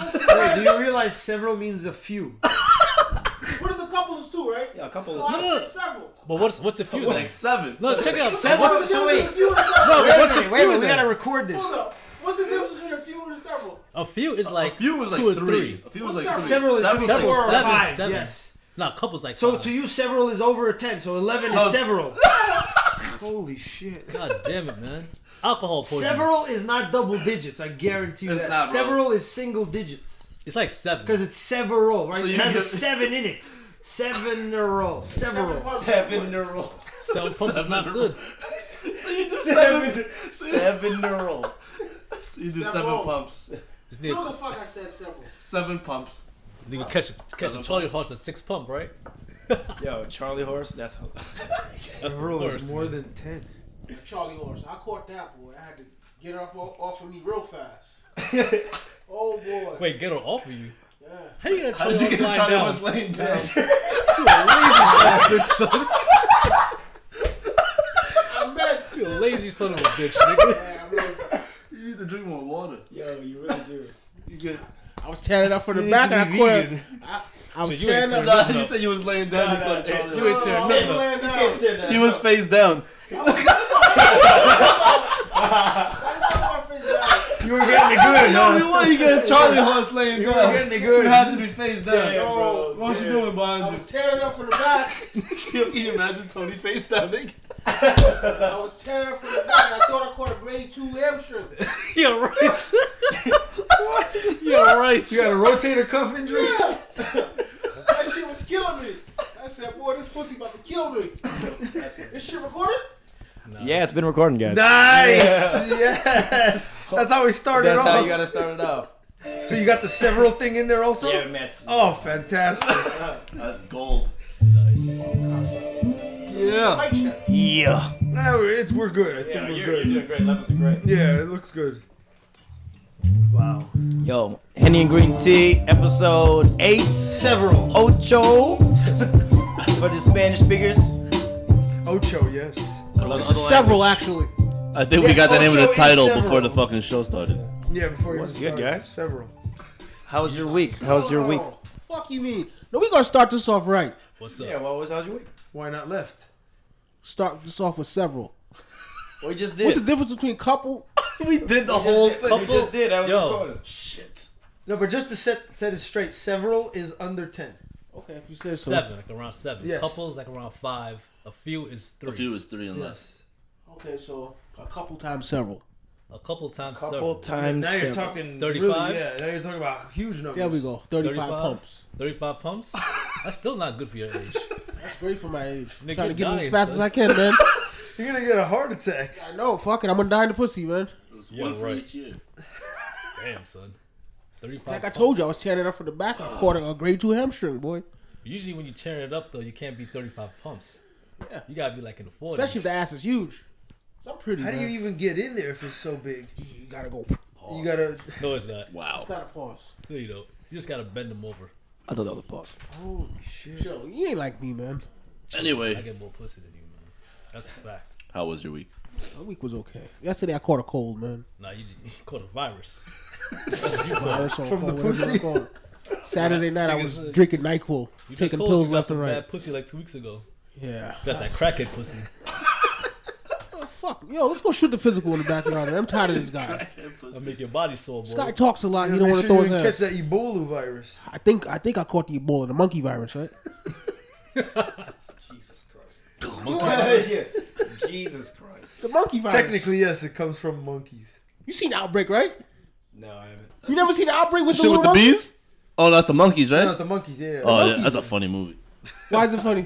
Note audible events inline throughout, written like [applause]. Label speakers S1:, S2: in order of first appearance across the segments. S1: Do you realize several means a few?
S2: What is a couple is two, right?
S3: Yeah, a couple.
S2: So
S3: of
S2: I
S4: No, no.
S2: said several.
S4: But what's what's a few
S5: Like
S4: like?
S5: seven.
S4: No, check it out.
S2: What's
S4: Seven.
S2: the
S1: What?
S2: difference between
S1: So wait.
S2: a few and a several?
S4: No,
S1: Wait a
S4: what's a
S1: minute, wait a
S4: few
S1: minute, we
S4: then?
S1: gotta record this.
S2: Hold up. What's the difference between a few and a several?
S4: A few is like
S5: a few was like
S4: two or
S5: three.
S4: three.
S5: A few was like
S2: Well,
S5: three.
S1: Several is
S5: Seven.
S1: between
S4: Seven,
S1: four or
S4: seven,
S1: five.
S4: seven.
S1: Yes.
S4: No, couples like
S1: So
S4: five.
S1: to you, several is over a ten. So eleven
S5: No.
S1: is several. Holy shit.
S4: God damn it, man. Alcohol poisoning.
S1: Several is not double digits. I guarantee you
S5: It's
S1: that.
S5: not, bro.
S1: several is single digits
S4: It's like seven.
S1: because it's several, right?
S5: So
S1: it
S5: you
S1: has a
S5: get-
S1: seven in it. Several. Several.
S2: parts.
S5: [laughs]
S3: seven neural.
S4: Seven pumps is not good.
S3: Seven. Seven neural.
S5: You do seven
S2: Several.
S5: pumps.
S4: This
S2: You know the
S4: nigga,
S2: fuck I said several.
S5: Seven pumps.
S4: nigga catch a, catch a Charlie horse at six pump, right?
S3: Yo, Charlie horse. That's how.
S4: That's the
S1: Several
S4: worst.
S1: is more
S4: man.
S1: than ten.
S2: Charlie Horse. I caught that boy. I had to get her off, off of me real fast. oh boy.
S4: Wait, get her off of you.
S2: Yeah.
S4: How you gonna
S5: How did you get
S4: Charlie
S5: Charlie
S4: horse
S5: was
S4: lying
S5: laying down?
S4: down? You a lazy bastard, son.
S2: I meant.
S4: You a lazy son of a bitch, nigga.
S2: Man, I, realized I-
S5: You need to drink more water.
S3: Yo, you really do.
S5: You get.
S2: I was tearing up from the
S1: You
S2: back
S1: need to
S2: and I
S1: be
S2: caught her.
S1: vegan.
S2: I, I was
S4: So you ain't
S2: tearing up.
S4: turned up. [laughs]
S5: Nah, you said you was laying down. you called Charlie.
S4: You ain't
S2: No,
S4: tearing
S2: I
S4: up.
S2: was laying down.
S5: He was face down.
S2: I got my fish out.
S1: You were getting it good,
S5: The only way you get a Charlie horse laying
S1: You were
S5: down.
S1: getting it good.
S5: You have to be face down.
S2: yeah. bro.
S5: What was you doing
S2: I
S5: behind
S2: was tearing up from the back.
S5: you? Can you imagine Tony face down? nigga?
S2: I was tearing up from the back. I thought I caught a grade two hamstring.
S4: You're right. You're right.
S1: You got a rotator cuff injury?
S2: Yeah. That shit was killing me. I said, boy, this pussy about to kill me. this shit recorded?
S3: Yeah, it's been recording, guys.
S1: Nice! Yes! That's how we started
S3: That's
S1: off.
S3: how you gotta start it off.
S1: So you got the several thing in there also?
S3: Matt's.
S1: Oh, fantastic.
S5: That's gold.
S4: Yeah.
S2: Mic check.
S3: Yeah.
S1: no, it's, we're good. I think
S3: Yeah,
S1: we're
S3: you're,
S1: good.
S3: you're doing great. Levels are great.
S1: Yeah, it looks good. Wow.
S3: Yo, Henny and Green Tea, episode eight.
S1: Several.
S3: Ocho for the Spanish speakers.
S1: Ocho, yes.
S2: Several, actually.
S5: I think
S1: Yes, Ocho is several.
S5: fucking show started.
S1: Yeah, before you
S3: What's
S1: even
S3: good,
S1: started,
S3: guys?
S1: Several.
S3: How was your week? How was your week?
S2: Fuck you mean? No, we gonna start this off right.
S4: What's up?
S3: Yeah, what was how's your week?
S1: Why not left?
S2: Start this off with several.
S3: We just
S2: What's
S3: did.
S2: the difference between couple?
S5: We did the whole
S3: We
S5: thing.
S3: just did. I was
S4: Yo.
S3: recording.
S5: Shit.
S1: No, but just to set set it straight, several is under ten.
S2: Okay, if you said so.
S4: Seven, like around seven.
S1: Yes.
S4: Couples, like around five. A few is three. A,
S5: is three and
S1: Yes.
S2: Okay, so a couple times several.
S4: couple times
S3: Couple
S4: several.
S3: times.
S1: Now you're
S3: several.
S1: talking
S4: 35?
S1: Really, yeah, now you're talking about huge numbers.
S2: There we go. 35,
S4: 35?
S2: pumps. [laughs]
S4: 35 pumps? That's still not good for your age.
S2: That's great for my age.
S4: Nigga,
S2: Trying to get it as
S4: dying,
S2: fast as
S4: son.
S2: I can, man.
S1: You're gonna get a heart attack.
S2: I know. Fuck it. I'm gonna die in the pussy, man.
S4: Yeah,
S5: one for
S4: right.
S5: each year.
S4: Damn, son. 35
S2: Like I
S4: pumps.
S2: told you, I was tearing it up from the back. I caught a grade two hamstring, boy.
S4: Usually when you tear it up, though, you can't be 35 pumps.
S2: Yeah.
S4: You gotta be like in the 40s.
S2: Especially if the ass is huge. So I'm pretty.
S1: How do
S2: man.
S1: you even get in there if it's so big?
S2: You gotta go.
S1: You gotta.
S4: No, it's not.
S5: Wow.
S2: It's not a pause.
S4: No, you don't. You just gotta bend them over.
S3: I thought that was a pause.
S1: Holy shit.
S2: Yo, you ain't like me, man.
S4: I
S5: Anyway,
S4: get more pussy than you, man. That's a fact.
S5: how was your week?
S2: My week was okay. Yesterday I caught a cold, man.
S4: Nah, you, [laughs] you caught a virus.
S2: Virus or
S1: From
S2: cold,
S1: the
S2: whatever you
S1: pussy?
S2: wanna call it. Saturday night I
S4: Niggas,
S2: was
S4: uh,
S2: drinking Nyquil,
S4: You just
S2: taking
S4: told us
S2: pills
S4: you got
S2: left
S4: some
S2: and right.
S4: Bad pussy like two weeks ago.
S2: Yeah.
S4: You got that crackhead pussy.
S2: Oh, fuck. Yo, let's go shoot the physical in the backyard. man. I'm tired of this
S4: [laughs]
S2: guy.
S4: That make your body sore, boy.
S2: This guy talks a lot.
S1: You
S2: You don't
S1: make
S2: want to
S1: sure
S2: throw
S1: you
S2: his
S1: didn't catch
S2: ass.
S1: that Ebola virus.
S2: I think I think I caught the Ebola, the monkey virus, right?
S3: [laughs] Jesus Christ. yeah. Jesus Christ.
S2: The monkey virus.
S1: Technically, yes, it comes from monkeys.
S2: you seen outbreak, right?
S3: No, I haven't.
S2: You never seen the outbreak with the
S5: Shit with
S2: little
S5: the
S2: monkey?
S5: bees? Oh, that's the monkeys, right?
S1: Not the monkeys, yeah. [laughs]
S5: oh, yeah, that's a funny movie.
S2: Why is it funny?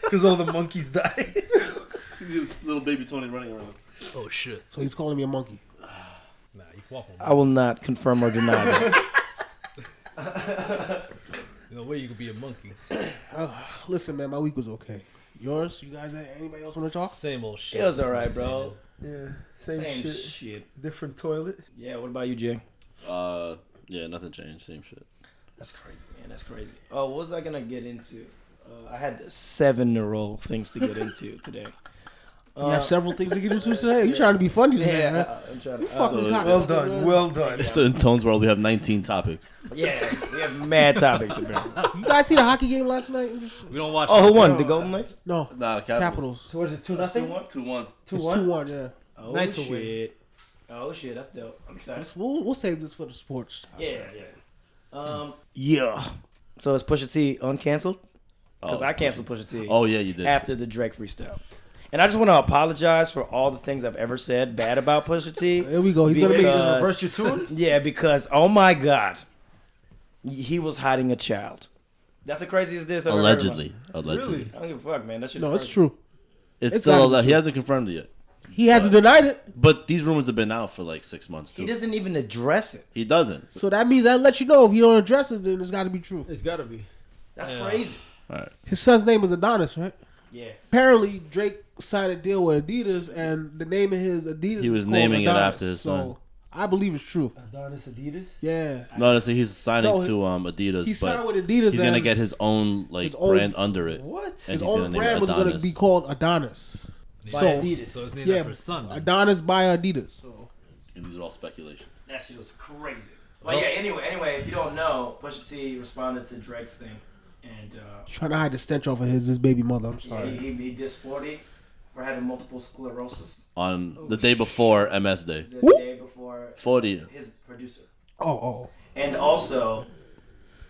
S1: Because all the monkeys die. [laughs]
S5: This little baby Tony running around.
S4: Oh shit.
S2: So he's calling me a monkey.
S4: Nah, you waffle.
S3: I will not confirm or deny [laughs] that.
S4: No way you could be a monkey.
S2: Uh, Listen, man, my week was okay. Yours? You guys? Anybody else want to talk?
S4: Same old shit.
S3: It was
S4: That's what
S3: alright,
S4: I'm saying,
S3: bro.
S4: man.
S1: yeah, same, shit. Different toilet.
S3: Yeah, what about you, Jay?
S5: Uh, yeah, nothing changed. Same shit.
S3: That's crazy, man. That's crazy. Oh, what was I gonna get into? Uh, I had seven neural things to get into today.
S2: [laughs] You have several things to get into today. You trying to be funny today, man?
S3: I'm trying to.
S2: You fucking
S5: So-
S2: cocky,
S1: Well done.
S2: man.
S1: Well done.
S5: It's in Tone's World, we have 19 topics.
S3: uh, Yeah, we have mad topics.
S2: [laughs]
S3: Apparently.
S2: You guys see the hockey game last night?
S4: We don't watch.
S3: Oh, who won? The Golden Knights.
S2: No,
S5: Nah, the
S2: Capitals.
S1: [laughs] So what is it? Two nothing.
S5: 2-1.
S1: Two
S2: it's
S1: one.
S2: two one. Yeah,
S3: Oh
S1: Knights will
S3: shit. Oh shit, that's dope. I'm excited.
S2: That's- Hmm. we'll, we'll save this for the sports.
S3: Yeah, yeah. Um, yeah. So is Pusha T uncanceled?
S5: Oh,
S3: Because I canceled Pusha T
S5: Oh, yeah, you did.
S3: after the Drake freestyle. And I just want to apologize for all the things I've ever said bad about Pusha
S2: [laughs]
S3: T.
S2: Here we go. He's gonna be
S3: Because-
S1: Reverse your tune.
S3: Yeah, because oh my god, he was hiding a child. That's the craziest this I've ever heard about.
S5: Allegedly. Allegedly.
S1: Really?
S3: I don't give a fuck, man. That shit's
S2: no,
S3: crazy.
S2: it's true.
S5: It's,
S2: It's
S5: still
S2: gotta be
S5: alleged. He
S2: true.
S5: hasn't confirmed it yet.
S2: He hasn't denied it,
S5: But these rumors have been out for like six months, too.
S3: He doesn't even address it.
S5: He doesn't.
S2: so that means that lets you know if you don't address it, then it's got to be true.
S1: It's gotta be.
S3: That's
S4: Yeah.
S3: crazy.
S5: All right.
S2: His son's name is Adonis, right?
S3: Yeah.
S2: Apparently, Drake signed a deal with Adidas, and the name of his Adidas.
S5: He was
S2: is called
S5: naming it
S2: Adonis,
S5: after his
S2: so
S5: son.
S2: I believe it's true.
S1: [laughs] Adonis Adidas.
S2: Yeah,
S5: No, that's he's signing
S2: No, he-
S5: to um, Adidas,
S2: he
S5: but
S2: signed with Adidas.
S5: he's going to
S2: and
S5: get his own like
S2: his own-
S5: brand under it.
S1: What?
S5: And
S2: his
S5: he's gonna
S2: own
S5: name it
S2: brand was going to
S5: Adonis.
S2: be called Adonis.
S4: By
S2: So-
S4: Adidas. So it's named
S2: Yeah,
S4: after his son. then.
S2: Adonis by Adidas. So
S5: And these are all speculation.
S3: That shit was crazy. But yeah, anyway, anyway, if you don't know, Pusha T responded to Drake's thing, and uh,
S2: trying to hide the stench off of his his baby mother. I'm
S3: yeah,
S2: sorry.
S3: he, he, he dissed forty for having multiple sclerosis
S5: On the day before MS Day.
S3: the
S2: Whoop.
S3: day before
S5: 40.
S3: his producer.
S2: Oh, oh.
S3: And also,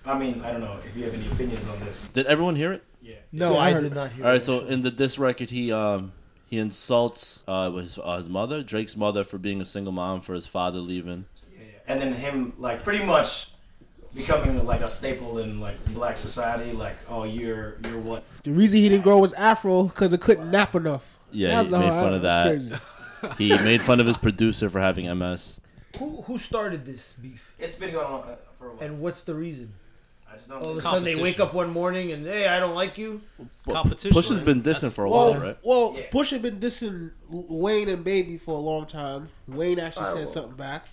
S3: I mean, I don't know if you have any opinions on this.
S5: Did everyone hear it?
S3: Yeah.
S1: No,
S2: Yeah, I
S1: I
S2: heard
S1: did
S2: it.
S1: not hear.
S5: All right,
S1: that.
S5: so in the diss record, he um he insults uh his, uh, his mother, Drake's mother, for being a single mom for his father leaving.
S3: Yeah, yeah. And then him like pretty much becoming like a staple in like black society. Like, oh, you're you're what?
S2: The reason he didn't grow his afro because it couldn't nap enough.
S5: Yeah,
S2: That's
S5: he
S2: the
S5: made
S2: whole-
S5: fun of
S2: that's
S5: that. He made fun of his producer for having MS.
S1: who who started this beef,
S3: It's been going on uh, for a while.
S1: and what's the reason?
S3: I just don't.
S1: All of a
S3: think-
S1: sudden, they wake
S4: Competition.
S1: up one morning and hey, I don't like you.
S4: Competition.
S5: Push has been dissing for a
S2: Well,
S5: while, right?
S2: well,
S3: Yeah.
S2: Bush had been dissing Wayne and Baby for a long time. Wayne actually said something back.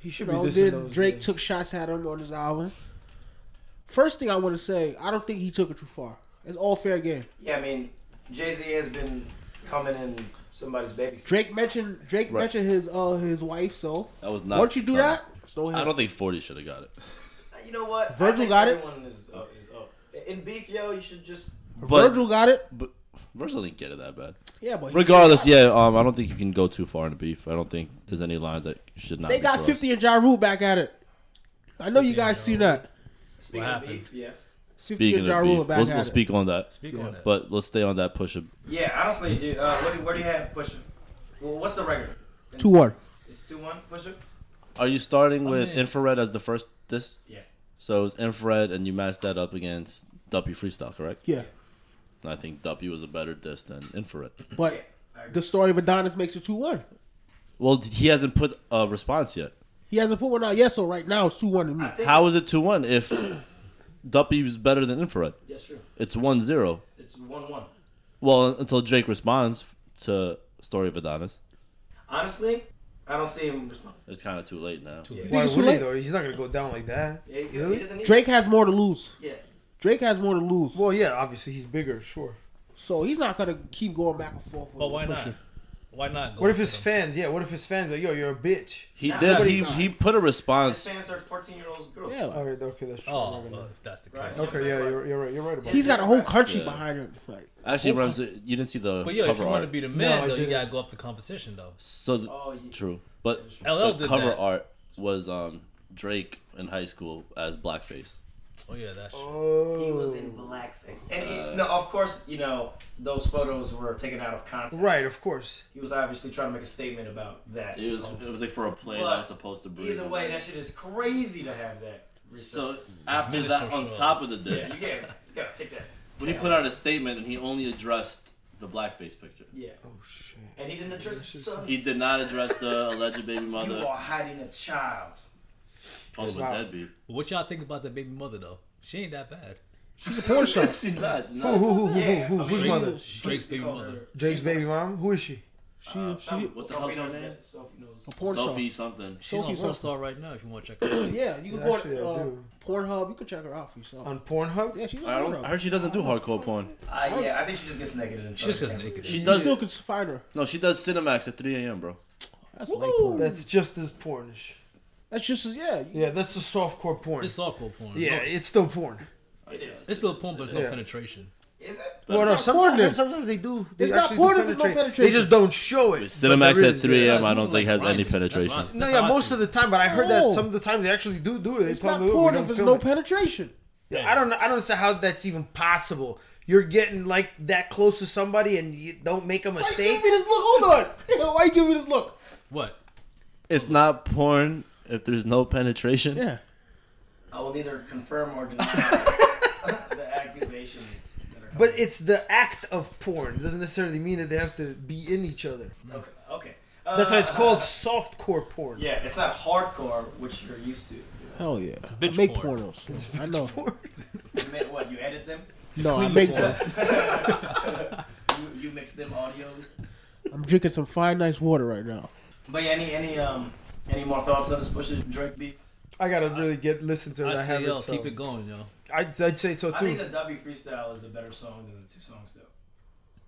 S1: He should
S2: You know,
S1: be this.
S2: then Drake took shots at him on his album. First thing I want to say, I don't think he took it too far. It's all fair game.
S3: Yeah, I mean, Jay Z has been coming in somebody's baby.
S2: Drake mentioned Drake
S5: Right.
S2: mentioned his uh his wife. So
S5: That was not.
S2: once you do
S5: no.
S2: that, so
S5: I don't think Forty should have got it.
S3: You know what? I
S2: Virgil
S3: think
S2: got it?
S3: everyone Is up, is up. In beef, yo, you should just.
S5: But
S2: Virgil got it.
S5: Virgil didn't get it that bad.
S2: Yeah, but he-
S5: Regardless, yeah, um, I don't think you can go too far in the beef. I don't think there's any lines that should not.
S2: they
S5: be
S2: got
S5: crossed.
S2: Fifty and Ja Rule back at it. I know you
S4: 50
S2: guys
S4: and
S2: see
S4: Ja
S2: that.
S3: Speaking
S4: What
S3: of
S4: happened?
S3: beef, yeah.
S2: Fifty
S5: Speaking
S2: and Ja
S5: of
S2: Rule
S5: beef,
S2: back
S5: we'll,
S2: at
S5: we'll
S2: it.
S5: speak on that.
S4: Speak
S2: Yeah.
S4: on that.
S5: But let's stay on that push up.
S3: Yeah, honestly, dude. Uh, what, do, where do you have Pusha? Well, what's the record?
S2: 2-1.
S3: It's two one Pusha.
S5: Are you starting with
S4: mean-
S5: infrared as the first diss?
S3: Yeah.
S5: So it was infrared, and you matched that up against W freestyle, correct?
S2: Yeah,
S5: And I think W was a better diss than infrared.
S3: Yeah.
S2: but
S3: I agree.
S2: the story of Adonis makes it two one.
S5: Well, he hasn't put a response yet.
S2: He hasn't put one out yet, so right now it's two one to me.
S3: I think
S5: How is it two one if W is better than infrared?
S3: That's true.
S5: It's one zero.
S3: It's one one.
S5: Well, until Drake responds to Story of Adonis,
S3: Honestly, I don't see him respond.
S5: it's kind of too late now.
S2: think
S1: Why
S2: it's too
S1: would he
S2: late?
S1: though? He's not gonna go down like that.
S3: Yeah, he,
S1: Really?
S3: he doesn't need.
S2: Drake has more to lose.
S3: Yeah.
S2: Drake has more to lose,
S1: Well, yeah, obviously he's bigger, sure.
S2: so he's not gonna keep going back and forth. With
S4: But why
S2: Pusha.
S4: not? Why not? go
S1: What if
S4: for
S1: his
S4: them?
S1: fans? Yeah, what if his fans like, yo, you're a bitch?
S5: He
S3: Nah,
S5: did.
S3: but
S5: He
S2: he's
S5: he put a
S3: His
S5: response.
S3: fans are fourteen year old girls.
S2: Yeah,
S1: All right, okay, that's true.
S4: Oh,
S1: We're gonna-
S4: well, if that's the case.
S3: Right.
S1: Okay, yeah, you're, you're right. You're right about
S2: he's got a whole country
S5: Yeah.
S2: behind him. Like,
S5: Actually, Rams, you didn't see the
S4: But yo, if
S5: cover
S4: you want to
S5: art.
S4: be the
S1: No, I
S4: man, though, you
S1: didn't.
S4: gotta go up the competition, though.
S5: So th-
S3: Oh, yeah.
S5: true, but
S4: LL
S5: the
S4: did
S5: cover
S4: that.
S5: art was um Drake in high school as blackface.
S4: Oh yeah, that's.
S1: that.
S4: shit.
S1: Oh.
S3: He was in blackface, and he, no, of course, you know those photos were taken out of context.
S1: Right, of course.
S3: He was obviously trying to make a statement about that.
S5: It was it was like for a play that
S3: But
S5: was supposed to be.
S3: Either way, that shit is crazy to have that.
S5: So
S3: resurface.
S5: after
S4: Minister
S5: that, on
S4: Shaw.
S5: top of the
S3: yeah,
S5: diss,
S3: you gotta, you gotta take that.
S5: when he put out a statement and he only addressed the blackface picture,
S3: Yeah,
S1: Oh shit.
S3: and he didn't address his son.
S5: he did not address the alleged baby
S3: You
S5: mother.
S3: are hiding a child.
S5: Also,
S1: Wow.
S5: deadbeat.
S4: But what y'all think about that baby mother, though? She ain't that bad.
S2: she's a porn star.
S5: [laughs] She's not. She's
S1: Who,
S5: not.
S1: who, who, who, who,
S3: Yeah,
S1: who,
S3: I
S1: who's
S3: mean,
S1: mother?
S3: She
S4: Drake's
S3: used to
S4: baby
S3: call
S4: mother.
S3: her-
S1: Drake's
S3: she's
S1: baby
S3: like-
S1: mom. Who is she?
S3: Uh,
S2: She, she,
S3: some-
S5: What's the hell's her name?
S3: Sophie knows.
S2: a porn
S5: Sophie something.
S4: She's on
S2: Sophie Wilson.
S4: Pornstar right now. If you want to check
S1: [laughs]
S4: her out.
S2: Yeah, you can
S1: Yeah,
S2: go
S1: actually, I do.
S2: on uh, Pornhub. You can check her out for yourself.
S1: on Pornhub.
S2: yeah, she's on
S5: I, don't, I
S2: Pornhub.
S5: heard she doesn't do hardcore porn.
S3: Uh, yeah, I think she just gets negative. in
S4: She
S3: front
S4: just
S3: of
S4: doesn't
S3: camera.
S4: make
S5: She
S2: You
S5: does.
S2: still can find her.
S5: No, she does Cinemax at 3 a.m., bro.
S2: That's light porn.
S1: That's just as pornish.
S2: That's just yeah. you-
S1: Yeah, that's the softcore porn.
S4: It's softcore porn.
S1: yeah,
S4: No,
S1: it's still porn.
S3: It is.
S4: it's still porn, but it's no
S1: Yeah.
S4: penetration.
S3: Is it?
S1: well, no,
S2: not porn then.
S1: sometimes, sometimes they do. They
S2: It's not
S1: actually
S2: porn
S1: do
S2: if there's no
S1: They
S2: penetration.
S1: just don't show it.
S5: With
S1: but
S5: Cinemax
S1: there
S5: at
S1: is,
S5: 3
S1: yeah.
S5: a.m., I don't think has any penetration.
S1: No, yeah, most of the time, but I heard that
S2: No.
S1: some of the times they actually do do it. They
S2: It's
S1: tell
S2: not
S1: them, "Look, we
S2: porn
S1: don't
S2: if it's
S1: film
S2: no
S1: it."
S2: penetration.
S1: Yeah, I don't. know- I don't understand how that's even possible. You're getting like that close to somebody and you don't make a
S2: Why you
S1: mistake.
S2: give me this look? Hold on. [laughs] Why you give me this look?
S4: What?
S5: It's not porn if there's no penetration.
S2: Yeah.
S3: I will neither confirm or deny the accusations. that are coming.
S1: But it's the act of porn. It doesn't necessarily mean that they have to be in each other.
S3: okay. okay.
S1: That's why it's
S3: Uh,
S1: called softcore porn.
S3: Yeah, it's not hardcore, which you're used to. You know.
S2: Hell yeah. I
S4: bitch
S2: make
S4: porn.
S2: pornos. I know.
S3: You made what? You edit them?
S2: No, I make them.
S3: You, you mix them audio?
S2: I'm drinking some fine, nice water right now.
S3: But yeah, any any um any more thoughts on this Bush and Drake beef?
S1: I gotta really get listen to it.
S4: I
S1: I,
S4: say,
S1: haven't.
S4: yo,
S1: so-
S4: keep it going, yo.
S1: I'd, I'd say so
S3: I
S1: too.
S3: think the W freestyle is a better song than the two songs though.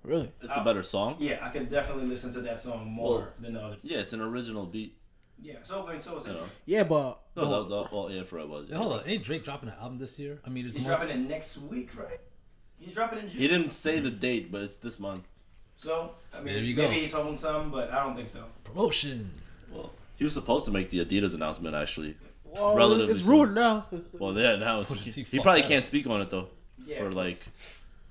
S2: Really?
S5: It's the better song.
S3: Yeah, I could definitely listen to that song more
S5: Well-
S3: than the other. two.
S5: Yeah, it's an original beat.
S3: Yeah. So I mean, so is
S5: You
S3: it.
S5: know.
S2: Yeah, but
S5: No, no, no. Well, yeah, for it was.
S4: Yo,
S5: Yeah.
S4: Hold on, ain't Drake dropping an album this year? I mean, it's
S3: He's dropping it next week, right? He's dropping in June.
S5: He didn't say the date, but it's this month.
S3: So I mean,
S4: There you
S3: maybe
S4: go.
S3: he's holding some, but I don't think so.
S4: promotion.
S5: Well, he was supposed to make the Adidas announcement, actually.
S2: well,
S5: Relatively
S2: uh, it's
S5: soon.
S2: ruined now.
S5: Well, yeah, now it's,
S4: Pusha T,
S5: he
S4: fuck
S5: probably
S4: that.
S5: can't speak on it, though,
S3: Yeah.
S5: for like,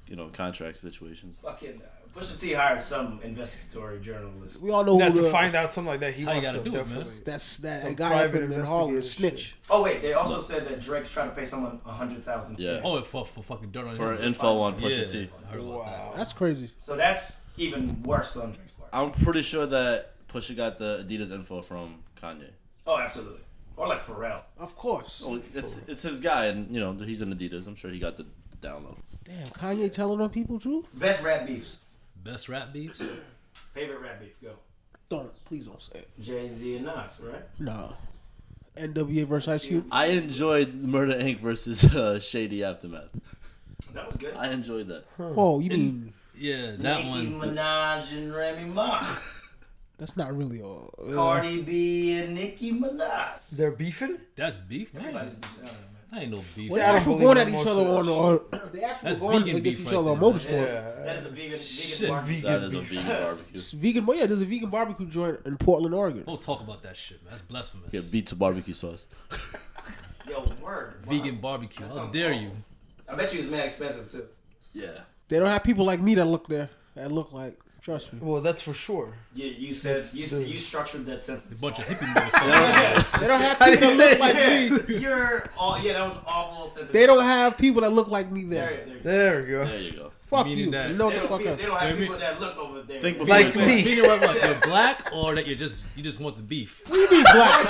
S5: you know, contract situations.
S3: Fucking uh, Pusha T hired some investigatory journalist.
S2: We all know
S1: Not
S2: who
S1: to
S2: the,
S1: find out something like that, he
S4: That's how you
S1: must
S4: gotta
S1: have
S4: do it, man.
S1: definitely.
S2: That's that
S1: Some
S2: guy
S1: private
S2: up in, in Harlem,
S1: investigative
S2: snitch.
S3: Oh wait, they also said that Drake's trying to pay someone a hundred thousand.
S5: Yeah.
S4: Oh, and for, for fucking dirt on
S5: For
S4: him.
S5: info on
S4: yeah,
S5: Pusha T.
S4: I heard about that.
S1: Wow.
S2: That's crazy.
S3: So that's even worse on Drake's part.
S5: I'm pretty sure that Pusha got the Adidas info from Kanye.
S3: Oh, absolutely. Or like Pharrell.
S2: Of course.
S4: Oh.
S5: Well, it's it's his guy, and you know he's in Adidas. I'm sure he got the download.
S2: Damn, Kanye telling on people too?
S3: Best rap beefs.
S4: Best rap beefs.
S3: Favorite rap beef. Go.
S2: Don't please don't say it.
S3: Jay Z and Nas, right?
S2: No. NWA versus Ice Cube.
S5: I enjoyed Murder Inc. versus uh, Shady Aftermath.
S3: That was good.
S5: I enjoyed [laughs] that.
S2: Oh, you mean
S4: Yeah, that
S3: Nicki
S4: one.
S3: Minaj and Remy Ma.
S2: that's not really a uh,
S3: Cardi B and Nicki Minaj.
S1: They're beefing.
S4: That's beef,
S3: Everybody's-
S4: man.
S3: I don't know, man.
S4: That ain't no
S2: Well,
S4: beef.
S1: See,
S2: they
S1: I don't
S2: actually
S1: believe
S2: going
S1: in
S2: at each
S1: most
S2: other
S1: of that
S2: on the on- they
S4: That's
S2: actually going
S4: vegan
S2: against
S4: beef
S2: each
S4: right
S2: other on
S4: there, man.
S2: motorsports.
S3: That is a vegan vegan
S4: Shit.
S3: barbecue.
S1: Vegan
S5: That is a
S1: beef.
S5: vegan barbecue.
S2: It's vegan, but yeah, there's a vegan barbecue joint in Portland, Oregon.
S4: Don't talk about that shit, man. That's blasphemous.
S5: Get beat to barbecue sauce.
S3: Yo, word. Wow.
S4: Vegan barbecue.
S3: That
S4: How
S3: sounds
S4: dare
S3: awful.
S4: you?
S3: I bet you it's mad expensive too.
S5: Yeah.
S2: They don't have people like me that look there that look like. Trust me,
S1: Well, that's for sure.
S3: You, you said you,
S1: the-
S3: you structured that sentence.
S4: Bunch
S3: [laughs]
S4: of hippie motherfuckers.
S2: they don't
S4: [laughs]
S2: have people that look like me.
S3: You're all yeah. That was awful sentence.
S2: They don't have people that look like me there.
S3: There, there.
S1: There we go.
S5: There you go.
S2: Fuck
S4: Meaning
S2: you.
S4: that-
S2: You know
S3: They
S2: the
S3: don't,
S2: fuck
S3: be-
S2: up.
S3: they don't have
S4: Maybe-
S3: people that look over there.
S5: Think before
S1: Like
S5: you me.
S1: me.
S4: Meaning what, what? You're black or that you're just you just want the beef? What
S2: You be
S4: [laughs]
S2: black.
S4: is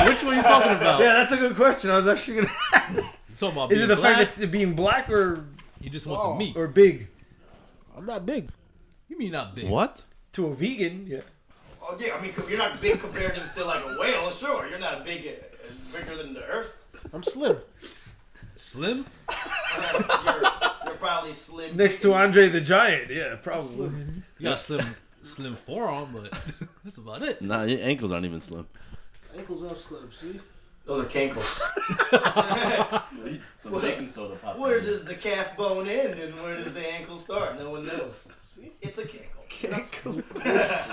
S4: it? Which one are you talking about?
S1: Yeah, that's a good question. I was actually gonna.
S4: You talking about
S1: Is
S4: being
S1: it the
S4: black?
S1: fact that being black or
S4: you just want
S2: Oh.
S4: the meat?
S1: or big
S2: I'm not big.
S4: You mean not big?
S5: What?
S1: to a vegan? Yeah.
S3: Oh yeah, I mean you're not big compared to- to like a whale. Sure, you're not big, uh, bigger than the Earth.
S2: I'm slim.
S4: Slim?
S3: You're, you're probably slim.
S1: Next to Andre the Giant. Yeah, probably.
S4: You got a slim
S5: [laughs]
S4: slim forearm, but [laughs] that's about it.
S5: Nah, your ankles aren't even slim.
S2: Ankles are slim. See.
S3: Those are cankles.
S5: Some baking soda pop.
S3: Where does the calf bone end and where does the ankle start? No one knows. It's a cankle.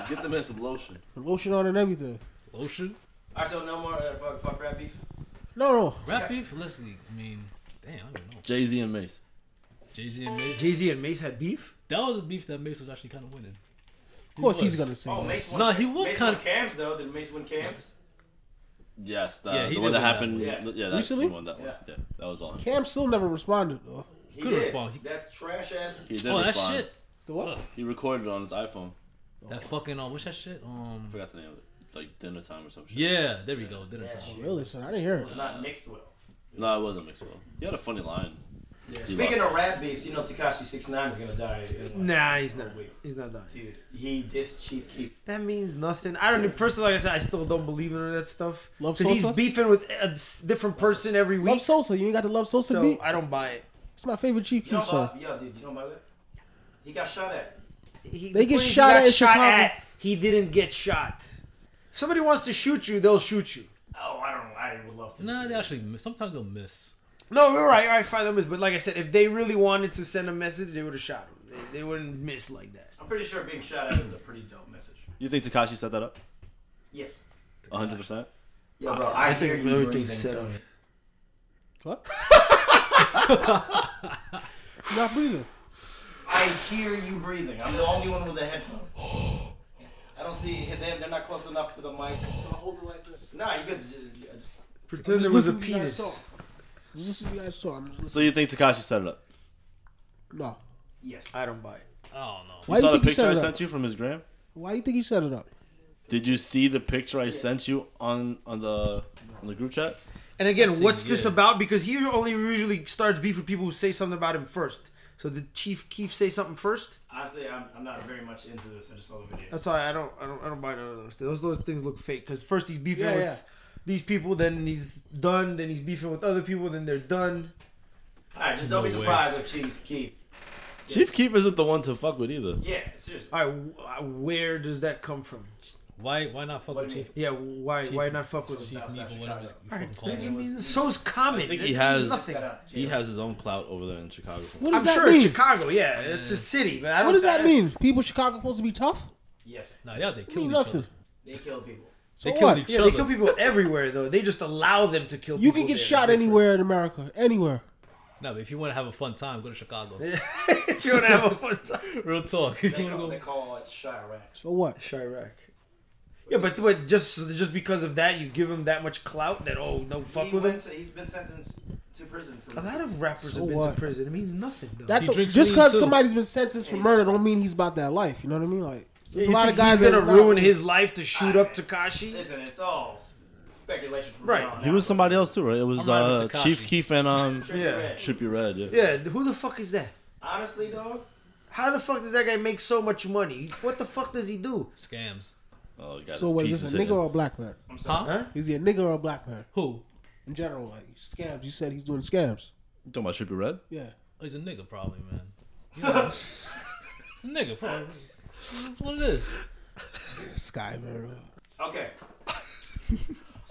S5: Get them in some lotion.
S2: Lotion on and everything.
S4: Lotion?
S3: All right, so no more uh, fuck, fuck rat beef.
S2: No, no.
S4: Rap beef? Let's see. I mean, damn, I don't know.
S5: Jay Z and Mace.
S4: Jay Z and Mace.
S1: Jay Z and Mace had beef.
S4: That was a beef that Mace was actually kind of winning.
S2: Of course
S4: He
S2: he's
S4: was.
S2: gonna say.
S3: Oh,
S2: that.
S3: Mace won.
S4: No, he was
S3: Mace
S4: kinda-
S3: won cams though. Did Mace win cams?
S5: Yes, the,
S4: Yeah, he
S5: the
S4: did
S5: one that
S4: win that
S5: happened.
S3: one.
S5: Yeah,
S3: Yeah.
S5: yeah that,
S2: Recently?
S5: he won that one.
S3: Yeah.
S5: Yeah, that was on. him.
S2: Cam still never responded though.
S3: He
S4: Good
S3: did.
S4: response. He-
S3: That trash ass.
S5: He did
S4: Oh, that
S5: respond.
S4: shit.
S2: The what?
S5: He recorded it on his iPhone.
S4: That fucking, uh, what's that shit?
S5: I
S4: Um,
S5: forgot the name of it. Like dinner time or some shit.
S4: yeah, there we go. Dinner
S3: Yeah.
S4: time.
S2: Really? Son, I didn't hear it.
S3: Was not mixed well.
S5: No, it wasn't mixed well. He had a funny line.
S3: Speaking of rap beefs, you know Takashi 69 is gonna die. In like
S1: Nah, he's not.
S3: a week.
S1: He's not dying.
S3: Dude, he dissed Chief Keef.
S1: That means nothing. I don't. Personally, like I said, I still don't believe in that stuff.
S2: Love
S1: Because he's
S2: Sosa?
S1: beefing with a s- different person every week,
S2: Love Sosa. You ain't got the Love Sosa
S1: so
S2: beat.
S1: I don't buy it.
S2: It's my favorite Chief
S3: You know
S2: Keef song.
S3: about, yo, dude, you know about that? He got shot at.
S1: He,
S2: They
S1: the
S2: get
S1: point is he
S2: shot
S1: got
S2: at in Chicago.
S1: He didn't get shot. If somebody wants to shoot you, they'll shoot you.
S3: Oh, I don't know. I would love to.
S4: Nah,
S3: see
S4: they
S3: that.
S4: actually miss. sometimes they'll miss.
S1: No, you're right. All right, fine. That was, but like I said, if they really wanted to send a message, they would have shot him. They, they wouldn't miss like that.
S3: I'm pretty sure being shot at is a pretty dope message.
S5: You think Takashi set that up?
S3: Yes.
S5: 100. percent
S3: Yo, bro, I, hear
S1: think
S3: you
S1: everything's
S3: breathing,
S1: set
S3: Tony.
S1: up.
S2: [laughs] What? Not breathing.
S3: I hear you breathing. I'm the only one with a headphone. I don't see them. They're not close enough to the mic.
S6: So I hold it like this.
S3: Nah, you could. ju- ju- just-
S1: Pretend
S2: Just
S1: it was a
S2: listen to you guys
S1: penis.
S2: talk. Just Listen to you guys talk. I'm just listening.
S5: So you think Takashi set it up?
S2: No.
S3: Yes.
S1: I don't buy it.
S4: I don't know.
S5: You
S2: Why do
S5: saw
S2: you
S5: the
S2: think he
S5: picture
S2: set
S5: I
S2: it
S5: sent
S2: up?
S5: you from his gram?
S2: Why do you think he set it up?
S5: Did you see the picture I sent you on on the on the group chat?
S1: And again, what's this
S4: yeah.
S1: about? Because he only usually starts beef with people who say something about him first. So did Chief Keef say something first?
S3: Honestly, I'm, I'm not very much into this. I just saw the video.
S1: That's why I don't, I don't, I don't buy none of those. Those those things look fake. Because first he's beefing
S2: Yeah,
S1: with
S2: yeah.
S1: these people, then he's done, then he's beefing with other people, then they're done.
S3: Alright, just don't be
S4: No way.
S3: surprised if Chief Keef.
S5: Chief Keef isn't the one to fuck with either.
S3: Yeah, seriously.
S1: All right, wh- where does that come from?
S4: Why? Why not fuck
S3: What
S4: with
S3: do you
S4: Chief?
S1: Yeah, why why not fuck with
S3: Chief
S1: him?
S3: Keef.
S4: Meek or whatever you fucking
S1: Alright,
S4: call him.
S1: so's common.
S5: think he
S1: It means
S5: has-
S1: nothing.
S3: Shut up,
S5: He
S3: Jay.
S5: has his own clout over there in Chicago.
S2: What does
S1: I'm
S2: that
S1: sure
S2: mean?
S1: Chicago, yeah, it's a city, but I don't.
S2: what does that
S1: I-
S2: mean? People in Chicago supposed to be tough?
S3: Yes,
S4: Nah, yeah, they
S2: Mean
S4: killed each
S2: nothing.
S4: other.
S3: they kill people.
S2: So
S4: they
S2: what?
S4: killed each
S1: Yeah, they
S4: other.
S1: kill people everywhere though. They just allow them to kill.
S2: You
S1: people
S2: can get
S1: there.
S2: shot
S1: Different.
S2: anywhere in America. Anywhere.
S4: Nah, but if you want to have a fun time, go to Chicago.
S1: [laughs] if you want to have a fun time.
S4: Real talk. You
S3: They
S4: wanna
S3: call,
S4: go-
S3: they call it Chirac.
S2: So what?
S1: Chirac. Yeah, but what, just so- just because of that, you give him that much clout that oh no fuck
S3: he
S1: with him.
S3: went to, He's been sentenced to prison for
S1: A lot of rappers
S2: So
S1: have been
S2: what?
S1: to prison. It means nothing though.
S2: That
S4: He
S2: don't-
S4: drinks
S2: just
S4: lean,
S2: because
S4: too.
S2: somebody's been sentenced for
S3: Hey.
S2: murder don't mean he's about that life. You know what I mean? Like
S1: Yeah,
S2: there's a
S1: you
S2: lot
S1: think
S2: of guys
S1: he's gonna
S2: that is not-
S1: ruin his life to shoot up Takashi.
S3: Listen, it's all s- speculation from
S1: Right.
S3: John
S5: He was somebody else too, right? It was
S4: I'm riding
S5: uh,
S4: with Tekashi.
S5: Chief Keef
S2: [laughs]
S5: and um
S1: Yeah.
S5: Trippy Red. Yeah.
S1: Yeah, who the fuck is that?
S3: Honestly, dog,
S1: How the fuck does that guy make so much money? What the fuck does he do?
S4: Scams.
S5: Oh, he got
S2: [laughs] So
S5: his
S2: what is
S5: pieces
S2: this a nigga
S5: hitting.
S2: or a black man?
S3: I'm sorry.
S4: Huh?
S1: Huh?
S2: Is he a nigga or a black man?
S4: Who?
S2: In general, like scams. You said he's doing scams.
S5: You talking about Trippy Red?
S2: Yeah.
S4: Oh, He's a nigga, probably, man. You know. He's a nigga, probably. That's what it is.
S2: This guy, man.
S1: [laughs]
S3: Okay.
S1: Um,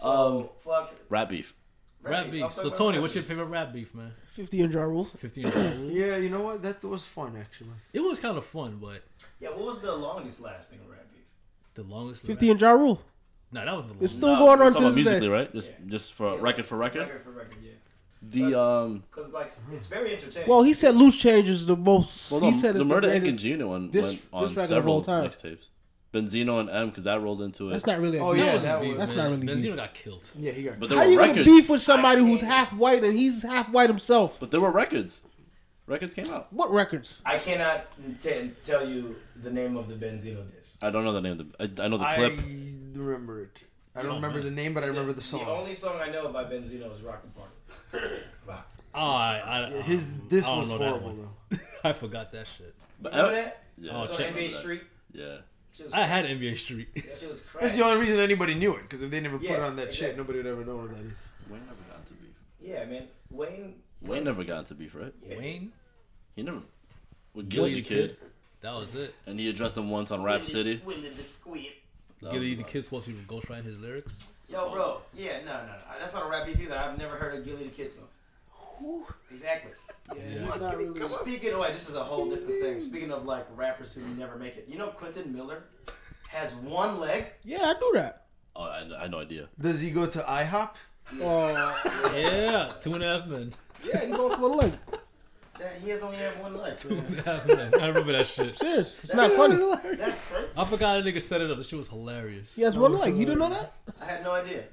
S3: so fuck.
S5: Rap beef.
S4: Rap beef. So Tony, what's your favorite rap beef, man?
S2: Fifty in Ja Rule.
S4: Fifteen.
S2: [laughs]
S4: Rule.
S1: Yeah, you know what? That was fun actually.
S4: it was kind of fun, but
S3: Yeah, what was the longest lasting rap beef?
S4: the longest.
S2: Fifty in Ja Rule.
S4: No, that was the
S2: It's
S4: longest.
S2: still going
S5: We're
S2: on
S5: talking
S2: to
S5: about
S2: this
S5: musically,
S2: day.
S5: right? Just just for
S4: Uh,
S3: Yeah.
S5: record for record.
S3: Record for record, yeah.
S5: The um
S3: Cause like s- it's very entertaining.
S2: Well, he said loose change is the most.
S5: well,
S2: he
S5: no,
S2: said
S5: the
S2: it's
S5: Murder Inc. and
S2: greatest-
S5: Gina one
S2: dis-
S5: went on
S2: disrespect of
S5: several
S2: all time.
S5: mixtapes. Benzino and M because that rolled into it.
S2: That's not really. A
S1: Oh,
S2: beef.
S1: yeah,
S4: wasn't
S1: that
S4: beef,
S1: was-
S2: that's
S4: man.
S2: not really
S4: Benzino
S2: beef.
S4: got killed.
S1: Yeah, he got.
S5: but
S2: How
S5: there
S2: you
S5: were
S2: gonna
S5: records.
S2: beef with somebody who's half white and he's half white himself?
S5: But there were records. Records came out.
S2: What records?
S3: I cannot t- tell you the name of the Benzino disc.
S5: I don't know the name of the. I, I know the
S1: I
S5: clip.
S1: remember it. I
S4: Oh,
S1: don't remember
S4: man.
S1: the name, but I remember the
S3: The
S1: song.
S3: only song I know by Benzino is Rock the Party.
S1: [laughs]
S3: Rock.
S4: Oh, I, I, I-
S1: His this
S4: I don't
S1: was
S4: know that
S1: horrible
S4: one.
S1: though.
S4: I forgot that shit.
S5: But
S3: You know
S5: M-
S3: that?
S5: yeah,
S4: Oh,
S3: It's on
S4: check Ah.
S3: NBA
S5: that.
S3: Street.
S5: yeah.
S3: She was,
S4: I had NBA Street.
S3: that shit was crack.
S1: That's the only reason anybody knew it because if they never put
S3: Yeah,
S1: it on that shit,
S3: exactly.
S1: nobody would ever know what that is.
S5: Wayne never got into beef.
S3: Yeah, man. Wayne.
S5: Wayne never got into beef, right?
S4: [laughs]
S3: Yeah.
S4: Wayne,
S5: He never. With Gilly the Kid,
S4: that was it.
S5: and he addressed him once on Rap City.
S3: Willie the Squid.
S5: That
S4: Gilly
S5: was
S4: the
S5: about-
S4: Kid's supposed to be ghostwriting his lyrics.
S3: Yo, bro. Yeah, no, no, no. That's not a rap beef either. I've never heard of Gilly the Kid song. Exactly. Speaking of, like, this is a whole different thing. Speaking of like rappers who never make it, you know, Quentin Miller has one leg.
S2: Yeah, I do that.
S5: Oh, I, I had no idea.
S1: Does he go to IHOP?
S2: Uh,
S4: Yeah, two and a half men. [laughs]
S2: yeah, he goes for the leg.
S3: That- He has only have
S1: [laughs]
S3: one leg.
S4: Half men. I remember that shit.
S2: Serious. It's not funny.
S3: That's crazy.
S4: I forgot the nigga set it up. The shit was hilarious.
S2: He has one leg. You didn't know that?
S3: I had no idea.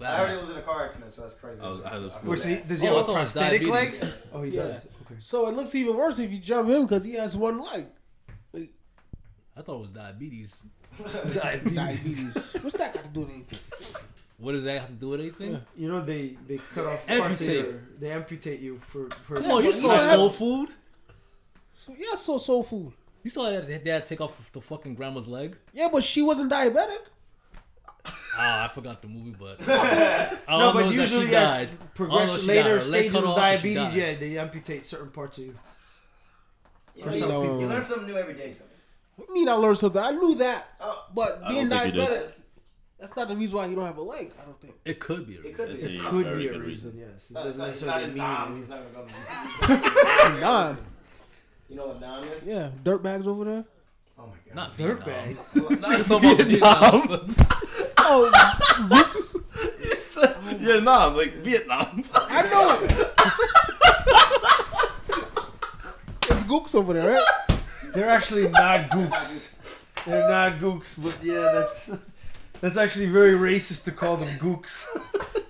S3: I
S4: Wow.
S3: heard it was in a car accident, so that's crazy.
S5: I was- I
S3: [laughs]
S5: was-
S3: heard
S1: Wait, so he,
S3: that.
S1: does he
S4: Oh, I
S1: have
S4: thought
S1: a
S4: it was
S1: prosthetic
S4: diabetes.
S1: legs? Oh, he
S2: Yeah.
S1: does. Okay.
S2: So it looks even worse if you jump him because he has one leg.
S4: I thought it was diabetes.
S1: [laughs]
S4: [laughs]
S2: Diabetes. What's that got to do with anything?
S4: What does that have to do with anything?
S1: You know they they cut off parts of
S4: Amputate.
S1: your, they amputate you for for
S4: Come on, you saw
S2: Yeah.
S4: soul food.
S2: So, yeah, so soul food.
S4: You saw that that dad take off the fucking grandma's leg.
S2: Yeah, but she wasn't diabetic.
S4: Ah, I forgot the movie, but all I
S1: No,
S4: know
S1: but
S4: is that
S1: usually
S4: she
S1: yes,
S4: died. Oh, no,
S1: progression
S4: she got
S1: later
S4: her leg
S1: stages
S4: cut
S1: of
S4: off and she
S1: diabetes,
S4: died.
S1: yeah, they amputate certain parts of you.
S3: You,
S1: For
S3: know,
S1: some
S3: you,
S1: people.
S3: you learn something new every day. Something.
S2: I mean, I learned something. I knew that,
S3: Oh,
S2: but
S5: I
S2: being
S5: don't think you did.
S2: diabetic, that's not the reason why you don't have a leg. I don't think.
S4: It could be. a
S3: It
S4: reason.
S3: could be.
S5: It's
S3: It
S5: a
S1: Could
S5: very
S1: be a
S5: good
S1: reason, yes. It
S3: it's not, it's
S1: doesn't
S3: not, it's not a
S1: necessarily
S3: nom.
S1: mean.
S3: He's not
S1: [laughs]
S3: gonna
S2: Nah,
S3: You know what nom is?
S2: yeah, dirt bags over there.
S3: Oh my god.
S4: Not dirt
S1: bags.
S4: Not
S3: [laughs]
S4: so much Vietnam. son.
S2: Oh, whoops.
S5: Yeah, nah, like Vietnam.
S2: I know it. It's gooks over there, [laughs] right?
S1: They're actually not [laughs] gooks. They're not gooks, but yeah, that's that's actually very racist to call them gooks.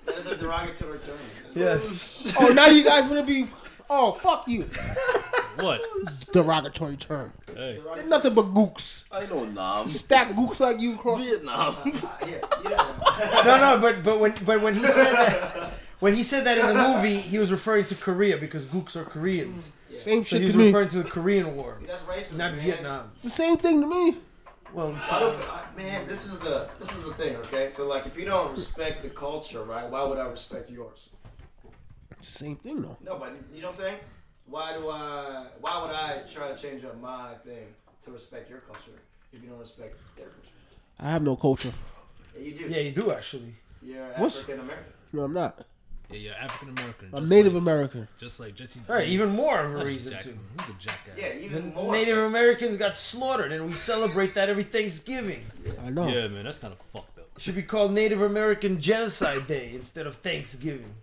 S1: [laughs]
S3: That is a derogatory term.
S1: Yes.
S2: Oh, now you guys want to be. Oh, fuck you.
S4: What?
S2: Derogatory term.
S4: Hey.
S2: They're nothing but gooks.
S5: I know Oh, Nam. [laughs]
S2: Stack gooks like you across.
S5: Vietnam.
S3: Uh, yeah, you know,
S1: No, no, but but when but when he said that when he said that in the movie, he was referring to Korea because gooks are Koreans.
S2: Same
S1: So
S2: shit
S1: he was
S2: to me.
S1: referring to the Korean War,
S3: that's racist.
S1: not
S3: man.
S1: Vietnam.
S2: It's the same thing to me.
S1: Well,
S3: I don't, I, man, this is the this is the thing, okay? So like, if you don't respect the culture, right? Why would I respect yours?
S2: It's the same thing, though.
S3: No, but you know what I'm saying? Why do I? Why would I try to change up my thing to respect your culture if you don't respect their culture?
S2: I have no culture.
S3: Yeah, you do.
S1: yeah, you do actually.
S3: You're
S2: What's-
S3: African American.
S2: No, I'm not.
S4: Yeah, you're African American.
S2: I'm
S4: just
S2: Native
S4: like,
S2: American.
S4: Just like Jesse.
S1: All right, even more of a
S4: Jesse
S1: reason
S4: Jackson.
S1: to.
S4: He's a jackass.
S3: Yeah, even
S1: The
S3: more.
S1: Native
S3: so.
S1: Americans got slaughtered, and we celebrate that every Thanksgiving.
S2: I know.
S4: Yeah, man, that's kind of fucked up.
S1: Should be called Native American Genocide Day instead of Thanksgiving.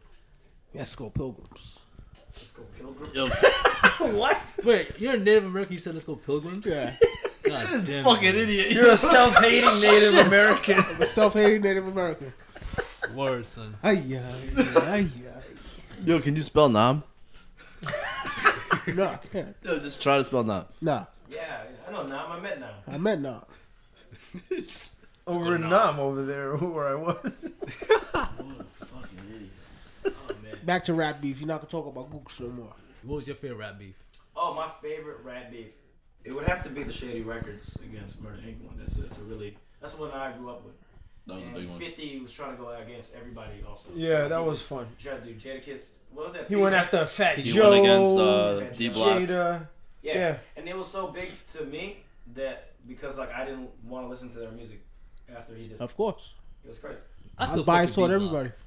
S2: Let's go, pilgrims.
S3: Let's go pilgrim.
S5: Yo,
S1: what?
S4: Wait, you're a Native American. You said let's go pilgrims.
S2: Yeah.
S4: God damn
S5: fucking
S4: it. man.
S5: idiot.
S1: You're
S2: [laughs]
S1: a self-hating Native American.
S2: I'm a self hating Native American.
S4: Word, son.
S2: Ay, yeah, ay, yeah.
S5: Yo, can you spell Nam?
S2: No, I can't.
S5: Yo, just try to spell Nam.
S2: [laughs] Nah,
S3: Yeah, I know now. I met now.
S2: I meant nah.
S1: Over in Nam, over there, [laughs] where I was.
S5: Fucking idiot.
S2: Back to rap beef. You're not gonna talk about gooks no more.
S4: What was your favorite rap beef?
S3: Oh, my favorite rat beef. It would have to be the Shady Records against Murder Inc. one. That's, that's a really that's one I grew up with.
S5: That was a
S3: and
S5: big one.
S3: Fifty was trying to go against everybody also.
S1: Yeah,
S3: So
S1: that
S3: he
S1: was fun.
S3: Trying to do Jadakiss. What was that?
S1: He
S3: beef?
S1: went after Fat
S5: He
S1: Joe,
S5: went against uh, D Block.
S1: Jada.
S3: Yeah.
S1: yeah.
S3: and it was so big to me that because like I didn't want to listen to their music after he just
S2: Of course.
S3: it was crazy.
S4: I
S2: I was
S4: still
S2: biased
S4: fuck with
S2: toward
S4: D-Block.
S2: everybody.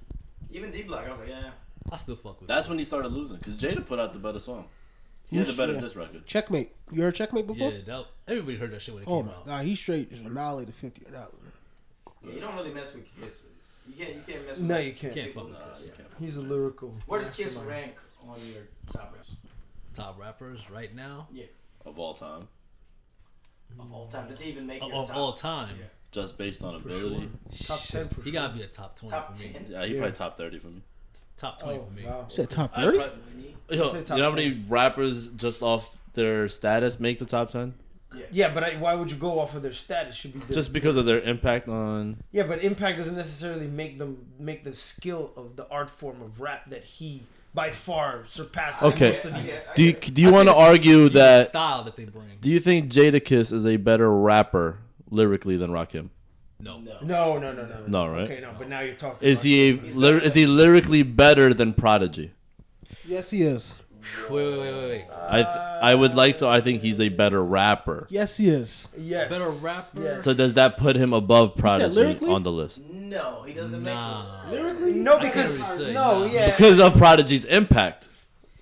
S3: Even D Block, I was like, yeah.
S4: I still fuck with.
S5: That's when he started losing, because Jada put out the better song. He had the better
S2: Yeah.
S5: diss record.
S2: Checkmate. You heard checkmate
S4: Yeah,
S2: before?
S4: that, everybody heard that shit when it
S2: Oh
S4: came
S2: my
S4: out.
S2: god, he straight just annihilated 50 on that one.
S3: yeah. You don't really mess with Kiss. You can't. You can't mess with.
S1: No, you
S4: You
S1: can't.
S4: can't fuck with
S5: Nah,
S4: Kiss.
S5: Uh, you can't.
S1: He's a lyrical.
S3: Where does Kiss
S1: mastermind.
S3: rank on your top raps
S4: Top rappers right now
S5: Of all time.
S3: of all time? Does he even make
S4: of,
S3: your
S4: of
S3: top?
S4: all time.
S3: Yeah.
S5: Just based on ability.
S1: Top ten for
S4: He gotta be a top twenty
S3: Top
S4: for me.
S3: ten.
S5: Yeah, he
S1: Yeah.
S5: probably top 30 for me.
S4: Top twenty
S1: Oh,
S4: for me.
S1: wow.
S2: You said top
S5: I
S2: 30?
S5: prob-
S3: Winnie.
S5: Yo,
S1: Say
S5: you
S1: top
S5: know how many rappers just off their status make the top 10?
S1: Yeah, but I, why would you go off of their status? Should be different.
S5: Just because of their impact on.
S1: yeah, but impact doesn't necessarily make them make the skill of the art form of rap that he by far surpasses.
S5: Okay.
S1: most of
S3: I
S1: these.
S3: guess- I
S5: Do you,
S3: guess.
S5: do you want to argue
S4: The
S5: that.
S4: style that they bring.
S5: Do you think Jadakiss is a better rapper lyrically than Rakim?
S4: No.
S3: No.
S1: No, no, no, no,
S5: No, right?
S1: Okay, no, but now you're talking.
S5: Is
S1: about-
S5: he a, lyr- is he lyrically better than Prodigy?
S2: Yes, he is.
S4: Wait, wait, wait, wait, wait.
S5: I th- I would like to. I think he's a better rapper.
S2: Yes, he is.
S1: Yes.
S4: Better rapper.
S1: Yes.
S5: So does that put him above Prodigy
S2: lyrically?
S5: on the list?
S3: No, he doesn't
S4: Nah.
S3: make. Lyrically,
S1: No,
S4: can't
S1: because
S4: really say
S1: no,
S4: no.
S1: yeah.
S5: Because of Prodigy's impact.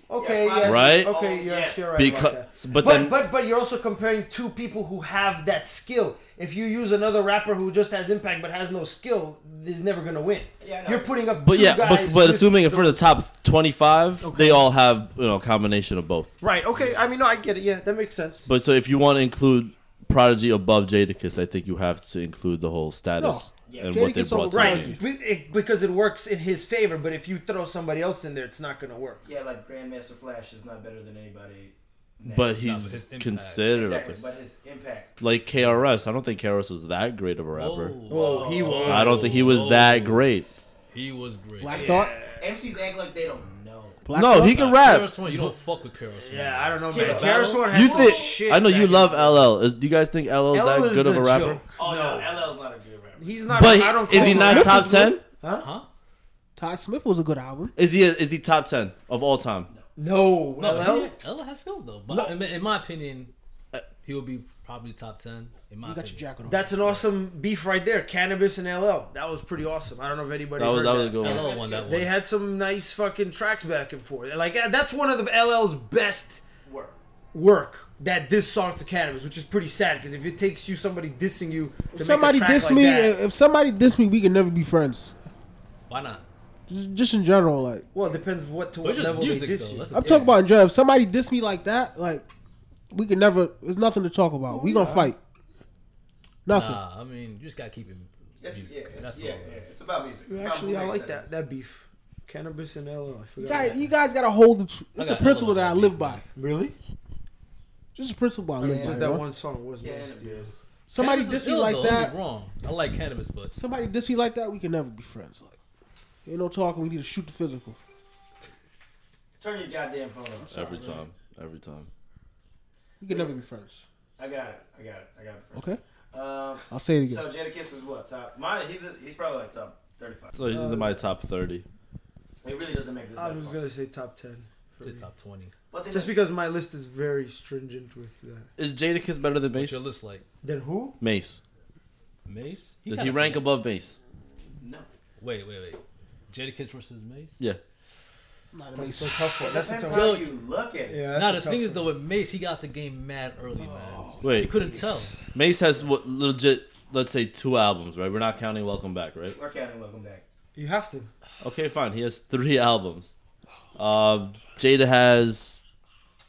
S1: okay,
S3: Yeah,
S1: yes.
S5: Right?
S1: Okay,
S3: Oh,
S1: yes,
S3: yes.
S1: you're right. about that.
S5: Because but
S1: but,
S5: then
S1: but but you're also comparing two people who have that skill. If you use another rapper who just has impact but has no skill, is never gonna win.
S3: Yeah, I know.
S1: you're putting up.
S5: but
S1: two
S5: yeah,
S1: guys
S5: but, but
S1: with-
S5: assuming if we're the top twenty-five, they all have you know a combination of both.
S1: right, okay. I mean, no, I get it. Yeah, that makes sense.
S5: But so if you want to include Prodigy above Jadakiss, I think you have to include the whole status
S3: No.
S5: and
S2: Yes.
S5: what they
S2: Jadakiss
S5: brought to
S2: over
S5: the game.
S1: Right, be- it- because it works in his favor. But if you throw somebody else in there, it's not gonna work.
S3: Yeah, like Grandmaster Flash is not better than anybody
S5: but
S4: No,
S5: he's
S4: his impact.
S5: considerably
S3: Exactly, but his impact.
S5: like KRS. I don't think KRS was that great of a
S4: Oh,
S5: rapper.
S1: Whoa, he was.
S5: I don't think he was
S4: Whoa.
S5: that great.
S4: Oh, He was great.
S2: Black Thought.
S3: MCs act like they don't know.
S2: Black
S5: no,
S2: Thought?
S5: he can
S4: Nah,
S5: rap.
S4: Karis One, you don't fuck with Karis
S1: Yeah, I don't know,
S3: Kid
S1: man.
S3: Battle.
S1: Karis one
S5: You
S1: has some
S5: think?
S1: shit.
S5: I know you
S1: that-
S5: love LL. Is, do you guys think LL is
S1: LL
S5: that
S1: is
S5: good of
S1: the
S5: a rapper?
S1: joke.
S3: Oh
S1: No.
S3: no, LL's not a good rapper.
S1: He's not.
S5: But
S1: I don't
S5: is he
S1: call
S5: not
S1: him-
S5: top ten?
S4: Huh?
S2: Todd Smith was a good album.
S5: Is he? Is he top ten of all time?
S1: No,
S4: No, but
S1: LL.
S4: he- LL has skills though. But in, in my opinion, he will be probably top ten. In my
S2: Uh, You got your
S4: opinion.
S2: jacket on.
S1: That's an awesome beef right there. Cannabis and LL. That was pretty awesome. I don't know if anybody
S5: That was
S1: heard
S5: that was a good one.
S4: LL won that one.
S1: They had some nice fucking tracks back and forth. Like uh, that's one of the LL's best
S3: Work.
S1: work that this song to cannabis, which is pretty sad because if it takes you somebody dissing you, to
S2: if somebody
S1: make a track
S2: diss
S1: like
S2: me,
S1: that-
S2: if somebody diss me, we can never be friends.
S4: Why not?
S2: Just, just in general, like
S1: well, it depends what to
S4: But
S1: what
S4: it's just
S1: level
S4: music
S1: they
S4: though.
S1: diss you.
S4: That's the
S2: I'm
S4: thing.
S2: talking about in general. If somebody diss me like that, like we can never. There's nothing to talk about. we gonna fight. Nothing.
S4: Nah, I mean, you just gotta keep him.
S3: That's,
S4: music.
S3: yeah, it's,
S4: That's
S3: yeah,
S4: all.
S3: yeah, it's about music. It's about
S1: Actually, I like
S3: motivation
S1: that that beef. Cannabis and LL. I
S2: You
S1: forgot.
S2: guys, you guys gotta hold the. Tr- it's
S4: got
S2: a
S4: hella
S2: principle that I
S4: bad
S2: live
S4: beef,
S2: by.
S1: Really?
S2: Just a principle I
S1: I
S2: live
S1: mean, just
S2: by.
S1: that
S2: bro.
S1: one song was
S3: Yeah,
S1: nasty.
S3: yeah.
S2: Somebody
S4: Cannabis is
S2: diss me
S4: ill,
S2: like
S4: though, don't
S2: that.
S4: get me Wrong. I like cannabis, but
S2: Somebody diss me like that. We can never be friends. Like, ain't no talking. We need to shoot the physical.
S3: Turn your goddamn phone off.
S5: Every time. Every time.
S2: We can never be friends.
S3: I got it. I got it. I got the first.
S2: Okay,
S3: one. Um,
S2: I'll say it again.
S3: so Jadakiss is what top? Mine. He's the, he's probably like top thirty-five.
S5: So he's in my top thirty.
S3: It really doesn't make this.
S1: I
S3: that
S1: was
S3: far.
S1: gonna say top ten. for
S4: the
S1: me.
S4: top twenty.
S3: But they
S1: Just
S3: know-
S1: because my list is very stringent with that.
S5: Is Jadakiss better than
S4: What's
S5: Mace?
S4: your list like?
S1: Then who?
S5: Mace.
S4: Mace?
S5: Does
S4: got
S5: he
S4: a
S5: rank
S4: few-
S5: above Mace?
S3: no.
S4: Wait, wait, wait. Jadakiss versus Mace?
S5: Yeah.
S2: Not
S1: That's
S2: amazing.
S1: a tough one. That's a
S3: Depends
S1: tough
S3: how
S1: one.
S3: you look at it.
S1: Yeah.
S4: Now the
S1: that's a
S4: thing
S1: tough
S4: is though with Mace, he got the game mad early, man. You
S5: Wait.
S4: couldn't tell.
S5: Mace has what, legit, let's say, two albums, right? We're not counting Welcome Back, right?
S3: We're counting. Welcome back.
S1: You have to.
S5: Okay, fine. He has three [laughs] albums. Um, Jada has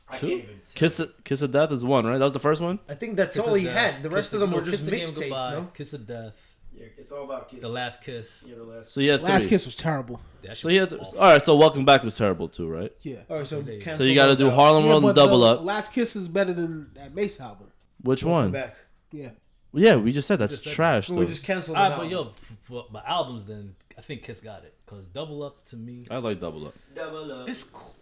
S3: I
S5: Two?
S3: can't even. Tell.
S5: Kiss Kiss of Death is one, right? That was the first one.
S1: I think that's
S4: Kiss
S1: all
S4: of
S1: he
S4: Death,
S1: had. The
S4: Kiss
S1: rest
S4: the-
S1: of them
S4: no,
S1: were
S4: Kiss
S1: just
S4: the Game
S1: mixtapes,
S4: Goodbye,
S1: no?
S4: Kiss of Death,
S3: Yeah, it's all about kiss.
S4: The Last Kiss.
S3: Yeah, the last.
S5: So he had three.
S2: Last kiss was terrible.
S4: That shit
S5: So he had.
S4: was awful.
S5: all right. So Welcome Back was terrible too, right?
S2: Yeah.
S1: All right, so
S4: So you
S5: So
S1: cancel
S5: you got to
S1: those
S5: do
S1: out.
S5: Harlem World
S2: Yeah,
S5: and
S2: but
S5: Double
S2: the
S5: Up.
S2: Last kiss is better than that Mace album.
S5: Which one?
S1: back.
S2: Yeah.
S5: Yeah, we just said that's
S4: just said
S5: trash.
S1: We
S5: Though.
S1: just canceled
S4: All
S1: them
S4: right,
S1: out.
S4: Ah, but yo, for, my albums then, I think Kiss got it. Because Double Up to me,
S5: I like Double Up.
S3: Double up.
S4: it's cool.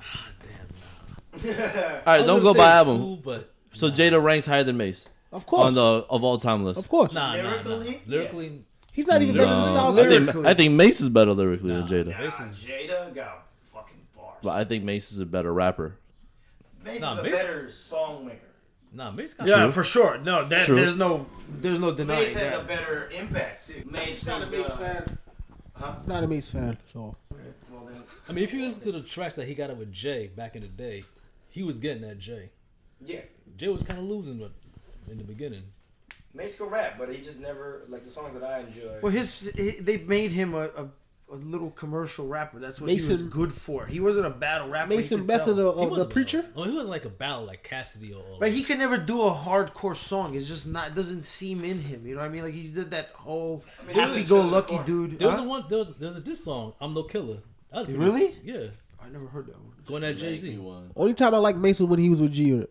S4: Ah, damn.
S5: All right, don't go by album.
S4: Cool, but
S5: So Jada ranks higher than Mace
S2: Of
S5: on
S2: course.
S5: the of all time list.
S2: of course.
S4: nah,
S3: Lyrically,
S4: Nah, nah. Lyrically,
S2: He's not even better than
S5: No.
S2: Styles.
S5: I, think,
S1: Lyrically.
S5: I think Mace is better lyrically
S4: Nah.
S5: than Jada,
S3: Nah,
S4: Mace is-
S3: Jada got fucking bars.
S5: but I think Mace is a better rapper.
S3: Mace
S4: Nah,
S3: is a
S4: Mace-
S3: better song maker.
S4: nah, Mace got
S1: Yeah,
S5: True.
S1: for sure. No, that,
S5: True.
S1: there's no, there's no denying
S3: Mace has a
S1: that.
S3: better impact too. Mace
S2: Not a
S3: is,
S2: Mace
S3: uh,
S2: fan.
S3: Huh?
S2: Not a Mace fan. So
S3: Well, then,
S4: I mean, if you listen to the tracks that he got it with Jay back in the day, he was getting that Jay.
S3: yeah,
S4: Jay was kind of losing but in the beginning.
S3: Mace can rap, but he just never like the songs that I enjoy.
S1: Well, his, he, they made him a, a, a little commercial rapper. That's what he was
S2: Mason-
S1: good for. He wasn't a battle rapper. you
S2: Mason
S1: could
S2: Bethel
S1: tell.
S2: of
S4: He
S2: of the
S4: wasn't
S2: preacher.
S4: Oh, he wasn't like a battle like Cassidy or.
S1: But he could never do a hardcore song. It's just not. It doesn't seem in him. You know what I mean? Like he did that whole
S3: mean, he was
S1: happy-go-lucky
S3: in
S1: dude.
S4: there was
S1: Huh?
S4: a one. There was there was a diss song. I'm no killer. That was pretty-
S1: Really?
S4: Yeah,
S1: I never heard that one.
S4: going at Jay Z.
S2: Only time I liked Mace was when he was with G Unit.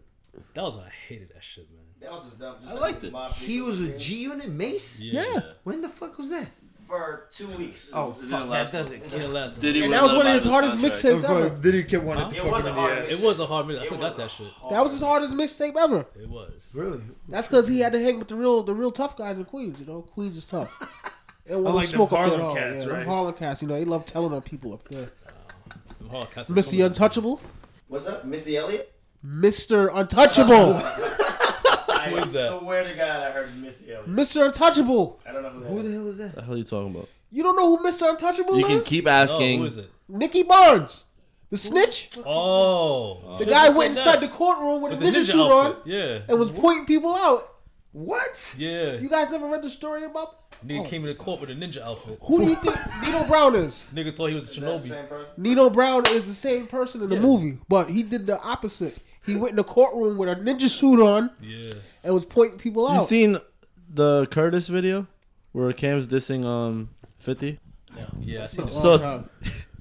S4: That was I hated that shit, man.
S3: that was just dumb. Just
S5: I
S3: like
S5: liked it.
S3: mob
S1: He
S3: people
S1: was
S3: did
S1: with G Unit Mace.
S2: Yeah.
S1: When the fuck was that?
S3: for two weeks.
S1: Oh,
S5: Didn't
S1: fuck,
S5: last
S1: that doesn't.
S4: It didn't last long.
S5: Diddy
S2: And
S5: would
S2: that was
S5: let
S2: one
S5: him
S2: of
S5: out
S2: his hardest
S5: contract.
S2: mixtapes ever.
S1: Diddy Kid wanted
S4: Huh?
S1: to
S3: It
S1: fuck
S3: was
S1: him
S3: a
S1: in the
S3: hard
S1: ass.
S4: It was a hard minute. I still
S3: was
S4: got that shit.
S3: hard-
S2: That was his hardest mixtape ever.
S4: It was.
S1: Really?
S2: That's because he had to hang with the real, the real tough guys in Queens. You know, Queens is tough. And when
S1: Unlike
S2: we
S1: them
S2: smoke up there,
S1: Harlem
S2: at all,
S1: cats,
S2: yeah, them
S1: right?
S2: Harlem cats. You know, they love telling on people up there.
S4: Them hard cats-
S2: Mr. Untouchable,
S3: What's up, Missy Elliott?
S2: Mr. Untouchable, [laughs]
S3: I
S4: is that?
S3: swear to God, I heard Missy Elliott.
S2: Mr. Untouchable.
S3: I don't know who that
S1: Who the
S3: is.
S1: hell is that?
S5: The hell are you talking about?
S2: You don't know who Mr. Untouchable
S5: You
S2: is?
S5: can keep
S4: Oh,
S5: asking.
S4: who is it?
S2: Nikki Barnes, the snitch.
S4: Oh,
S2: The guy went inside the courtroom with, a ninja, suit on
S4: Yeah,
S2: and was pointing people out.
S1: What?
S4: yeah.
S2: You guys never read the story about
S4: Nigga came into court with a ninja outfit.
S2: who do you think Nino Brown is?
S4: Nigga thought he was a
S3: Is that the
S4: shinobi.
S3: same person?
S2: Nino Brown is the same person in the
S4: Yeah.
S2: movie, but he did the opposite. He went in the courtroom with a ninja suit on
S4: Yeah.
S2: and was pointing people
S5: You
S2: out.
S5: seen the Curtis video where Cam's dissing um Fifty?
S4: Yeah, I
S2: Uh,
S4: seen this.
S5: So-
S2: time.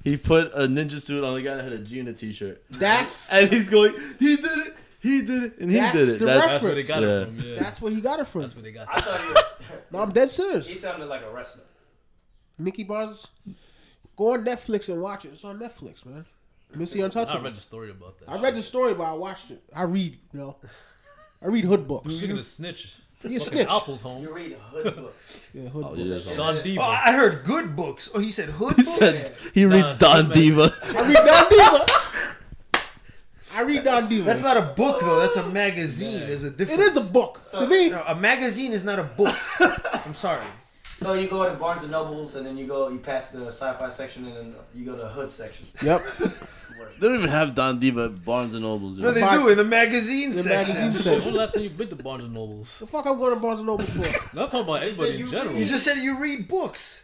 S5: He put a ninja suit on the guy that had a Gina t-shirt,
S2: that's
S5: and he's going, "He did it! He did it, and he
S2: That's
S5: did it.
S2: the
S5: That's
S4: That's where they got
S5: Yeah.
S4: it from. Yeah.
S2: That's where he got it from.
S4: That's where they got
S3: I
S4: it.
S3: thought he was.
S2: no, I'm dead serious.
S3: He sounded like a wrestler.
S2: Nikki Barnes, go on Netflix and watch it. It's on Netflix, man. Missy
S4: I
S2: Untouchable.
S4: read the story about that.
S2: I read the story, but I watched it. I read, you know, I read hood books.
S4: You're gonna snitch.
S2: He a
S4: Fucking
S2: snitch.
S4: Apple's home.
S3: You read hood books.
S2: Yeah, hood
S5: Oh,
S2: books.
S5: yeah, that's all.
S4: Don
S1: Oh,
S4: Diva.
S1: I heard good books. Oh, he said hood
S5: He
S1: books.
S5: said he reads
S4: it's not
S5: Don
S4: bad.
S5: Diva. [laughs]
S2: I read Don Diva. I read Don Diva.
S1: That's not a book though. That's a magazine. There's a
S2: it
S1: difference.
S2: is a book.
S3: So-
S2: to me,
S1: No, a magazine is not a book. [laughs] I'm sorry.
S3: So you go to Barnes and Nobles, and then you go, you pass the sci-fi section, and then you go to the hood section.
S2: yep.
S5: They don't even have Don Diva at Barnes and Nobles.
S1: No, they
S2: Box-
S1: do in the magazine
S2: The
S1: section.
S2: magazine
S4: Shit,
S2: section.
S4: When the last time you been to Barnes and Nobles?
S2: The fuck I'm going to Barnes and Noble for?
S4: I'm talking about anybody in
S3: you
S4: general.
S1: You just said you read books.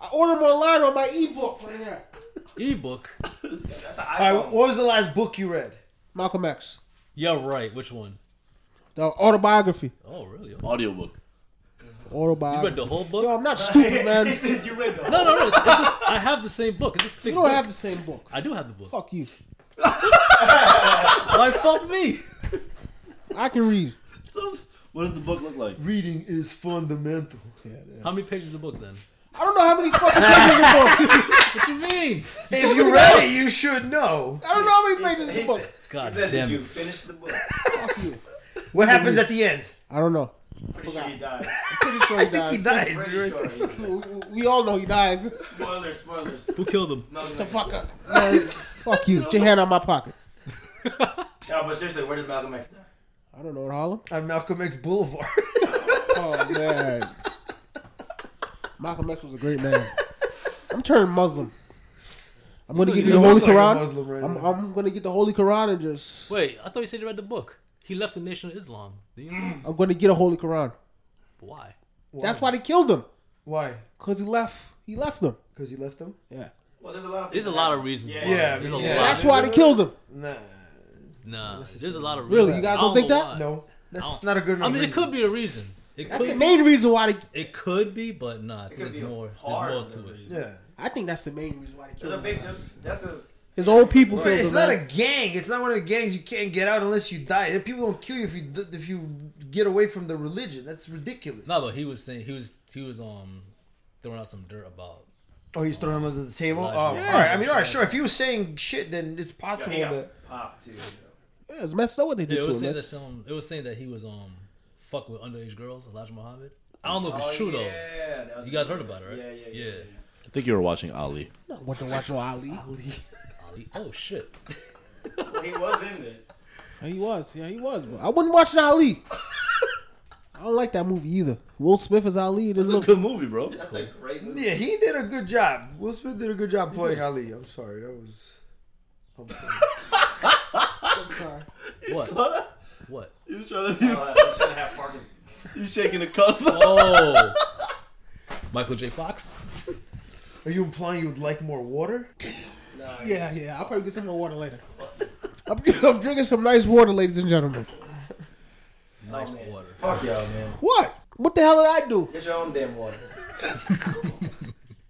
S2: I order them online on my ebook. Right here.
S4: Ebook.
S3: That's an
S1: All
S3: iPhone.
S1: right,
S3: [laughs]
S1: what was the last book you read?
S2: Malcolm X,
S4: Yeah, right. Which one?
S2: the autobiography.
S4: Oh, really? You
S5: Audiobook.
S2: Autobiography.
S4: read the whole book?
S2: Yo, I'm not stupid, man.
S3: he
S2: You
S3: said you read the.
S4: No, no, no. It's, it's a, I have the same book. It's a thick
S2: don't
S4: book.
S2: have the same book.
S4: I do have the book.
S2: Fuck you.
S4: Why fuck me?
S2: I can read.
S5: What does the book look like?
S1: Reading is fundamental.
S4: How many pages is the book then?
S2: I don't know how many fucking pages in the book.
S4: What you mean?
S1: If [laughs] you read it, you should know.
S2: I don't know how many
S3: He
S2: pages
S3: said,
S2: in
S3: he
S2: the book.
S3: said,
S4: God
S3: he said
S4: damn
S3: did you
S4: it.
S3: finish the book?
S2: Fuck you.
S1: What happens at the end?
S2: I don't know.
S3: Pretty sure you died.
S2: I'm pretty sure he
S1: He
S2: dies.
S1: dies.
S3: Pretty sure you died.
S2: We- we- We all know he dies.
S3: Spoilers, spoilers.
S4: Who killed him?
S3: No,
S2: the
S3: no,
S2: fuck up. Man, fuck you. Get your hand out my pocket.
S3: no, but seriously, where did Malcolm X die?
S2: I don't know in Harlem.
S1: On Malcolm X Boulevard.
S2: Oh man. Malcolm X was a great man. I'm turning Muslim. I'm gonna give [laughs] you the
S1: You
S2: Holy
S1: look like a
S2: Quran.
S1: Muslim right
S2: I'm,
S1: now.
S2: I'm gonna get the Holy Quran and just
S4: Wait, I thought you said you read the book. He left the Nation of Islam. Didn't you?
S2: [clears throat] I'm gonna get a Holy Quran.
S4: Why?
S2: That's why they killed him.
S1: Why?
S2: Cause he left. He left them.
S1: Because he left them?
S2: Yeah.
S3: Well, there's a lot of.
S4: There's
S3: things
S4: a
S3: that
S4: lot
S3: happened.
S4: of reasons
S3: Yeah,
S4: why.
S1: yeah,
S4: There's a
S1: yeah.
S4: lot.
S2: That's why they killed him.
S1: Nah.
S4: Nah, there's a lot of reasons.
S2: Really? You guys don't
S4: I
S2: think
S4: know
S2: that?
S4: why.
S1: No.
S4: I
S1: That's
S4: don't-
S1: not a good enough
S4: I mean, it
S1: reason.
S4: could be a reason. It
S2: That's the
S4: could,
S2: main reason why they.
S4: it could be, but not.
S3: could
S4: there's
S3: be
S4: more.
S3: hard
S4: There's more to it.
S1: Yeah.
S2: I think that's the main reason why they
S3: There's
S2: killed
S3: a big.
S2: him.
S3: That's, that's a.
S2: His own people
S1: But
S2: killed
S1: it's
S2: him.
S1: not a
S2: man.
S1: gang. It's not one of the gangs you can't get out unless you die. People don't kill you if you d- if you get away from the religion. That's ridiculous.
S4: No, but he was saying he was he was um throwing out some dirt about
S1: Oh, he's throwing him under the table.
S4: Elijah.
S1: Oh,
S4: Yeah.
S1: all right. I mean, all right, sure. If he was saying shit, then it's possible
S3: He
S1: that
S3: got popped too. you know.
S2: Yeah, it's messed up what they
S4: Yeah,
S2: did
S4: it
S2: to
S4: was
S2: him.
S4: saying
S2: man.
S4: that some. It was saying that he was um fuck with underage girls, Elijah Muhammad. I don't know if it's
S3: Oh,
S4: true
S3: yeah, that
S4: though.
S3: was
S4: You guys
S3: good.
S4: heard about it, right?
S3: Yeah, yeah, yeah.
S5: I think you were watching Ali.
S2: I want to watch no Ali.
S4: Ali- Oh shit!
S3: [laughs] Well, he was in it.
S2: Yeah, he was. Yeah, he was. But I wouldn't watch an [laughs] Ali. I don't like that movie either. Will Smith is Ali. It
S5: It's
S2: doesn't
S5: a
S2: look.
S5: good movie, bro.
S3: That's a great movie.
S1: yeah, he did a good job. Will Smith did a good job playing Ali. I'm sorry, that was. I'm sorry.
S2: Sorry.
S4: What? what?
S5: You trying [laughs] to
S3: Uh, he should have Parkinson's.
S5: you shaking the cup.
S4: Oh, Michael J. Fox.
S1: Are you implying you would like more water?
S3: Nah,
S2: Yeah, yeah. I'll probably get some more water later. I'm, I'm drinking some nice water, ladies and gentlemen.
S4: Nice
S3: man.
S4: water.
S3: Fuck y'all, man.
S2: What? What the hell did I do?
S3: Get your own damn water.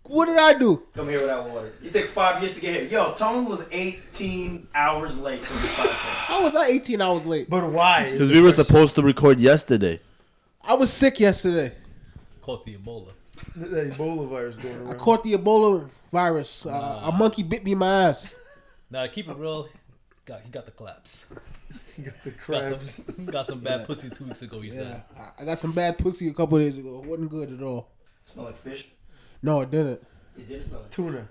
S2: What did I do?
S3: Come here without water. You take five years to get here. Yo, Tony was 18 hours late from this podcast.
S2: How was I 18 hours late?
S1: But
S2: [laughs]
S1: why?
S5: Because we were supposed to record yesterday.
S2: I was sick yesterday.
S4: Caught the Ebola.
S1: that Ebola virus going
S2: I [laughs]
S1: around.
S2: caught the Ebola virus. Uh, a monkey bit me in my ass.
S4: Now to keep it real. Got he got the claps.
S1: the
S4: Got
S1: crabs.
S4: [laughs] some, got some bad pussy two weeks ago. He
S2: Yeah,
S4: said.
S2: I- I got some bad pussy a couple days ago. It wasn't good at all.
S3: Smell like fish.
S2: No, it didn't.
S3: It didn't smell like.
S1: Tuna.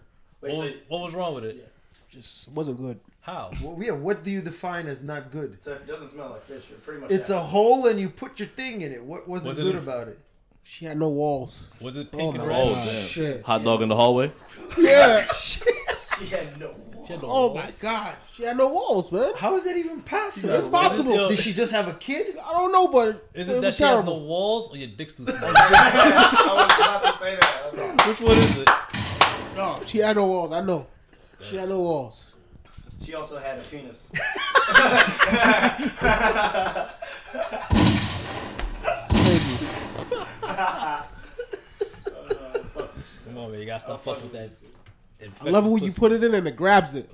S4: What,
S3: Wait, so,
S4: was- what was wrong with it?
S2: Just wasn't good.
S4: How?
S1: Well, yeah. What do you define as not good?
S3: so if it doesn't smell like fish, you're pretty much.
S1: It's a
S3: out.
S1: hole and you put your thing in it. What wasn't
S4: Was it
S1: good
S4: a-
S1: about it?
S2: She had no walls.
S4: Was it
S2: Oh
S4: pink
S2: my
S4: and red?
S5: God.
S2: shit.
S5: Hot dog in the hallway.
S2: Yeah. [laughs]
S3: She had [laughs] no. water.
S4: She had the
S2: Oh
S4: walls.
S2: my god. She had no walls, man.
S1: How is that even possible?
S2: It's
S1: [laughs]
S2: possible.
S4: Yo,
S1: Did she just have a kid?
S2: I don't know, but
S4: Is
S2: it
S4: it that
S2: was
S4: she has no
S2: terrible.
S4: walls or your dick's too
S3: [laughs]
S4: small?
S3: I was about to say that. I'm like,
S4: Which one is it?
S2: No, she had no walls. I know. She had no walls.
S3: She also had a penis.
S2: Crazy.
S4: Come on, man. You gotta stop fucking with that.
S2: I love it when you put it in and it grabs it.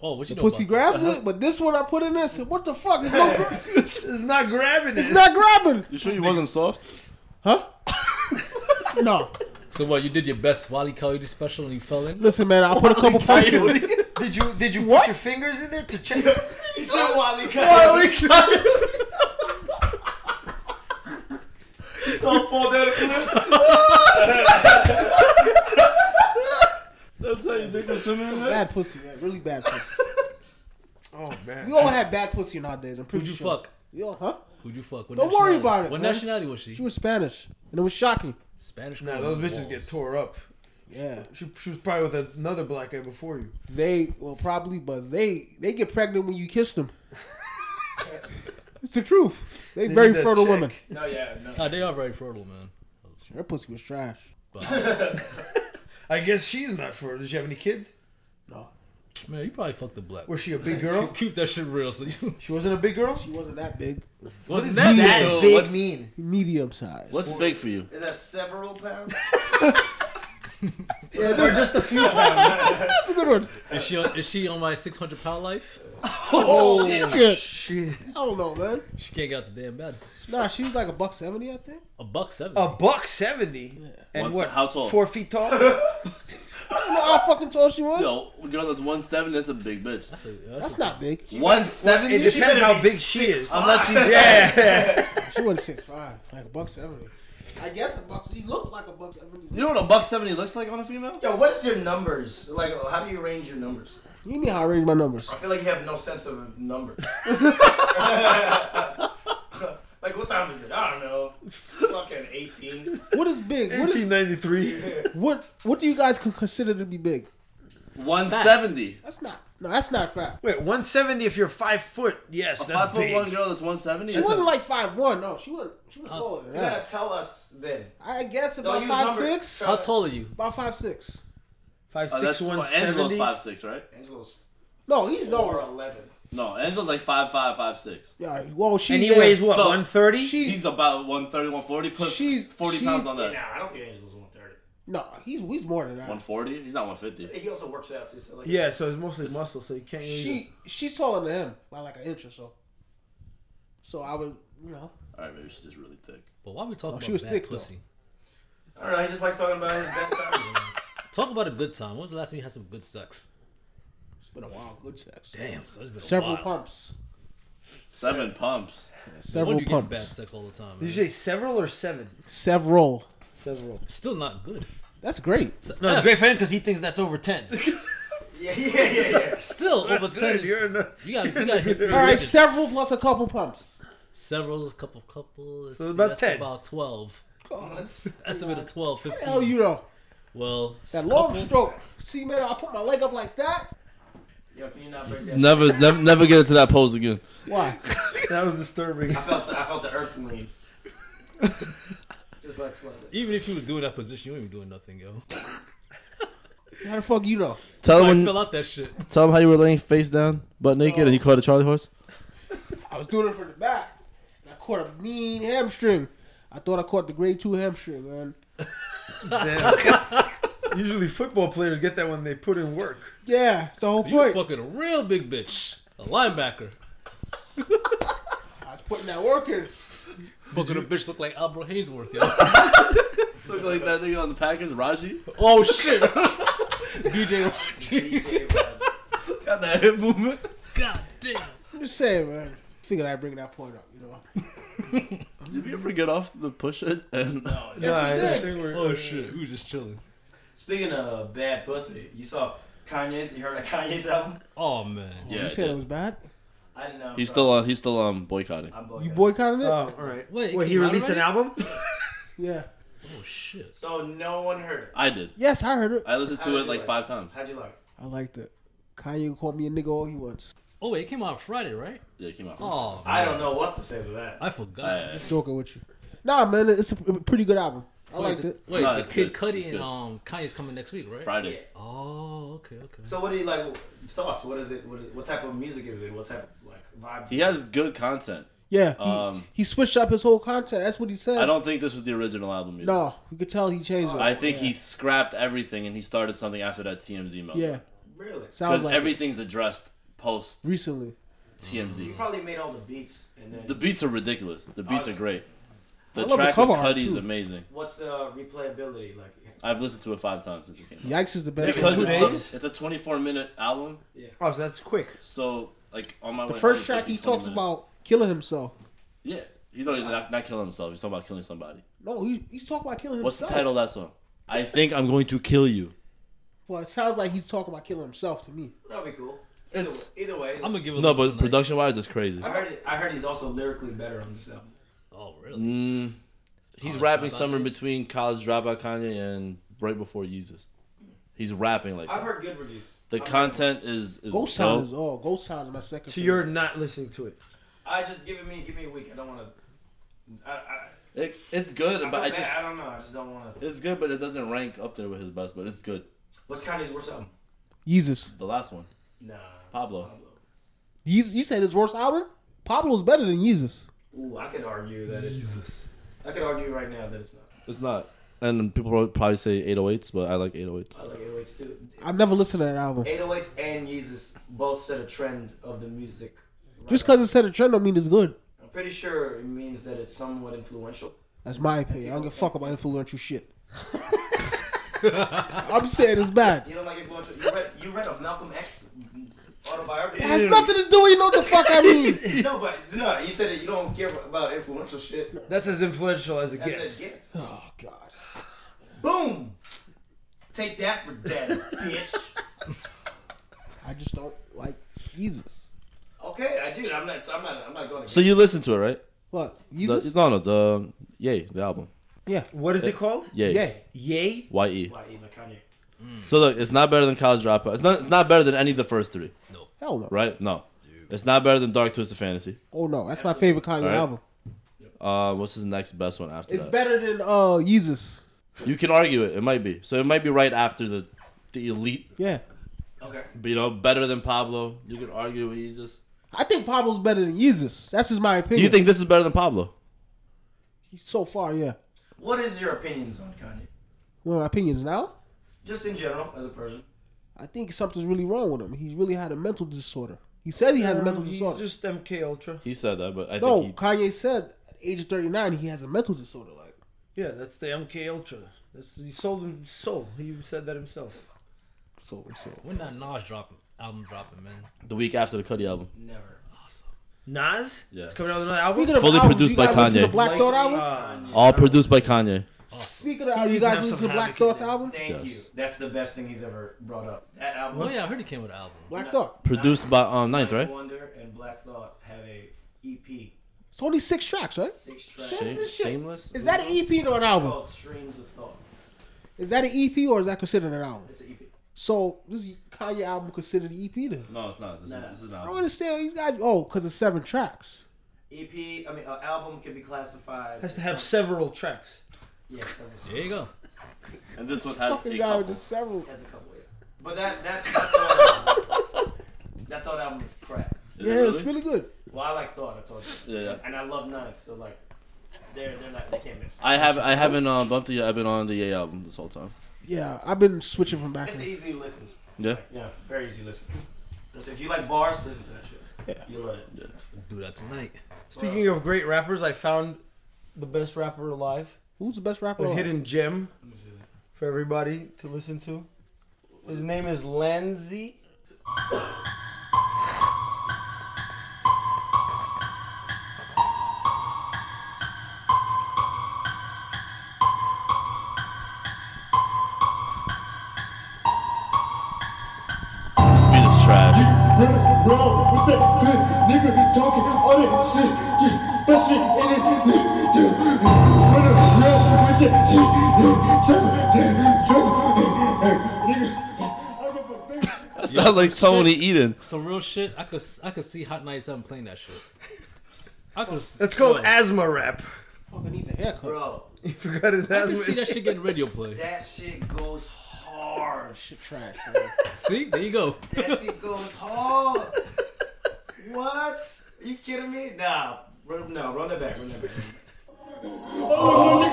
S4: Oh, what you
S2: The
S4: know
S2: pussy
S4: about
S2: grabs it, but this one I put in this. What the fuck? It's, no,
S1: It's not grabbing it.
S2: it's not grabbing.
S5: You sure you wasn't soft?
S2: Huh? no.
S4: So what? You did your best Wally Coyote special and you fell in.
S2: Listen, man, I put a couple points in.
S1: Did you did you put your fingers in there to [laughs] check?
S3: He said Wally Coyote. He saw him fall down a cliff.
S5: That's how you think of swimming in
S2: Bad pussy, man. Really bad pussy.
S1: Oh man.
S2: We all have bad pussy nowadays. I'm pretty
S4: Who'd you
S2: sure.
S4: fuck?
S2: We all, huh?
S4: Who'd you fuck? What
S2: Don't worry
S4: nationality?
S2: about it,
S4: What
S2: man.
S4: nationality was she?
S2: She was Spanish, and it was shocking.
S4: Spanish.
S1: Nah,
S4: girl
S1: those
S4: with
S1: bitches
S4: balls.
S1: get tore up.
S2: Yeah,
S1: She, she was probably with another black guy before you.
S2: they well probably, but they they get pregnant when you kiss them. it's the truth. They,
S1: They
S2: very
S1: did that
S2: fertile
S1: check.
S2: women.
S3: No, yeah, no.
S4: Nah, they are very fertile, man.
S2: Her pussy was trash.
S4: But
S1: I guess she's not fertile. Does she have any kids?
S2: No,
S4: man, you probably fucked the black.
S1: Was she a [laughs] big girl?
S4: Keep that shit real. So
S2: [laughs]
S4: you [laughs]
S1: She wasn't a big girl.
S2: she wasn't that big.
S4: wasn't that, that so what's-
S1: mean?
S2: Medium size.
S5: What's big for you?
S3: Is that several pounds?
S1: Yeah, or just a few pounds.
S2: That's a good one.
S4: Is she on, is she on my six hundred pound life?
S2: Oh, shit.
S1: Shit.
S2: I don't know, man.
S4: She can't get out the damn bed.
S2: Nah, she was like a buck seventy, I think.
S4: A buck seven.
S1: A buck seventy. And
S5: What's-
S1: what?
S5: how tall?
S1: Four feet [laughs] tall.
S2: You know how fucking tall she was?
S5: Yo, a girl that's one seven, that's a big bitch.
S4: that's a,
S2: That's not big.
S5: One
S1: It
S5: seventy,
S1: depends [laughs] how big she is.
S5: unless she's
S1: Yeah.
S2: She wasn't six five, like a buck seventy. I guess a buck. She looked like a buck seventy.
S5: You know what a buck seventy looks like on a female?
S3: Yo, what is your numbers? Like, how do you arrange your numbers?
S2: You mean how I arrange my numbers?
S3: I feel like you have no sense of numbers. [laughs] like, what time is it? I don't know. Fucking 18.
S2: What is big? What is
S1: 1993.
S2: what? What do you guys con- consider to be big?
S5: One seventy.
S2: That's not. No, that's not fat.
S1: Wait, 170 if you're five foot. Yes,
S5: A
S1: that's
S5: five foot
S1: big.
S5: one girl that's one seventy.
S2: She wasn't like five one. No, she wasn't. She was taller than
S3: You
S2: that.
S3: gotta tell us then.
S2: I guess
S3: Don't
S2: about
S3: use
S2: five
S3: numbers.
S2: six.
S4: How tall are you?
S2: About five six.
S1: Five
S5: Oh,
S1: six
S5: that's
S1: one
S5: well,
S1: seventy.
S5: Angelo's five six, right?
S3: Angelo's
S2: No, he's
S3: or
S2: nowhere.
S3: 11.
S5: No, Angelo's like five five five six.
S2: Yeah, well, she.
S1: And he weighs what?
S5: So-
S1: 130.
S5: He's about 130, 140. Put
S2: She's-
S5: forty
S2: she-
S5: pounds on that.
S3: Nah, I don't think Angelo's 130.
S2: No, he's he's more than that.
S5: One forty. He's not one fifty.
S3: He also works out too, so like.
S1: yeah, so it's mostly muscle, so you can't. really-
S2: She she's taller than him by like an inch or so. So I would, you know,
S5: All right, maybe she's just really thick.
S4: But why are we talking
S2: Oh,
S4: about
S2: she was
S4: bad
S2: thick, though.
S4: pussy?
S3: I don't know, he just likes talking about his bad times.
S5: [laughs]
S4: Talk about a good time. When was the last time you had some good sex?
S2: it's been a while. Good sex.
S4: Damn, so it's been
S2: Several
S4: a while.
S2: pumps.
S5: Seven pumps.
S4: No wonder
S2: Several
S4: you get
S2: pumps.
S4: Bad sex all the time.
S1: Did
S4: Man.
S1: you say several or seven?
S2: Several.
S1: Several.
S4: Still not good.
S2: That's great.
S1: No, it's great for him because he thinks that's over ten.
S3: yeah, yeah, yeah,
S5: [laughs]
S4: [laughs]
S3: yeah.
S4: Still over
S1: good.
S4: ten. is-
S1: You're in the-
S4: you got you got to hit three
S2: All right,
S4: digits.
S2: several plus a couple pumps.
S4: several, couple, couple. Let's
S1: So it's
S4: see,
S1: about
S4: that's
S1: 10.
S4: About twelve.
S2: God,
S4: Estimate of 12, 15.
S2: hell you know
S4: Well,
S2: that
S4: couple-
S2: long stroke. See, man, I put my leg up like that.
S3: [laughs] Yo, can you not break that?
S5: Never, never, never get into that pose again.
S2: Why?
S1: that was [laughs] disturbing.
S3: I felt the, I felt the earth lean. Just like
S5: [laughs]
S3: slightly.
S4: Even if you was doing that position, you ain't doing nothing, yo.
S2: How the fuck you know?
S5: Tell
S4: I
S5: him
S4: fill out that shit.
S5: tell him how you were laying face down, butt naked, and you caught a Charlie horse.
S2: I was doing it from the back, and I caught a mean hamstring. I thought I caught the grade two hamstring, man.
S1: Damn. [laughs] Usually football players get that when they put in work.
S2: Yeah, it's the whole
S4: You was
S2: point.
S4: fucking a real big bitch, a linebacker.
S2: I was putting that work in.
S4: Fucking a bitch look like Albert Hainsworth, yo.
S5: Look like that nigga on the Packers, Raji.
S4: oh [laughs] shit, DJ.
S3: DJ Rod.
S5: Got that hip movement.
S4: God damn.
S2: I'm just saying, man. Figured I'd bring that point up, you know.
S5: Did you ever get off the push it? [laughs] And
S1: Nah,
S2: we
S1: I
S2: did.
S1: think we're-
S4: Oh shit, we was just chilling.
S3: Speaking of bad pussy, you saw Kanye's. You heard of Kanye's album?
S4: Oh man.
S5: yeah,
S2: you said it was bad.
S3: I didn't know.
S5: he's still on. He's still um boycotting.
S3: I'm
S2: You
S3: bugging.
S2: boycotted it?
S1: Oh, all right.
S4: Wait, it
S1: Wait, he
S4: came out
S1: released an album?
S2: yeah.
S4: Oh shit.
S3: so no one heard it.
S5: I did.
S2: Yes, I heard it.
S5: I listened
S3: How
S5: to
S3: did
S5: it
S3: you
S5: like
S3: like
S5: five times.
S3: How'd you like? it?
S2: I liked it. Kanye called me a nigga all he wants.
S4: Oh wait, it came out Friday, right?
S5: Yeah, it came out.
S4: Oh, man.
S3: I don't know what to say to that.
S4: I forgot.
S5: Alright.
S2: Joking with you. Nah, man, it's a pretty good album. I
S4: Wait,
S2: liked
S4: the-
S2: it.
S4: Wait,
S5: No,
S4: the
S5: it's
S4: Kid
S5: good.
S4: Cudi
S5: It's
S4: and
S5: good.
S4: um Kanye's coming next week, right?
S3: Yeah.
S5: Friday.
S4: Oh, okay, okay.
S3: So what do you like? Thoughts? What is it? What, is, what type of music is it? What type of like vibe?
S5: He has good content.
S2: Yeah, he,
S5: Um,
S2: he switched up his whole content. That's what he said.
S5: I don't think this was the original album. Either.
S2: No, you could tell he changed it.
S5: I think he scrapped everything and he started something after that TMZ moment.
S2: yeah,
S3: Really?
S2: Sounds
S5: because
S2: like it.
S5: everything's addressed post
S2: recently.
S5: TMZ.
S3: You probably made all the beats, and then
S5: The beats are ridiculous. The beats are great. The
S2: love the
S5: track
S2: cover
S5: with
S2: art,
S5: Cuddy is
S2: too.
S5: amazing.
S3: what's the replayability like?
S5: I've listened to it five times since it came out.
S2: Yikes is the best.
S5: Because
S1: two
S5: it's,
S1: days?
S5: a, it's a 24 minute album,
S1: Oh, so that's quick.
S5: so like on my
S2: the
S5: way
S2: first
S5: home, it
S2: track
S5: took me
S2: he
S5: 20
S2: talks
S5: minutes.
S2: about killing himself.
S5: Yeah, he's not, not, not killing himself. He's talking about killing somebody.
S2: No, he, he's talking about killing
S5: What's
S2: himself.
S5: the title of that song? I think I'm going to kill you.
S2: Well, it sounds like he's talking about killing himself to me.
S3: That'd be cool. Either
S5: It's-
S3: way, either way
S4: I'm gonna give it. a
S5: No,
S4: listen
S5: but
S4: tonight.
S5: production wise, it's crazy.
S3: I heard. I heard he's also lyrically better on this album.
S4: Oh really?
S5: Mm, he's
S4: College
S5: rapping
S4: Dropout
S5: somewhere
S4: Kanye?
S5: between College Dropout Kanye and right before Jesus. He's rapping like
S3: I've
S5: that.
S3: heard good reviews.
S5: the
S3: I've heard-
S5: content is is
S2: Ghost Town
S5: dope.
S2: is oh, Ghost Town is my second.
S1: So you're not listening to it.
S3: I just give it me. Give me a week. I don't want to. I, I,
S5: It, it's good,
S3: I,
S5: but I
S3: feel bad.
S5: just
S3: I don't know. I just don't want to.
S5: it's good, but it doesn't rank up there with his best. But it's good.
S3: What's Kanye's worst album?
S2: Jesus.
S5: The last one,
S3: Nah. it's
S5: Pablo.
S2: Yeezus, you said his worst album? Pablo's better than Jesus.
S3: Ooh, I could argue that it's. I could argue right now that it's not.
S5: It's not. And people will probably say 808s, but I like 808s.
S3: I like 808s too.
S2: I've never listened to that album.
S3: 808s and Yeezus both set a trend of the music. right
S2: Just
S3: now.
S2: because it said a trend don't mean it's good.
S3: I'm pretty sure it means that it's somewhat influential.
S2: That's my opinion. I don't give a fuck about influential shit. [laughs] I'm saying it's bad.
S3: You know, like influential. You read, you read a Malcolm X autobiography.
S2: It has nothing to do with you know what the fuck I mean.
S3: no, but no, you said that you don't care about influential shit.
S1: That's as influential as it
S3: That's
S1: gets.
S3: it gets.
S2: Oh god.
S3: Boom. Take that for dead, bitch.
S2: I just don't like Jesus.
S3: Okay, I do. I'm not. I'm not. I'm not going to.
S5: So you listen to it, right?
S2: What?
S5: The-
S2: Jesus?
S5: no, no, the Yay, the album.
S2: Yeah.
S1: What is it called?
S5: Yay.
S2: Yeah.
S1: Yay?
S5: Y E.
S3: Why even Kanye?
S5: So look, it's not better than College Dropout. It's not. It's not better than any of the first three,
S2: Hell no.
S5: right? No, it's not better than Dark Twisted Fantasy.
S2: Oh no. That's my favorite Kanye
S5: Alright.
S2: album.
S5: Uh, what's his next best one after
S2: It's
S5: that?
S2: better than uh Jesus.
S5: you can argue it. It might be. So it might be right after the the elite.
S2: Yeah.
S3: Okay.
S5: You know, better than Pablo. You can argue with Jesus.
S2: I think Pablo's better than Jesus. That's just my
S5: Do
S2: opinion.
S5: you think this is better than Pablo?
S2: so far, yeah.
S3: What is your opinions on Kanye?
S2: Well, my opinions now.
S3: Just in general, as a person.
S2: I think something's really wrong with him. He's really had a mental disorder. He said he has a mental
S1: Um, he's
S2: disorder.
S1: just MK Ultra.
S5: He said that, but I
S2: No,
S5: think
S2: Kanye said at the age of 39 he has a mental disorder. Like,
S1: Yeah, that's the MK Ultra. That's, he sold his soul. He said that himself.
S2: so we're saying.
S4: When that Nas dropping album dropping, man.
S5: he the week after the Cuddy album.
S3: Never.
S1: Nas?
S5: Yeah.
S1: It's coming out with another album?
S2: Speaking of
S5: Fully
S2: albums,
S5: produced
S2: you
S5: by
S2: guys listen to
S5: Kanye.
S2: Black Thought
S3: Likely
S2: album.
S3: Kanye.
S5: All produced by Kanye.
S2: Speaking of
S1: He
S2: album, you
S1: needs to
S2: guys
S1: have
S2: listen
S1: some
S2: to Black
S1: havoc in
S2: Thought's
S1: there.
S2: album.
S3: Thank you. That's the best thing he's ever brought up. That album.
S4: Oh yeah, I heard he came with an album.
S2: Black
S3: Nah.
S2: Thought.
S5: Produced by um Ninth,
S3: Ninth
S5: right?
S3: Wonder and Black Thought have a EP,
S2: It's only six tracks, right?
S3: six
S2: Shit.
S3: tracks
S5: Shame- Shameless.
S2: Is that an EP or an album?
S3: called Streams of Thought.
S2: Is that an EP or is that considered an album?
S3: It's an E EP.
S2: So this Kanye album considered an EP then?
S5: No, it's not. This,
S3: Nah.
S5: is an
S2: I don't understand. He's got oh, because it's seven tracks.
S3: EP. E I mean, an album can be classified.
S1: has to
S3: as
S1: have
S3: some-
S1: several tracks.
S3: Yes, yeah,
S4: There you go.
S5: And this one has
S2: Fucking guy with the several.
S3: has a couple. Yeah. But that that that thought, album, that thought album is crap.
S2: Yeah, it's really good.
S3: Well, I like Thought. I told you.
S5: Yeah, yeah.
S3: And I love Ninth, so like, they're they're not they can't miss.
S5: I have I haven't uh, bumped it yet. I've been on the Ye album this whole time.
S2: Yeah, I've been switching from back.
S3: It's E
S2: and-
S3: easy to listen.
S5: Yeah.
S3: Yeah, very easy to listen. Listen, if you like bars, listen to that shit.
S2: Yeah.
S3: You love it.
S4: Do that tonight.
S1: Speaking of great rappers, I found the best rapper alive.
S2: Who's the best rapper?
S1: A
S2: on-
S1: hidden gem
S3: Let me see that.
S1: for everybody to listen to. His name is Lanzi.
S5: This beat is trash.
S7: Run around with that good nigga talking all that shit. Get busted in it. Run around with that shit. Jump, jump, nigga. I give a bitch.
S5: [laughs] That sounds like Tony Eden.
S4: Some real shit. I could I could see Hot 97 playing that shit. I could.
S1: That's called
S4: Yo,
S1: asthma rap. [laughs]
S2: Fucking needs a haircut.
S3: Bro,
S1: He forgot his
S4: I could see
S1: asthma.
S4: that shit getting radio play.
S3: that shit goes hard.
S2: Shit, trash. Man.
S4: See, there you go.
S3: That shit goes hard. what? you kidding me? Nah. Run, no, run that back. Run that back.
S7: All of my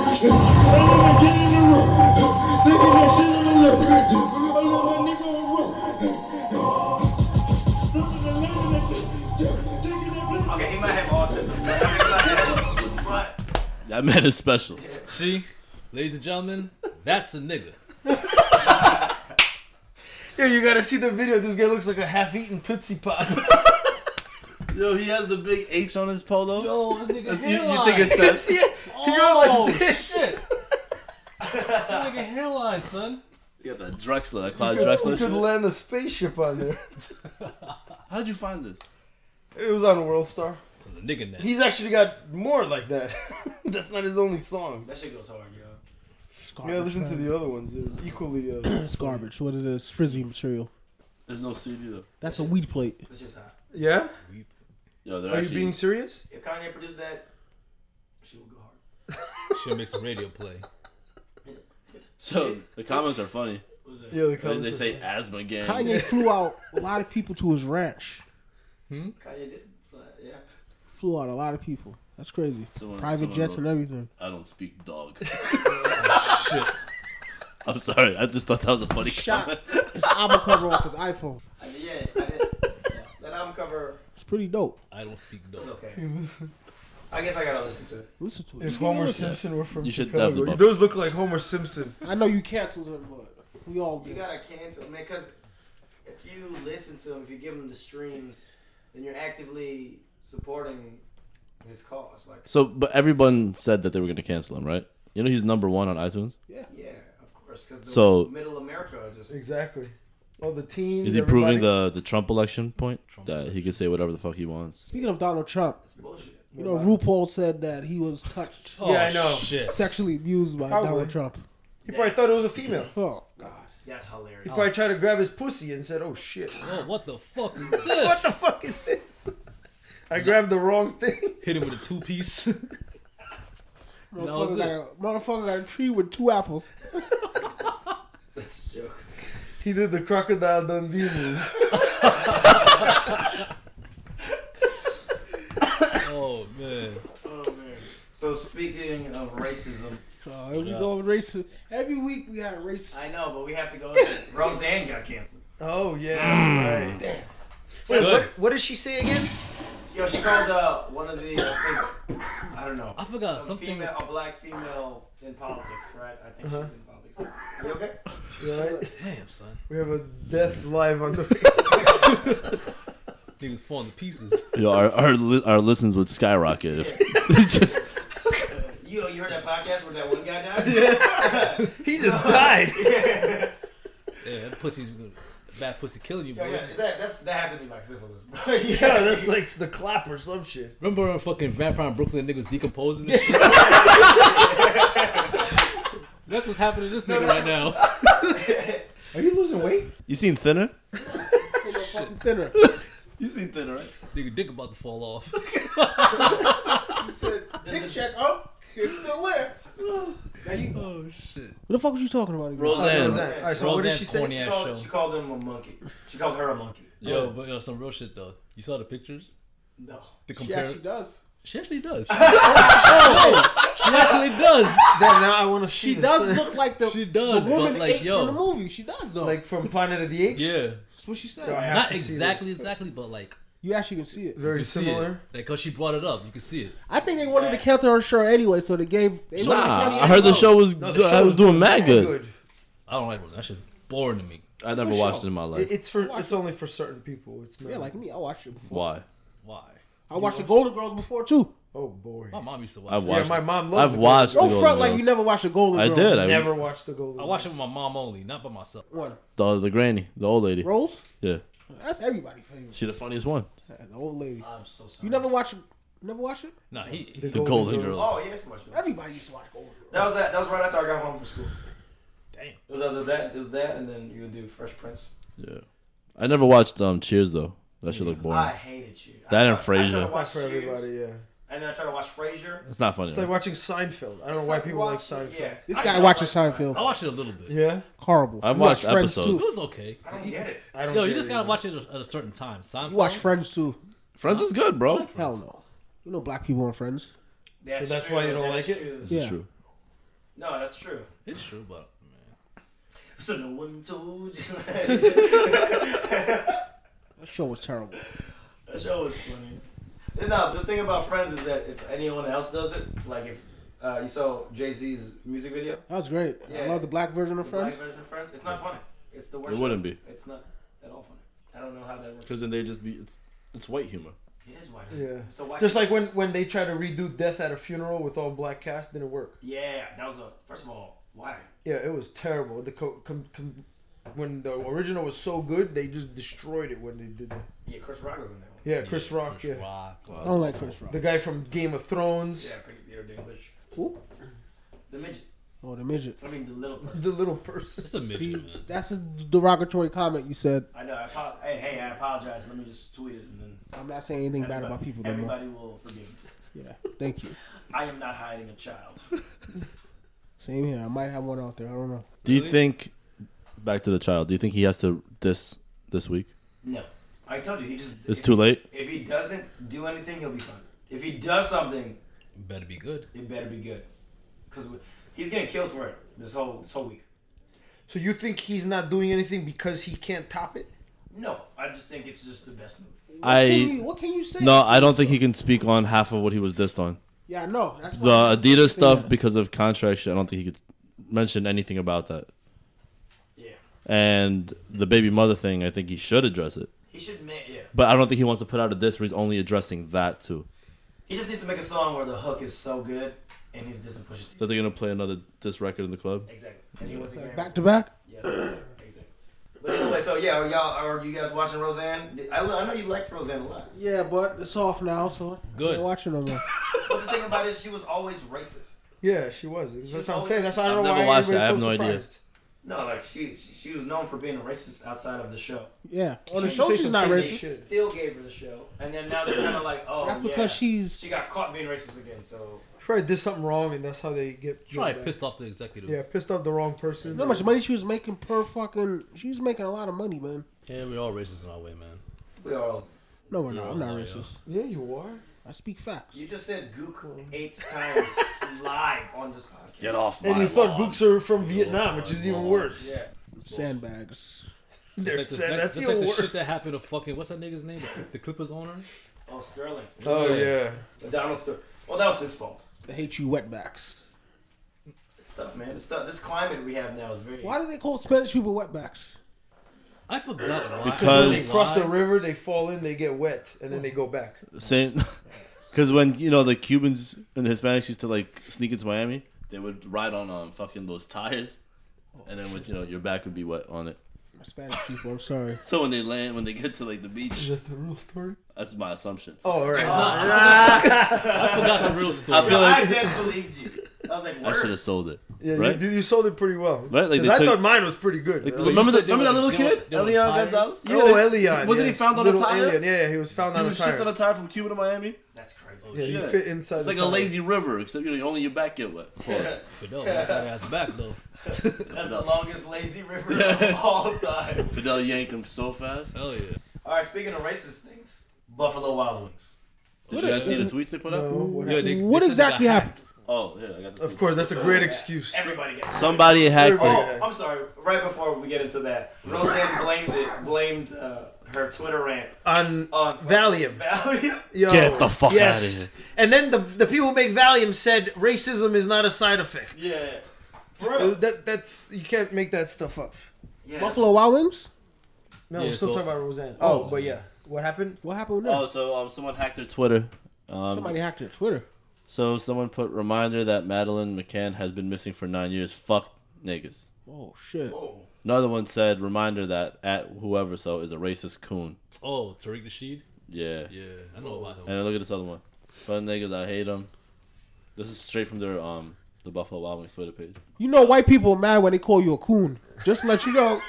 S7: niggas on go. All of my get in the room. Taking that shit on the low. All of my niggas on roll.
S3: [laughs]
S5: That man is special.
S4: See, ladies and gentlemen, that's a nigga.
S1: Yo, you gotta see the video. This guy looks like a half-eaten Tootsie Pop. [laughs]
S5: Yo, he has the big H on his polo.
S4: Yo, this nigga
S5: you,
S4: hairline.
S5: you think it's
S1: you
S5: a,
S1: see it?
S5: [laughs]
S1: You go
S4: oh,
S1: like this.
S4: shit. [laughs] that nigga hairline, son.
S5: you got that Drexler, that Clyde
S1: You
S5: Drexler
S1: could
S5: shit?
S1: land a spaceship on there.
S5: How'd you find this?
S1: It was on World Star.
S4: It's on the nigga neck.
S1: He's actually got more like that. [laughs] That's not his only song.
S3: That shit goes hard, yo.
S2: [laughs] It's
S1: Yeah,
S2: garbage,
S1: listen to
S2: man.
S1: the other ones. They're equally. Uh,
S2: It's garbage. What it is? Frisbee material.
S5: There's no CD though.
S2: That's a weed plate.
S3: That shit's hot.
S1: yeah.
S5: Yo, they're
S1: Are you
S5: actually
S1: being serious?
S3: If Kanye produced that, she would go hard.
S4: She'll make some radio play.
S5: [laughs] so the comments are funny.
S3: What was that?
S1: Yeah, the
S5: They,
S1: comments. are-
S5: they say asthma
S1: [laughs]
S5: gang.
S2: Kanye flew out a lot of people to his ranch.
S3: Kanye did. Flat, yeah.
S2: Flew out a lot of people. That's crazy.
S5: Someone-
S2: Private
S5: someone
S2: jets
S5: wrote-
S2: and
S5: [laughs]
S2: everything.
S5: I don't
S1: [laughs]
S5: speak dog. [laughs]
S4: Shit.
S5: I'm sorry. I just thought that was a funny
S2: Shot
S5: comment.
S2: his album cover off his iPhone.
S3: I did, yeah, I did. Yeah. That album cover
S2: It's pretty dope.
S4: I don't speak
S3: was
S4: dope.
S3: okay. I guess I gotta listen to it.
S2: Listen to it.
S1: If
S2: You can
S1: Homer
S2: listen.
S1: Simpson were from
S5: You should
S1: Chicago,
S5: definitely-
S1: those look like Homer Simpson.
S2: I know you canceled him, but we all
S3: You
S2: did.
S3: gotta cancel, man, because if you listen to him, if you give him the streams, then you're actively supporting his cause. Like,
S5: So, but everyone said that they were going to cancel him, right? You know he's number one on iTunes.
S3: yeah, of course, because the
S5: So-
S3: middle America just.
S1: Exactly. All the teams.
S5: Is he
S1: everybody.
S5: proving the the Trump election point that he can say whatever the fuck he wants?
S2: Speaking of Donald Trump,
S3: It's bullshit.
S2: you know RuPaul said that he was touched,
S4: Oh,
S1: Yeah, I know.
S4: Shit.
S2: sexually abused by
S1: Probably.
S2: Donald Trump.
S1: He probably thought it was a female.
S2: Oh,
S3: That's hilarious.
S5: Oh.
S1: He probably tried to grab his pussy and said, "Oh shit, [laughs] what
S4: Oh, what the fuck is this?
S1: the fuck is this? [laughs] I grabbed the wrong thing." [laughs]
S4: Hit him with a two piece.
S2: motherfucker, got a, motherfucker got a tree with two apples.
S3: [laughs] That's jokes.
S1: He did the crocodile Dundee move.
S4: [laughs] oh man.
S3: Oh, So speaking of racism,
S2: Uh, here we go with racism. Every week we got a
S3: I
S2: racist.
S3: know, but we have to go. into it. Roseanne got canceled.
S1: Oh yeah.
S5: Mm.
S1: Right. Damn. Wait,
S4: Good.
S1: what, what did she say again?
S3: Yo, she called uh, one of the I think I don't know.
S4: I forgot
S3: some
S4: something-
S3: Female, a black female in politics, right? I think she's in politics. You okay?
S1: Right.
S4: Damn, son.
S1: We have a death live [laughs] on the.
S4: Niggas falling to pieces.
S5: Yo, our our, li- our listens would skyrocket if just
S3: Yo, you heard that podcast where that one
S1: [laughs]
S3: guy died? Yeah.
S1: [laughs] he just died.
S4: [laughs] Yeah, that pussy's good. Bad pussy killing you,
S3: Yeah,
S4: boy.
S3: yeah. Is that that's that has to be like syphilis, bro. yeah,
S1: [laughs] yeah, that's like the clap or some shit.
S4: Remember when fucking Vampire in Brooklyn niggas decomposing? and shit? [laughs] That's what's happening to this nigga
S1: [laughs]
S4: right now.
S1: Are you losing weight?
S5: you seen thinner.
S2: Say no fucking thinner.
S5: You seen thinner, right?
S4: Nigga dick about to
S1: [laughs]
S4: fall off.
S6: You said dick check
S3: oh,
S6: up. It's still there.
S4: oh shit.
S2: What the fuck was you talking about? Again?
S5: Roseanne.
S1: Roseanne. All right, so what did
S4: Roseanne
S1: she say?
S4: corny
S3: she,
S4: ass
S3: called,
S4: show.
S3: she called him a monkey. She called her a monkey.
S4: Yo, but yo, some real shit though. You saw the pictures?
S3: No.
S4: The
S6: She
S4: compare.
S6: actually does.
S4: She actually, does. [laughs] Oh, she actually does.
S1: Damn, now I want to
S2: She
S1: see this.
S2: does look like the
S4: She does,
S2: the woman
S4: but like
S2: ate
S4: yo,
S2: from the movie. She does though.
S1: [laughs] like from Planet of the Apes.
S4: yeah,
S2: That's what she said.
S1: Yo, I have
S4: not
S1: to see
S4: exactly,
S1: this.
S4: exactly, but like
S2: You actually can see it.
S1: Very
S4: you see it.
S1: similar.
S4: Like, cause she brought it up, you can see it.
S2: I think they wanted to cancel her show anyway, so they gave. They wanted to
S5: Nah,
S2: cancel
S5: I heard the show was
S1: No,
S5: good. I
S1: show
S5: was doing mad
S1: mad
S5: good.
S4: I don't like Roseanne. That shit's boring to me.
S5: I never
S2: Good
S5: watched
S2: show.
S5: it in my
S1: It-
S5: life.
S1: It's for. It's only for certain people. It's not.
S2: Yeah, like me, I watched it before.
S5: Why?
S4: Why?
S2: I watched the Golden Girls before too.
S1: oh boy.
S4: My mom used to watch.
S5: I
S4: it.
S1: Yeah,
S5: watched.
S1: my mom loves.
S5: I've
S1: the
S5: watched.
S2: Don't
S5: the Golden
S2: front like you
S5: Girls.
S2: never watched the Golden
S5: I
S2: Girls.
S5: did.
S1: Golden-
S5: I
S1: Never watched the Golden.
S4: I watch it with my mom only, not by myself.
S2: One
S5: The, the granny, the old lady.
S2: Rose.
S5: Yeah,
S2: That's everybody's favorite. [laughs]
S5: she the funniest one.
S2: The old lady.
S3: I'm so sorry.
S2: You never watch. Never watch it.
S4: Nah, he.
S1: The
S5: The Golden, Girls.
S3: Oh yes, watch that.
S2: Everybody used to watch Golden Girls.
S3: That was that. That was right after I got home from school.
S4: Damn.
S3: It was either that, it was that, and then you would do Fresh Prince.
S5: Yeah, I never watched um Cheers though. That should look boring.
S3: I hated you.
S5: That and
S3: tried- I tried
S5: Frasier.
S3: to
S5: It's
S1: Not
S3: watch
S1: for
S3: Cheers,
S1: everybody. Yeah.
S3: And then I tried to watch Frasier.
S5: It's not funny.
S1: It's like
S5: right?
S1: watching Seinfeld. I don't know why people like Seinfeld.
S3: Yeah.
S2: This
S3: I
S2: guy
S3: tried
S2: watches
S3: to watch-
S2: Seinfeld.
S4: I watched it a little bit.
S1: Yeah.
S2: Horrible.
S5: I've
S2: You
S5: watched
S2: watch Friends
S5: episodes.
S4: It
S2: too.
S4: was okay.
S3: I don't get it.
S1: I don't.
S4: Yo,
S1: get
S4: you just
S1: it
S4: gotta
S1: either.
S4: watch it at a certain time. Seinfeld.
S2: You watch Friends too.
S5: Friends is good, bro.
S2: Hell no. You know black people on Friends.
S3: That's,
S1: that's why you don't
S3: that's
S1: like it?
S3: true.
S5: This is
S2: Yeah.
S5: true.
S3: No, that's true.
S4: It's true, but man.
S3: So no one told you.
S1: [laughs]
S3: that
S2: That show was terrible.
S3: show was funny. No, the thing about Friends is that if anyone else does it, like if Uh, you saw Jay Z's music video.
S2: That was great. I
S3: Yeah.
S2: love the black version of
S3: The
S2: Friends.
S3: Black version of Friends. It's not funny. It's the worst.
S5: It wouldn't be
S3: It's not at all funny. I don't know how that works.
S5: because then they just be it's it's white humor.
S3: It is white.
S1: Yeah.
S3: So why?
S1: Just like when when they try to redo Death at a Funeral with all black cast, didn't work.
S3: yeah, that was a first of all why.
S1: Yeah, it was terrible. The co- com- com- when the original was so good, they just destroyed it when they did that.
S3: Yeah, Chris Rock was in that one.
S1: Yeah, Chris Rock. yeah,
S4: Rock.
S2: I don't like Chris Rock.
S1: the guy from Game of Thrones,
S3: Yeah, Prince Peter Dinklage.
S2: Who?
S3: The midget.
S2: Oh, the midget.
S3: I mean the little person.
S1: the little person.
S4: It's a midget,
S2: See,
S4: man.
S2: that's a derogatory comment you said.
S3: I know. I apo- hey, hey, I apologize. Let me just tweet it and then
S2: I'm not saying anything bad about
S3: everybody-
S2: people no more.
S3: Everybody will forgive me.
S2: Yeah, thank you.
S3: I am not hiding a child.
S2: Same here. I might have one out there. I don't know.
S5: Do you think back to the child? Do you think he has to this this week?
S3: No, I told you he just.
S5: It's
S3: if-
S5: too late.
S3: If he doesn't do anything, he'll be fine. If he does something,
S4: Better be good.
S3: it better be good, because he's getting killed for it this whole this whole week.
S1: So you think he's not doing anything because he can't top it?
S3: No, I just think it's just the best move.
S2: Can
S5: I
S2: you- what can you say?
S5: no, I don't think he can speak on half of what he was dissed on.
S2: Yeah, no. That's
S5: The
S2: why-
S5: Adidas stuff because of contract shit. I don't think he could mention anything about that.
S3: Yeah,
S5: And the baby mother thing, I think he should address it.
S3: he should. Ma- yeah,
S5: But I don't think he wants to put out a diss where he's only addressing that too.
S3: he just needs to make a song where the hook is so good, and he's just push
S5: That
S3: it.
S5: they're gonna play another diss record in the club.
S3: Exactly. And he wants a Grammy.
S2: Back to back.
S3: Yeah, exactly. But anyway, so yeah, are y'all are you guys watching Roseanne? I, I know you liked Roseanne a lot.
S2: Yeah, but it's off now, so
S4: Good.
S2: Can't watch it no more.
S3: But the thing about it, is she was always racist.
S1: Yeah, she was. That's what I'm
S3: always-
S1: saying. That's why I
S5: I've
S1: don't know
S5: never
S1: why
S5: watched
S1: everybody's
S5: it. I
S1: so
S5: have no idea.
S1: surprised.
S3: No, like she, she she was known for being a racist outside of the show.
S2: Yeah, on Oh, the
S1: She
S2: show
S1: say
S2: she's
S1: some
S2: not
S1: crazy
S2: racist.
S1: shit.
S3: Still gave her the show, and then now they're kind of like, oh,
S2: That's
S3: yeah.
S2: because she's
S3: she got caught being racist again. So
S1: She probably did something wrong, and that's how they get.
S4: She probably
S1: get back.
S4: pissed off the executive.
S1: Yeah, pissed off the wrong person.
S2: you know how much money she was making per fucking. She was making a lot of money, man.
S4: Yeah, we're all racist in our way, man.
S3: we all.
S2: No, we're not.
S4: No,
S2: I'm not
S4: no,
S2: racist.
S1: Yeah, you are.
S2: I speak facts.
S3: You just said Gook
S1: [laughs]
S3: eight times live on this podcast.
S5: Get off
S1: And you thought Gooks are from Vietnam, which is even worse.
S3: Yeah.
S2: Sandbags.
S1: They're
S4: It's like,
S1: sad-
S4: this,
S1: that's
S4: that's like
S1: even
S4: the
S1: worse.
S4: shit that happened to fucking what's that nigga's name? The Clippers owner.
S3: Oh, Sterling.
S1: oh yeah.
S3: Donald Sterling. Well, that was his fault.
S2: They hate you wetbacks.
S3: It's tough, man. It's tough. This climate we have now is very.
S2: Why do they call Spanish people wetbacks?
S4: I forgot why.
S5: Because-
S1: They cross the river, they fall in, they get wet, and then they go back.
S5: Same, [laughs] because when you know the Cubans and the Hispanics used to like sneak into Miami, they would ride on um fucking those tires, and then would you know your back would be wet on it.
S2: Spanish people. I'm sorry.
S5: So when they land, when they get to like the beach,
S1: that the real story?
S5: that's my assumption.
S1: Oh, all right.
S4: I forgot the real story.
S5: I feel
S3: I
S5: like
S3: then believed you. I was like,
S5: I should
S3: word.
S5: have sold it.
S1: yeah,
S5: right?
S1: you, you sold it pretty well.
S5: Right,
S1: 'Cause
S5: like they
S1: I
S5: took-
S1: thought mine was pretty good.
S5: Like,
S1: Uh,
S5: remember
S4: said
S5: that?
S4: they
S5: Remember that
S4: were-
S5: little
S4: they were-
S5: kid,
S4: they were
S5: Elian
S4: tires?
S5: Gonzalez.
S1: oh, Elion.
S5: Wasn't he
S1: yes.
S5: found on a
S1: Little
S5: tire?
S1: Alien. Yeah, yeah, he was found
S5: He
S1: on a
S5: was shipped
S1: tire.
S5: on a tire from Cuba to Miami.
S3: That's crazy.
S1: yeah, he
S5: shit.
S1: fit inside.
S5: It's like
S1: the
S5: a
S1: tire.
S5: lazy river, except you know only your back get wet. Of course.
S4: Fidel got that ass back though.
S3: That's
S2: [laughs]
S3: the longest lazy river of all time.
S5: Fidel yanked him so fast.
S4: Hell yeah.
S3: All right, speaking of racist things, Buffalo Wild Wings.
S5: Did you guys see the tweets they put
S1: No,
S5: up?
S1: what
S4: Yeah,
S1: happened?
S4: they-
S2: [laughs]
S4: they
S2: What
S4: said they
S2: exactly
S4: got
S2: happened?
S4: hacked.
S5: Oh yeah, I got the.
S1: Oh, Of
S5: tweets.
S1: course, that's a great excuse.
S3: Everybody got
S5: Somebody hacked
S1: Everybody-
S5: it.
S3: Oh, I'm sorry. Right before we get into that, Roseanne blamed it, blamed uh, her Twitter rant
S1: On
S3: on [laughs]
S1: Valium.
S3: Valium.
S1: Yo,
S5: Get the fuck outta here.
S1: And then the, the people who make Valium said racism is not a side effect.
S3: Yeah, for
S1: Uh,
S3: real.
S1: That that's you can't make that stuff up.
S3: Yeah,
S2: Buffalo Wild Wings.
S1: No,
S4: Yeah,
S1: we're still
S4: so-
S1: talking about Roseanne. Oh, but yeah, what happened?
S2: What happened with them?
S5: Oh, so um, someone hacked their Twitter. Um,
S2: Somebody hacked their Twitter.
S5: So someone put reminder that Madeline McCann has been missing for nine years. Fuck niggas.
S2: Oh shit.
S3: Whoa.
S5: Another one said reminder that at whoever so is a racist coon.
S4: Oh, Tariq Nasheed.
S5: Yeah.
S4: Yeah, I know about him.
S5: And then look at this other one. Fuck niggas, I hate them. This is straight from their um the Buffalo Wild Wings Twitter page.
S2: You know white people are mad when they call you a coon. Just to let you know.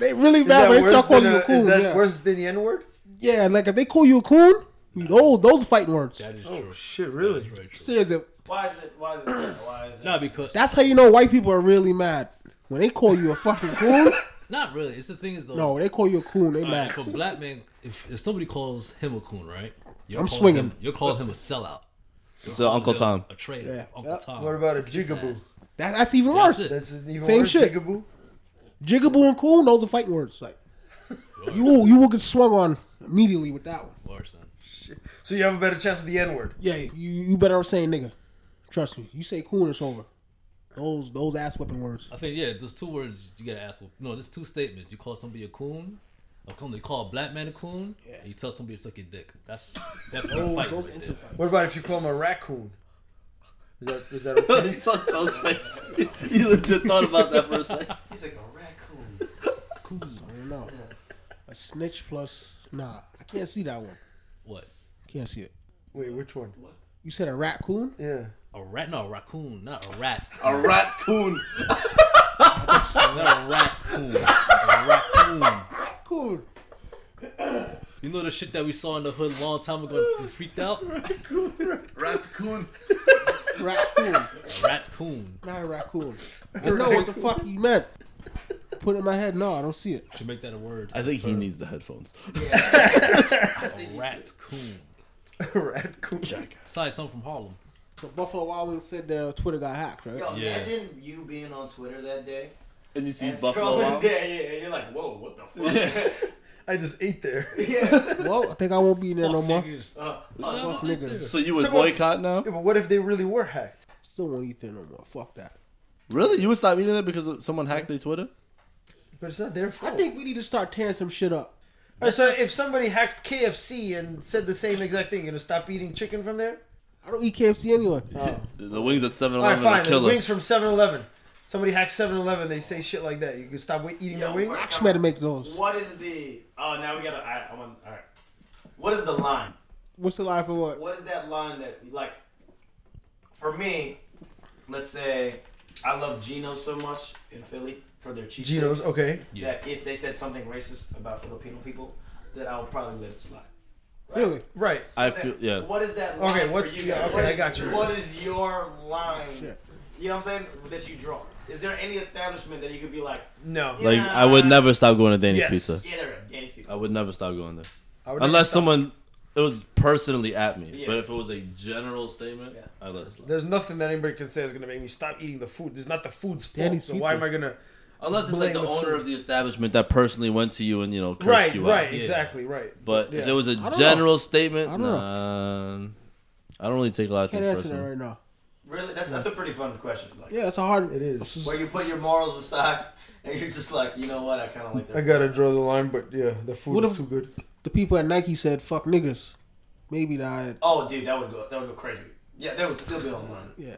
S2: They really mad when they start calling you a coon.
S1: that
S2: yeah.
S1: worse than the N word?
S2: yeah, like if they call you a coon, those those are fighting words.
S4: That is true.
S1: Shit, really?
S4: Very true.
S2: Serious. if-
S3: Why is it? Why is it? Why is it?
S4: Not because
S2: That's how you know white people are really mad. When they call you a fucking
S4: [laughs]
S2: coon,
S4: not really. It's the thing is though.
S2: no, when they call you a coon, they
S4: All right,
S2: mad.
S4: if a black man, if, if somebody calls him a coon, right? You're
S2: I'm
S4: calling
S2: swinging.
S4: Him, you're calling him a sellout.
S5: It's the Uncle Tom.
S4: A traitor.
S2: Yeah.
S4: Uncle
S2: Yep.
S4: Tom.
S1: What about a
S4: His
S1: jigaboo?
S4: ass.
S2: That, that's even
S4: That's
S2: worse.
S4: it.
S1: That's even
S2: Same
S1: worse.
S2: shit.
S1: Jigaboo.
S2: Jigaboo and coon, those are fighting words. Like you will you will get swung on immediately with that one.
S4: Worse, son.
S1: So you have a better chance with the N word.
S2: Yeah, you, you better off saying nigga. Trust me. You say cool and it's over. Those those ass whipping words.
S4: I think yeah, there's two words you gotta ask. No, there's two statements. You call somebody a coon. Or come you call a black man a coon. And you tell somebody to suck your dick. That's
S5: [laughs] Oh,
S4: definitely a
S2: Those,
S4: fight.
S2: those
S4: right
S2: instant
S4: there.
S2: fights.
S1: What about if you call him a raccoon? Is that is that okay?
S5: He's on Tom's [laughs] face. He legit thought about that for a second.
S3: He's like a raccoon.
S2: I don't know. A snitch plus nah. I can't see that one.
S4: What?
S2: Can't see it.
S1: Wait, which one?
S2: You said a raccoon?
S1: Yeah. [laughs]
S4: A rat? No, a raccoon, not a rat.
S5: A raccoon.
S4: [laughs] not a rat coon. A raccoon.
S2: Cool.
S4: You know the shit that we saw in the hood a long time ago and freaked out?
S5: Raccoon.
S2: Raccoon.
S4: A rat coon.
S2: Not a raccoon. I know what the fuck you meant. Put it in my head. No, I don't see it.
S4: Should make that a word.
S5: I think he needs the headphones.
S4: A rat coon.
S1: raccoon.
S4: Besides, something from Harlem.
S2: So Buffalo Wild Wings said their Twitter got hacked, right?
S3: Yo,
S4: Yeah.
S3: imagine you being on Twitter that day
S5: [laughs] And you see
S3: and
S5: Buffalo.
S3: scrolling.
S5: Wild-
S3: [laughs] Yeah, yeah, and you're like, whoa, what the fuck?
S1: I just ate there. [laughs]
S3: yeah.
S2: Well, I think I won't be in there no
S4: Fuck
S2: more.
S4: niggas.
S3: Uh,
S2: Fuck
S4: Fuck
S2: niggas.
S5: So you would
S1: Someone-
S5: boycott now?
S1: Yeah, but what if they really were hacked?
S2: Still won't eat there no more. Fuck that.
S5: Really? You would stop eating that because someone hacked their Twitter?
S1: But it's not their
S2: I
S1: fault.
S2: think we need to start tearing some shit up.
S1: All right, so if somebody hacked KFC and said the same exact thing, you gonna stop eating chicken from there?
S2: I don't eat KFC anyway. [laughs]
S5: The- The wings at 7
S1: All right,
S5: Eleven are
S1: fine. The
S5: killer.
S1: wings from 7-Eleven. Somebody hacks 7-Eleven. They say shit like that. You can stop wi- eating
S3: Yo,
S1: their wings.
S3: what-
S2: I should better make those.
S3: What is the? Oh, now we gotta. I, I'm on. All right. What is the line?
S2: What's the line for what?
S3: What is that line that like? For me, let's say I love Geno's so much in Philly for their cheese.
S1: Geno's okay.
S3: That if they said something racist about Filipino people, that I would probably let it slide.
S2: Really?
S1: Right.
S5: I
S3: That-
S5: feel, yeah.
S3: What is that? Line
S1: Okay, what's-
S3: for you
S1: yeah,
S3: guys?
S1: okay,
S3: What
S1: I
S3: is-
S1: got you.
S3: What is your line?
S2: Shit.
S3: You know what I'm saying? That you draw. Is there any establishment that you could be like,
S1: No.
S5: Like, I would
S3: Yeah.
S5: never stop going to Danny's
S1: Yes.
S5: Pizza.
S3: yeah, there, we go, Danny's
S5: I
S3: pizza.
S5: would never stop going there.
S1: I would never
S5: Unless
S1: stop.
S5: someone, it was personally at me.
S3: Yeah.
S5: But if it was a general statement,
S3: Yeah.
S5: I let it slide.
S1: There's nothing that anybody can say is gonna make me stop eating the food. It's not the food's fault.
S2: Danny's
S1: so why am
S2: Pizza.
S1: I gonna?
S5: Unless it's like
S1: Blame
S5: the
S1: the
S5: owner
S1: food.
S5: of the establishment that personally went to you and, you know, cursed
S1: Right.
S5: you
S1: Right.
S5: out.
S4: Yeah.
S1: Exactly. Right.
S5: But
S1: Yeah.
S5: if it was a
S2: don't know.
S5: general statement,
S2: I
S5: I
S2: don't
S5: don't, nah, I don't really take a lot of
S2: Can't
S5: things
S2: answer
S5: personally.
S2: that right now.
S3: Really? That's that's a pretty fun question. Like,
S2: Yeah, it's a hard.
S1: It is.
S2: This
S3: where you put your morals aside and you're just like, you know what? I kind of like
S1: I
S3: that.
S1: gotta draw the line, but yeah, the food
S2: What
S1: is
S2: if-
S1: too good.
S2: The people at Nike said "fuck niggas." Maybe that.
S3: Oh, dude, that would go. That would go crazy. Yeah, that would still be online.
S2: Yeah.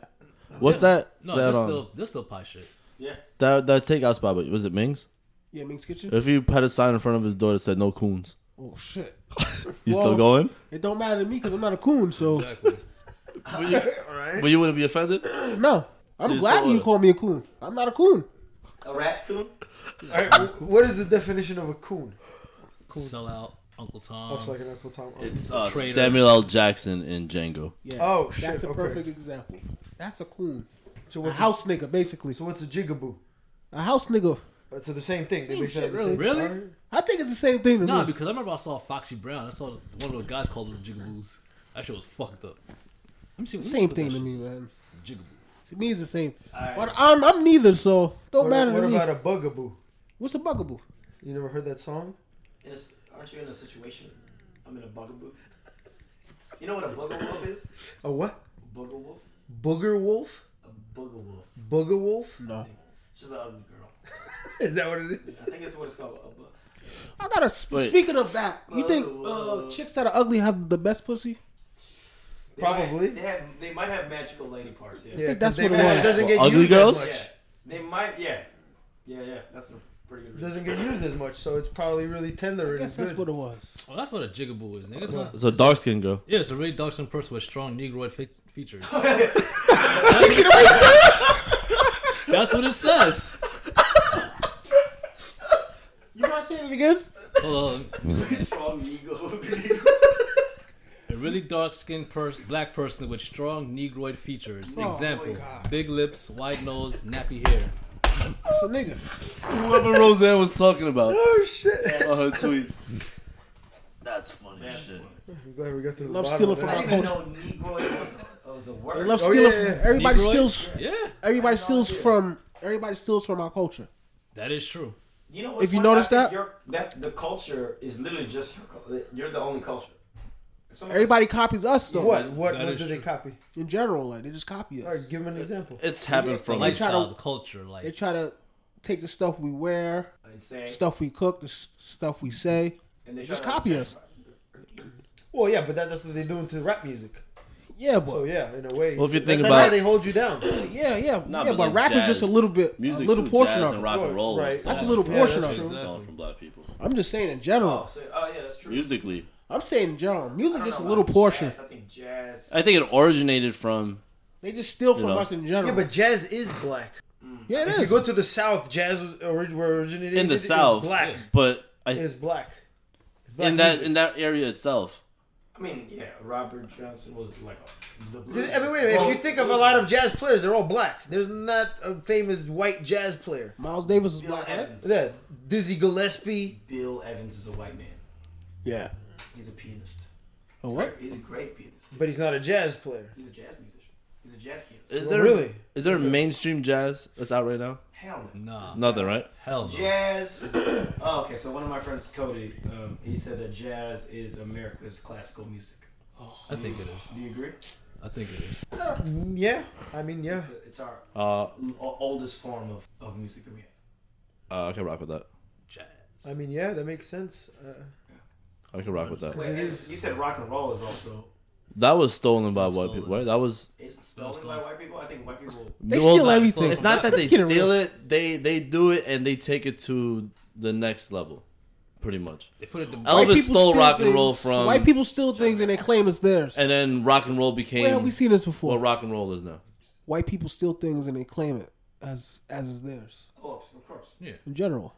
S5: What's that?
S4: No,
S5: that,
S4: that's
S5: um,
S4: still, that's still pie shit.
S5: that that takeout spot, but was it Ming's?
S2: Yeah, Mink's kitchen.
S5: If you had a sign in front of his door that said "No coons,"
S2: Oh shit.
S5: you
S2: Well-
S5: still going?
S2: It don't matter to me because I'm not a coon. So
S5: But you wouldn't be offended.
S2: no, I'm
S5: Just
S2: glad
S5: order.
S2: you call me a coon. I'm not a coon.
S3: A raccoon?
S1: All right, wh- what is the definition of a coon?
S4: Sell out Uncle Tom.
S1: Looks like an Uncle Tom.
S5: It's uh,
S4: Traitor.
S5: Samuel L. Jackson in Django.
S2: Yeah.
S1: Oh, shit,
S2: That's a
S1: okay.
S2: perfect example. That's a coon.
S1: so
S2: A
S1: what's
S2: house nigga, basically.
S1: so what's a jigaboo?
S2: A house nigga.
S1: Uh, So the same thing.
S2: Same
S1: they basically
S2: shit,
S1: have the same-
S4: really.
S1: All
S4: Really?
S1: right.
S2: I think it's the same thing to
S4: Nah,
S2: me.
S4: because I remember I saw Foxy Brown. I saw one of those guys called the Jigaboos. That shit was fucked up. Let me see. let me
S2: Same
S4: look
S2: thing
S4: at
S2: to
S4: that
S2: me, man.
S4: shit. Jigaboo.
S2: To me, it's the same.
S3: Alright.
S2: But I'm, I'm neither, so don't
S1: What,
S2: matter
S1: what
S2: to me.
S1: about a bugaboo?
S2: What's a bugaboo?
S1: You never heard that song?
S3: In a s aren't you in a situation? I'm in a bugaboo. [laughs] You know what a bugger wolf is?
S1: A what?
S3: Bugger wolf?
S1: Booger wolf?
S3: A bugger wolf.
S1: Booger wolf?
S2: No.
S3: She's an ugly girl.
S1: [laughs] Is that what it is?
S3: I think it's what it's called. A bu-
S2: I gotta. Sp-
S5: Wait.
S2: speaking of that, you
S1: Oh,
S2: think
S3: Bugaboo.
S2: uh, chicks that are ugly have the best pussy?
S3: they might-
S1: Probably.
S3: they have. They might have magical lady parts. Yeah.
S1: Yeah, 'cause
S2: that's
S1: they-
S2: what it was.
S1: doesn't get
S5: Ugly
S1: used
S5: girls?
S1: as
S3: Yeah.
S1: much.
S3: They might. Yeah. Yeah. Yeah. That's a pretty good. Reason.
S1: Doesn't get used as much, so it's probably really tender
S2: I
S1: and
S2: guess that's
S1: good.
S2: what it was.
S4: Oh, that's what a Jigaboo is, nigga. It's not-
S5: It's a dark skinned
S2: [laughs]
S5: girl.
S4: yeah, it's a really dark skin person with strong Negroid fe- features. that's what it says.
S2: You gotta say it again?
S4: Hold on.
S3: [laughs] Strong ego.
S4: A really dark skinned pers- black person with strong Negroid features.
S2: Oh,
S4: Example
S2: my God.
S4: big lips, wide nose, nappy hair.
S2: It's a nigga.
S5: Whoever Roseanne was talking about
S1: Oh shit!
S5: on her tweets. That's funny shit.
S1: I'm glad we got to the
S2: Love
S1: bottom
S2: stealing
S1: of
S2: from
S3: [laughs] I
S1: that.
S3: didn't even know Negroid was a, was a
S2: They
S3: word.
S2: love
S1: Oh,
S2: stealing.
S1: yeah, yeah,
S2: from,
S1: yeah.
S2: everybody
S4: Negroid?
S2: steals.
S4: Yeah,
S2: Everybody
S3: no
S2: steals
S3: idea.
S2: from. Everybody steals from our culture.
S4: that is true.
S3: You know what's
S2: If you
S3: funny? I
S2: notice
S3: think
S2: that-
S3: your, that the culture is literally just your, cul- you're the only culture. someone
S2: Everybody copies us though.
S1: [laughs] What? What?
S4: That
S1: What
S4: is
S1: do they
S4: true.
S1: copy?
S2: In general, like they just copy
S1: All
S2: us.
S1: right, give them an example.
S5: It's happened
S4: The
S5: from
S2: Like-
S4: lifestyle,
S2: to-
S4: the culture, like
S2: They try to take the stuff we wear,
S3: says insane,
S2: stuff we cook, the s- stuff we say.
S3: and they
S2: Just
S3: try to-
S2: copy us.
S1: Well, yeah, but that, that's what they're doing to rap music.
S2: Yeah,
S1: So
S2: but
S1: yeah, in a way.
S5: Well, if you
S1: that-
S5: think
S1: that's
S5: about-
S1: how they hold you down.
S2: yeah, yeah,
S5: Nah,
S2: yeah.
S5: but
S2: But,
S5: like
S2: rap is
S5: jazz,
S2: just a little bit, a
S5: music,
S2: little
S5: too,
S2: portion
S5: jazz
S2: of
S5: and
S2: it.
S5: rock and roll.
S1: Right.
S5: is
S2: That's a
S5: stolen
S2: little
S5: from-
S2: portion
S5: yeah,
S2: of
S5: that's
S2: it.
S5: stolen from black people.
S2: I'm just saying in general.
S3: Oh, so, oh yeah, that's true.
S5: Musically,
S2: I'm saying in general.
S3: I
S2: Music
S3: don't
S2: just a
S3: know
S2: little
S3: about
S2: portion.
S3: Jazz. I think jazz.
S5: I think it originated from
S2: They just steal from
S5: know.
S2: us in general.
S1: Yeah, but jazz is black.
S2: yeah, it
S1: If
S2: is.
S1: you go to the South, jazz was orig- were originated
S5: in the
S1: it's
S5: south,
S1: Black.
S5: but I,
S1: It's black. It's black
S5: in that
S1: music.
S5: in that area itself.
S3: I mean, yeah, Robert Johnson was like a, the.
S1: Dude, I mean, wait a minute. If you think of a lot of jazz players, they're all black. There's not a famous white jazz player.
S2: Miles Davis is
S3: Bill
S2: black, right?
S3: Evans,
S1: Yeah, Dizzy Gillespie.
S3: Bill Evans is a white man.
S2: Yeah.
S3: He's a pianist.
S2: A what?
S3: He's a great pianist.
S1: But he's not a jazz player.
S3: He's a jazz musician. He's a jazz pianist.
S5: Is
S1: Well,
S5: there
S1: really?
S5: Is there mainstream jazz that's out right now?
S3: Hell no.
S4: nah,
S5: Nothing, right?
S4: hell no.
S3: Jazz. [coughs] Oh, okay. So one of my friends, Cody, um, he said that jazz is America's classical music.
S4: I think it is.
S3: Do you agree?
S4: I think it is.
S1: Mm, Yeah, I mean, yeah.
S3: It's our
S5: Uh,
S3: o- oldest form of, of music that we have.
S5: uh, I can rock with that.
S4: Jazz.
S1: I mean, yeah, that makes sense. Uh,
S5: I can rock with that.
S3: Wait, and you said rock and roll is also
S5: That was stolen by white
S4: Stolen.
S5: people, right? That was.
S3: is it stolen by white people. I think white people.
S2: They
S5: Well,
S2: steal
S5: not-
S2: everything.
S5: It's
S2: Let's
S5: not that they
S2: just get it
S5: steal
S2: real.
S5: it. They they do it and they take it to the next level, pretty much.
S4: They put it to
S5: Elvis
S2: people
S5: stole
S2: steal
S5: rock and
S2: things-
S5: roll from-
S2: white people steal things and they claim it's theirs.
S5: And then rock and roll became
S2: Where have we seen this before?
S5: what rock and roll is now.
S2: white people steal things and they claim it as as is theirs
S3: Oh, of course.
S2: in general.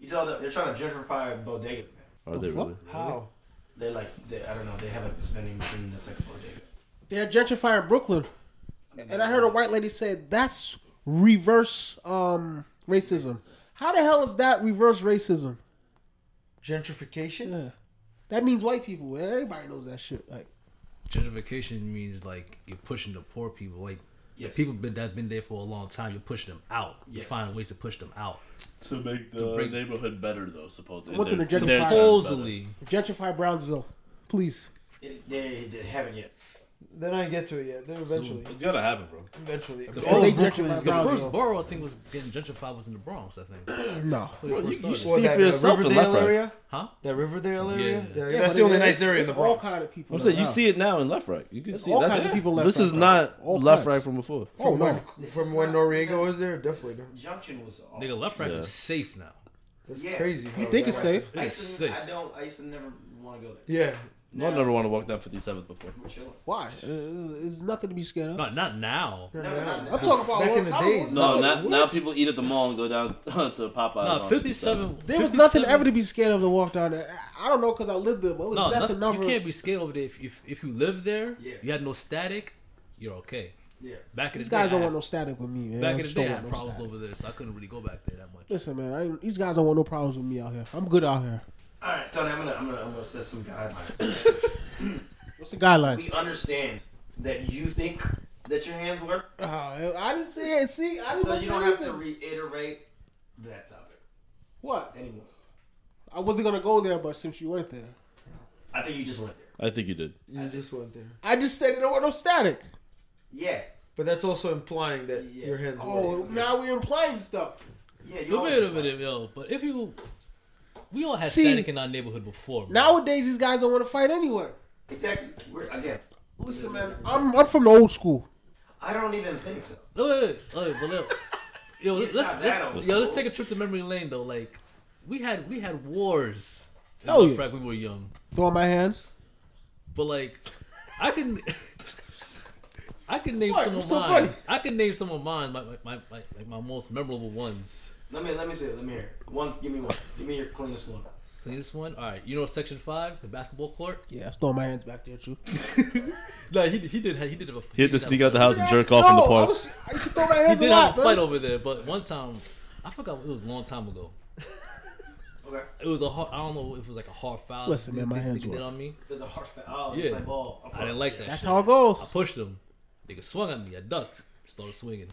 S3: You saw that they're trying to gentrify bodegas now.
S5: Are they
S2: The fuck?
S5: really?
S1: how?
S3: They like, they, I don't know. They have like this vending machine that's like a bodega.
S2: They're gentrifying Brooklyn, and I heard a white lady say that's reverse um, racism. How the hell is that reverse racism?
S1: Gentrification?
S2: Yeah. That means white people. Everybody knows that shit. Like
S4: gentrification means like you're pushing the poor people, like
S3: Yes.
S4: the people been, that's been there for a long time. You're pushing them out. You
S3: Yeah.
S4: find ways to push them out.
S5: To make the
S4: break-
S5: neighborhood better, though, supposedly.
S2: want them
S5: Their-
S2: to
S5: their
S2: gentrify-
S5: town better.
S4: Supposedly,
S2: gentrify Brownsville, please.
S3: It, they, they haven't yet.
S1: They're not get to it yet. They're eventually.
S5: It's gonna happen, bro.
S1: Eventually. Oh,
S2: If
S1: All
S2: they
S1: of Brooklyn
S2: gentrify
S1: is
S4: the
S1: gonna-
S2: Brownsville-
S4: first borough I think was getting gentrified was in the Bronx. I think. That's
S2: No,
S4: when it first
S5: you- you
S4: started.
S5: see-
S1: Well,
S5: for
S1: that, uh,
S5: yourself in
S1: Riverdale
S5: Lafayette.
S1: area?
S4: huh?
S1: That Riverdale area?
S4: Yeah.
S1: Yeah,
S2: Yeah,
S1: that's
S2: but
S1: the only
S2: it-
S1: nice
S2: it's-
S1: area in
S2: it's
S1: the Bronx.
S2: All kind of people.
S5: I'm saying
S2: though,
S5: you
S2: now.
S5: see it now in left right. You can see
S2: all
S5: that's
S2: kinds of people left,
S5: This
S2: right,
S5: is
S2: right.
S5: not
S2: All
S5: left
S2: kinds.
S5: right from before.
S2: Oh no,
S1: From when Noriega was there? Definitely. not.
S3: Junction was all.
S4: Nigga, left right
S5: Yeah.
S4: is safe now.
S1: That's
S3: Yeah.
S1: crazy.
S2: you
S1: how
S2: think
S1: that
S2: it's
S1: happened.
S2: safe?
S3: I,
S4: It's
S3: used to,
S4: safe.
S3: I don't. I used to never want to go there.
S1: Yeah.
S5: No, I never want to walk down 57th before.
S3: We're chilling.
S2: Why? Uh, There's nothing to be scared of.
S4: No, not now.
S3: No, no, no, no.
S2: I'm talking about
S1: Back
S2: one
S1: in the
S2: time,
S1: days.
S2: what's
S5: No,
S2: nothing-
S5: not, now people eat at the mall and go down [laughs] to Popeyes.
S4: No,
S5: on
S4: 57.
S2: There was nothing
S4: 57
S2: ever to be scared of to walk down there. I- I don't know because I lived there, but it was
S4: No,
S2: nothing.
S4: nothing, you
S2: ever-
S4: can't be scared over there. If, if, if you live there,
S3: Yeah.
S4: you had no static, you're okay.
S3: Yeah.
S4: Back in
S2: These
S4: the
S2: guys
S4: day,
S2: don't
S4: I
S2: want no
S4: had-
S2: static with me, man.
S4: back
S2: I
S4: in the
S2: just
S4: day, I
S2: don't
S4: had
S2: want no
S4: problems
S2: static.
S4: over there, so I couldn't really go back there that much.
S2: Listen, man, I ain't, these guys don't want no problems with me out here. I'm good out here.
S3: All right, Tony. I'm gonna. I'm gonna. I'm gonna set some guidelines. [laughs]
S2: What's the
S3: we
S2: guidelines?
S3: understand that you think that your hands work,
S2: Oh, I didn't see it. See, I didn't.
S3: so you
S2: mention
S3: don't have to
S2: anything.
S3: reiterate that topic
S2: what?
S3: anymore.
S2: I wasn't gonna go there, but since you went there,
S3: I think you just went there.
S5: I think you did.
S1: You just went there.
S2: I just said they don't want no static.
S3: Yeah.
S1: But that's also implying that
S3: Yeah.
S1: your hands were.
S2: Oh, now we're implying stuff.
S3: Yeah. You
S4: But
S3: always
S4: wait a
S3: surprised.
S4: minute, yo. But if you, we all had
S2: See,
S4: static in our neighborhood before. bro.
S2: Nowadays, these guys don't want to fight anyway.
S3: Exactly. We're, again,
S2: Listen, man, I'm I'm from the old school.
S3: I don't even think so.
S4: No, wait, wait, wait, but
S3: [laughs]
S4: look, yo, let's,
S3: not that
S4: let's-
S3: old
S4: yo, let's
S3: school.
S4: take a trip to memory lane though. Like, we had we had wars. in
S2: Hell
S4: Lil
S2: yeah.
S4: Frack when we were young,
S2: Throw my hands.
S4: but like, I can. [laughs] I can name
S2: What?
S4: some of
S2: What's so
S4: mine.
S2: funny?
S4: I can name some of mine, my, my, my, my, like my most memorable ones.
S3: Let me. Let me see. it. Let me hear. it. One. Give me one. Give me your cleanest one.
S4: Cleanest one. All right, you know section five, the basketball court.
S2: Yeah, throw my hands back there too.
S4: No, he, he did he did have a
S5: He had to
S4: did have
S5: sneak
S4: a-
S5: out the house and jerk off
S2: no,
S5: in the
S2: I,
S5: park.
S2: was, I used to throw my
S4: He
S2: hands
S4: did
S2: a lot.
S4: have a fight
S2: man.
S4: over there, but one time, I forgot it was a long time ago.
S3: Okay.
S4: It was a hard, I don't know if it was like a hard foul.
S2: Listen, man, my
S4: Nigga
S2: hands
S4: did
S2: work.
S4: on me.
S3: There's a hard foul. Oh, you
S4: Yeah.
S3: play ball. Of
S4: I
S3: course.
S4: didn't like that.
S2: That's
S4: shit.
S2: how it goes.
S4: I pushed him. Nigga swung at me. I ducked. Started swinging.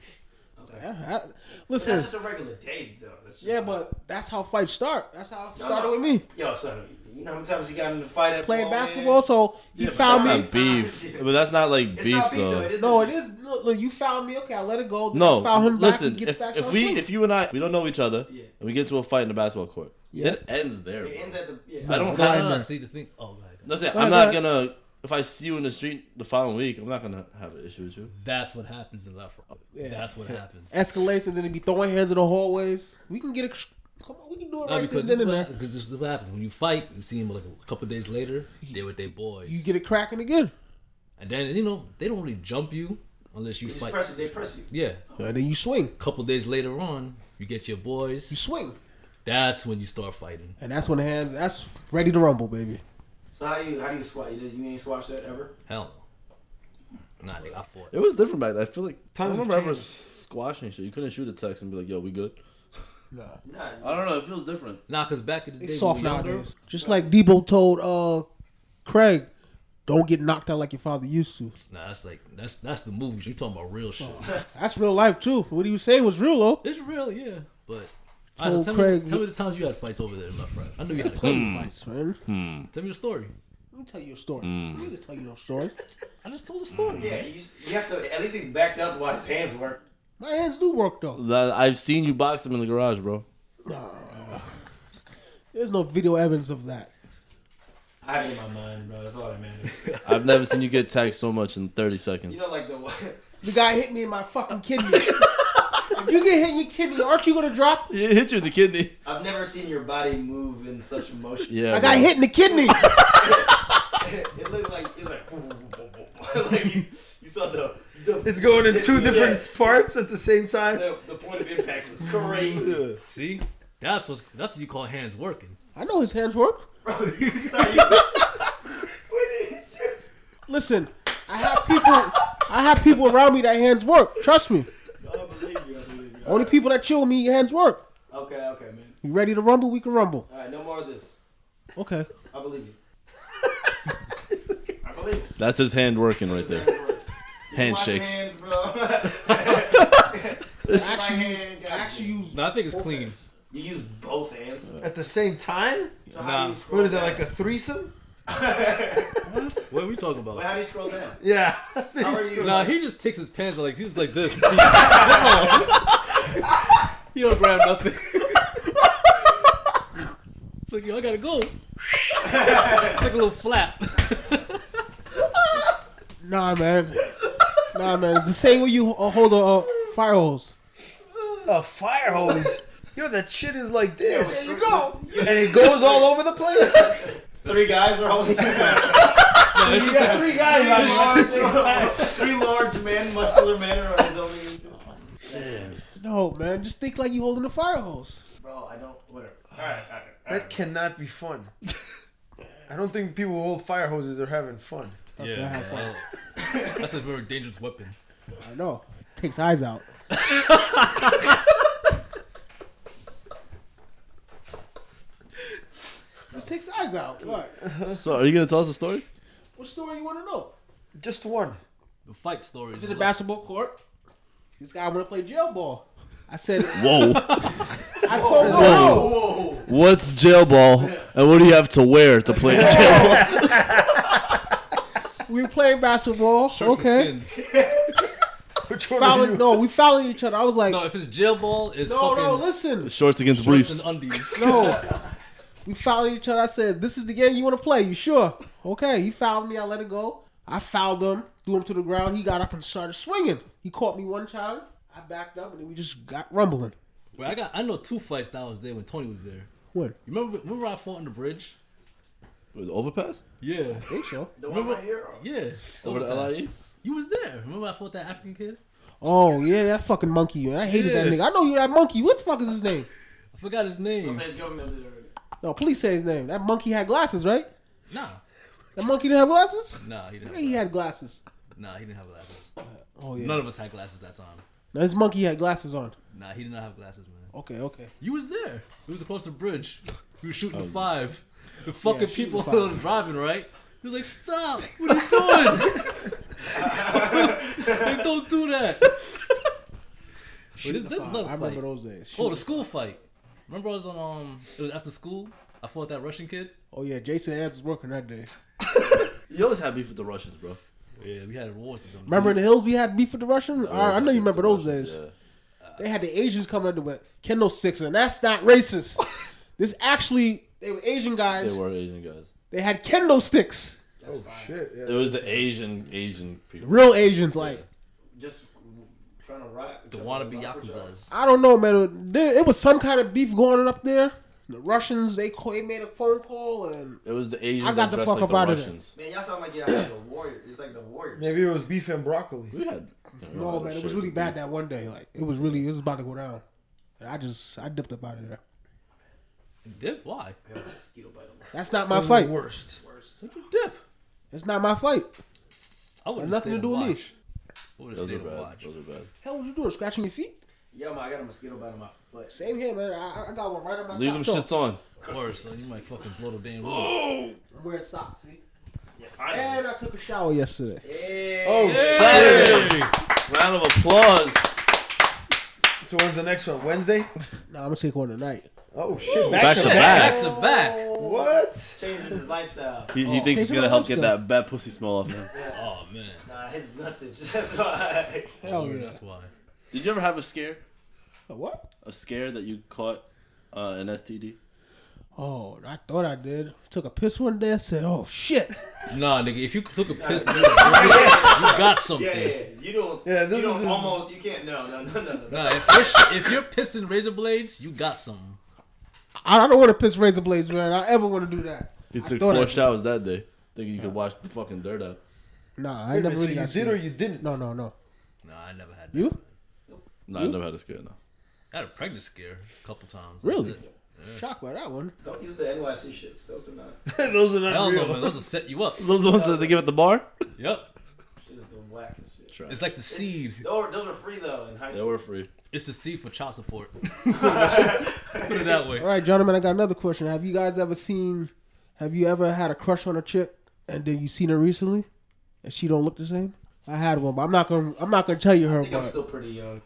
S2: Yeah, I-
S3: But
S2: listen,
S3: That's just a regular day, though. That's just
S2: yeah, but that's how fights start. That's how it
S3: No,
S2: started
S3: no.
S2: with me.
S3: Yo, son, you You know how many times he got in the fight at
S2: playing
S3: Ball, man?
S2: basketball, so you
S5: Yeah, but
S2: found
S5: that's
S2: me.
S5: not beef. But that's not like
S3: It's
S5: beef,
S3: not beef though.
S5: though.
S3: It is
S2: No,
S3: not
S2: it is. Look, look, you found me. Okay, I let it go.
S5: No,
S2: found him back.
S5: listen.
S2: he gets
S5: if
S2: back
S5: if
S2: on
S5: we
S2: shooting.
S5: if you and I we don't know each other
S3: Yeah.
S5: and we get into a fight in the basketball court,
S2: Yeah.
S5: it ends there.
S3: It
S5: bro.
S3: ends at the yeah.
S5: I don't.
S4: I
S5: Have,
S4: don't know,
S2: Grinder.
S4: see the thing. Oh my god,
S5: I'm saying,
S2: Go
S5: I'm not
S2: ahead,
S5: gonna. If I see you in the street the following week, I'm not gonna have an issue with you.
S4: that's what happens in left. Yeah. That's what happens.
S2: [laughs] escalates and then he be throwing hands in the hallways. We can get a. Come on, we can do it
S4: No,
S2: right
S4: because
S2: then
S4: this, is
S2: and
S4: what,
S2: there.
S4: because this is what happens when you fight. You see him like a couple days later. They with their boys,
S2: You get it cracking again.
S4: and then you know they don't really jump you unless you
S3: They just
S4: fight.
S3: press you. They press you.
S4: Yeah,
S2: And then you swing.
S4: a couple days later on, you get your
S2: You
S4: boys.
S2: swing.
S4: That's when you start fighting.
S2: And that's when the hands. That's ready to rumble, baby.
S3: So how you how do you squat? You, did- you ain't squashed that ever?
S4: Hell no. Nah, nigga, I fought.
S5: It was different back then. I feel like I
S1: Times have
S5: remember ever
S1: changed.
S5: squashing shit. You couldn't shoot a text and be like, "Yo, we good."
S3: Nah.
S5: I don't know. It feels different.
S4: Nah, cause back in the day,
S2: It's
S4: we
S2: soft
S4: were younger,
S2: nowadays. Just like Debo told uh, Craig, don't get knocked out like your father used to.
S4: Nah, that's like that's that's the movies. You talking about real shit?
S2: That's real life too. What he was saying was real though.
S4: it's real, yeah. But Alright, so
S2: Told
S4: tell,
S2: Craig-
S4: me, tell me the times you had fights over there in left, right. I knew you had. A
S2: Plenty
S4: couple.
S2: of fights, man.
S4: Tell me your story.
S2: Let me tell you a story. Let me tell you no story.
S4: I just told the story.
S3: Yeah, you, you have to at least he backed up while his hands work.
S2: My hands do work though.
S5: That- I've seen you box him in the garage, bro.
S2: There's no video evidence of that.
S3: I have it in my mind, bro. That's all that matters.
S5: I've never seen you get tagged so much in 30 seconds. [laughs]
S3: [laughs] You know, like the [laughs] one-
S2: The guy hit me in my fucking kidney. if you get hit in your kidney, aren't you gonna drop?
S5: It hit you in the kidney.
S3: I've never seen your body move in such motion.
S5: Yeah,
S2: I got
S5: bro.
S2: hit in the kidney.
S3: It looked like it was like, boom, boom, boom, boom, boom. [laughs] like you, you saw the, the
S1: It's going in two different
S3: [laughs] Yeah.
S1: parts at the same time.
S3: The, the point of
S1: [laughs]
S3: impact was crazy.
S4: See, that's what's that's what you call hands working.
S2: I know his hands work.
S3: Bro, [laughs] you thought [laughs] you- When he shoot-
S2: Listen, I have people. I have people around me that hands work. Trust me.
S3: I don't believe you. I don't believe you.
S2: Only people that chill with me, your hands work.
S3: Okay, okay, man.
S2: You ready to rumble? We can rumble.
S3: All right, no more of this.
S2: Okay.
S3: I believe you.
S1: [laughs]
S3: I believe it.
S5: That's his hand working right [laughs] there.
S3: Wash
S5: Handshakes.
S3: hands, bro. [laughs]
S2: I
S3: My
S2: actually,
S3: hand,
S2: I actually
S3: goddamn.
S2: use.
S4: No, I think it's clean.
S3: You use both hands.
S1: At the same time?
S3: So how do
S4: Nah.
S3: you scroll
S1: What is that,
S3: down?
S1: like a threesome?
S4: What are we talking about?
S3: Wait, how do you
S1: [laughs]
S3: scroll down?
S1: Yeah.
S3: How are you?
S4: Nah, he just takes his pants like he's like this. [laughs] Come on. [laughs] he don't grab nothing. it's like yo, I gotta go. it's like a little flap.
S2: Nah, man. Nah, man. It's the same way you uh, hold a uh, fire hose.
S1: a fire hose. Yo, that shit is like this.
S3: you go.
S1: And it goes all over the place.
S3: [laughs] Three guys are
S1: [laughs]
S3: holding.
S4: No, it's
S1: You
S4: just
S1: got
S4: like,
S1: three guys on it all at the same time.
S3: Three large men, muscular men, are on his own.
S2: No, man. Just think like you holding a fire hose.
S3: Bro, I don't. Whatever. All right, all right. All right.
S1: That cannot be fun. I don't think people who hold fire hoses are having fun.
S2: That's
S4: Yeah.
S2: not how fire.
S4: well, that's a very dangerous weapon.
S2: I know. Takes eyes out. Just takes eyes out. What?
S5: So, are you gonna tell us a story?
S2: What story you want to know?
S1: Just one.
S4: The fight story is
S2: To the basketball court. This guy want to play jail ball. I said,
S5: Whoa!
S2: I told him no.
S3: Whoa.
S5: What's jail ball, and what do you have to wear to play jail?
S2: We were playing basketball.
S4: Shirts
S2: okay.
S4: and skins.
S1: Which one are
S2: Fouling,
S1: you?
S2: no, we fouling each other. I was like,
S4: No,
S2: no,
S4: if it's jail ball, it's
S2: no,
S4: fucking
S2: listen. [laughs]
S5: Shorts against
S4: shorts
S5: briefs.
S4: and undies.
S2: No. we fouled each other. I said, This is the game you want to play. You sure? Okay. He fouled me. I let it go. I fouled him, threw him to the ground. He got up and started swinging. He caught me one time. I backed up, and then we just got rumbling.
S4: Wait, I got I know two fights that I was there when Tony was there.
S2: What?
S4: You remember remember I fought on the bridge?
S5: With overpass
S4: Yeah.
S2: Think so?
S3: The one right here. or-
S4: Yeah.
S5: over the E? LIE.
S4: You was there. Remember I fought that African kid?
S2: Oh, yeah, that fucking monkey. Man. I hated that
S4: Yeah.
S2: nigga. I know you that monkey. What the fuck is his name?
S4: I forgot his
S3: Don't
S4: name.
S3: say his government did it already.
S2: No, please say his name. That monkey had glasses, right?
S4: Nah.
S2: That monkey didn't have glasses?
S4: Nah, he
S2: Yeah,
S4: didn't have
S2: he
S4: glasses.
S2: had glasses.
S4: Nah, he didn't have glasses.
S2: Oh, yeah.
S4: None of us had glasses that time.
S2: Now, this monkey had glasses on.
S4: Nah, he did not have glasses, man.
S2: Okay, okay.
S4: You was there. It was across the bridge. We were shooting the five. The fucking
S2: Oh. shooting
S4: people
S2: the five.
S4: were driving, right? He was like, stop! What are you doing? [laughs] like, don't do that. But this, this is
S2: I
S4: another
S2: remember
S4: fight.
S2: those days.
S4: Oh, the school fight. Remember I was on um it was after school I fought that Russian kid.
S2: Oh yeah, Jason Adams was working that day.
S5: You always have beef with the Russians, bro.
S4: Yeah, we had wars with them.
S2: Remember in the hills we had beef with the Russians? I, I know you remember those days.
S5: Yeah.
S2: They had the Asians coming in the way. Kendall Sixer, and that's not racist. this actually, they were Asian guys.
S5: They
S2: They,
S5: were Asian guys.
S2: had Kendall sticks.
S1: Oh shit! Yeah.
S5: It was the Asian Asian people.
S2: Real Asians, like
S3: Just trying to rock.
S4: The wannabe yakuza's.
S2: I don't know, man. There, it was some kind of beef going on up there. The Russians, they call, they made a phone call, and
S5: It was the
S2: I
S5: Asians
S2: got
S5: that
S2: the
S5: dressed
S2: fuck
S5: like
S2: up
S5: the
S2: out of there.
S5: Russians.
S3: Man, y'all sound like you're like the warrior. It's like the warriors.
S1: Maybe it was beef and broccoli.
S5: We had
S2: no, man, it was really bad that one day. Like it was really, it was about to go down, and I just, I dipped up out of there.
S4: Dip? Why?
S3: Yeah, mosquito bite on my
S2: That's not my
S1: It was
S2: fight.
S1: the worst.
S3: worst.
S4: What'd you dip?
S2: It's not my fight.
S4: I would
S2: It has nothing to do with me.
S4: I would have
S5: Those are
S4: stayed and
S5: bad.
S4: watched.
S5: Those are bad.
S2: Hell, what you doing? Scratching your feet?
S3: Yo, man, I got a mosquito bite on my foot.
S2: Same here, man. I, I got one right on my.
S5: Leave them
S2: top toe.
S5: shits on.
S4: Of course, son, you might fucking blow the damn roof.
S2: I'm wearing socks. See?
S3: Yeah, finally.
S2: And I took a shower yesterday.
S3: Yeah.
S1: Oh,
S5: Saturday. Round of applause.
S1: So when's the next one? Wednesday?
S2: Nah, I'm gonna take one tonight.
S1: Oh shit!
S5: Back to back.
S4: Back to back.
S1: Oh, What?
S3: Changes his lifestyle.
S5: He,
S2: Oh.
S5: he thinks it's
S2: Chasing
S5: gonna
S2: my
S5: help get
S2: hamster.
S5: that bad pussy smell off him.
S4: Oh man.
S3: Nah, his nuts itch. [laughs] That's why.
S1: Oh,
S2: Hell
S4: Lord,
S2: yeah.
S4: That's why.
S5: [laughs] Did you ever have a scare?
S2: A what?
S5: A scare that you caught uh, an STD?
S2: Oh, I thought I did. Took a piss one day. I said, "Oh shit."
S4: Nah, nigga, if you took a piss, you got something.
S3: Yeah, yeah. You don't.
S1: Yeah, this
S3: you don't
S1: is just-
S3: almost. You can't. No, no, no, no, no.
S4: Nah, if you're, if you're pissing razor blades, you got something.
S2: I, I don't want to piss razor blades, man. I ever want to do that.
S5: He took
S2: thought I
S5: four
S2: did.
S5: showers that day, thinking you could wash the fucking dirt out.
S2: Nah, I
S1: Wait a
S2: never
S1: minute, so
S2: really
S1: you
S2: got
S1: did or
S2: scared.
S1: you didn't?
S2: No, no, no.
S4: Nah, I never had that.
S2: You?
S5: No, I never had a scare. No.
S4: I had a pregnant scare a couple times.
S2: Really?
S4: That's it.
S2: Shocked by that one.
S3: Don't use the NYC shits. Those are not.
S1: [laughs] Those are not
S4: Hell
S1: real.
S4: no, man. Those will set you up.
S5: Those the ones that they give at the bar.
S4: Yep.
S3: Shit is the wackest shit.
S4: It's like the seed.
S3: Those, those were free though in high
S5: They
S3: school.
S5: were free.
S4: It's the seed for child support. Put it that way.
S2: All right, gentlemen, I got another question. Have you guys ever seen? Have you ever had a crush on a chick and then you seen her recently, and she don't look the same? I had one, but I'm not gonna. I'm not gonna tell you her.
S3: I think I'm
S2: But
S3: still pretty young.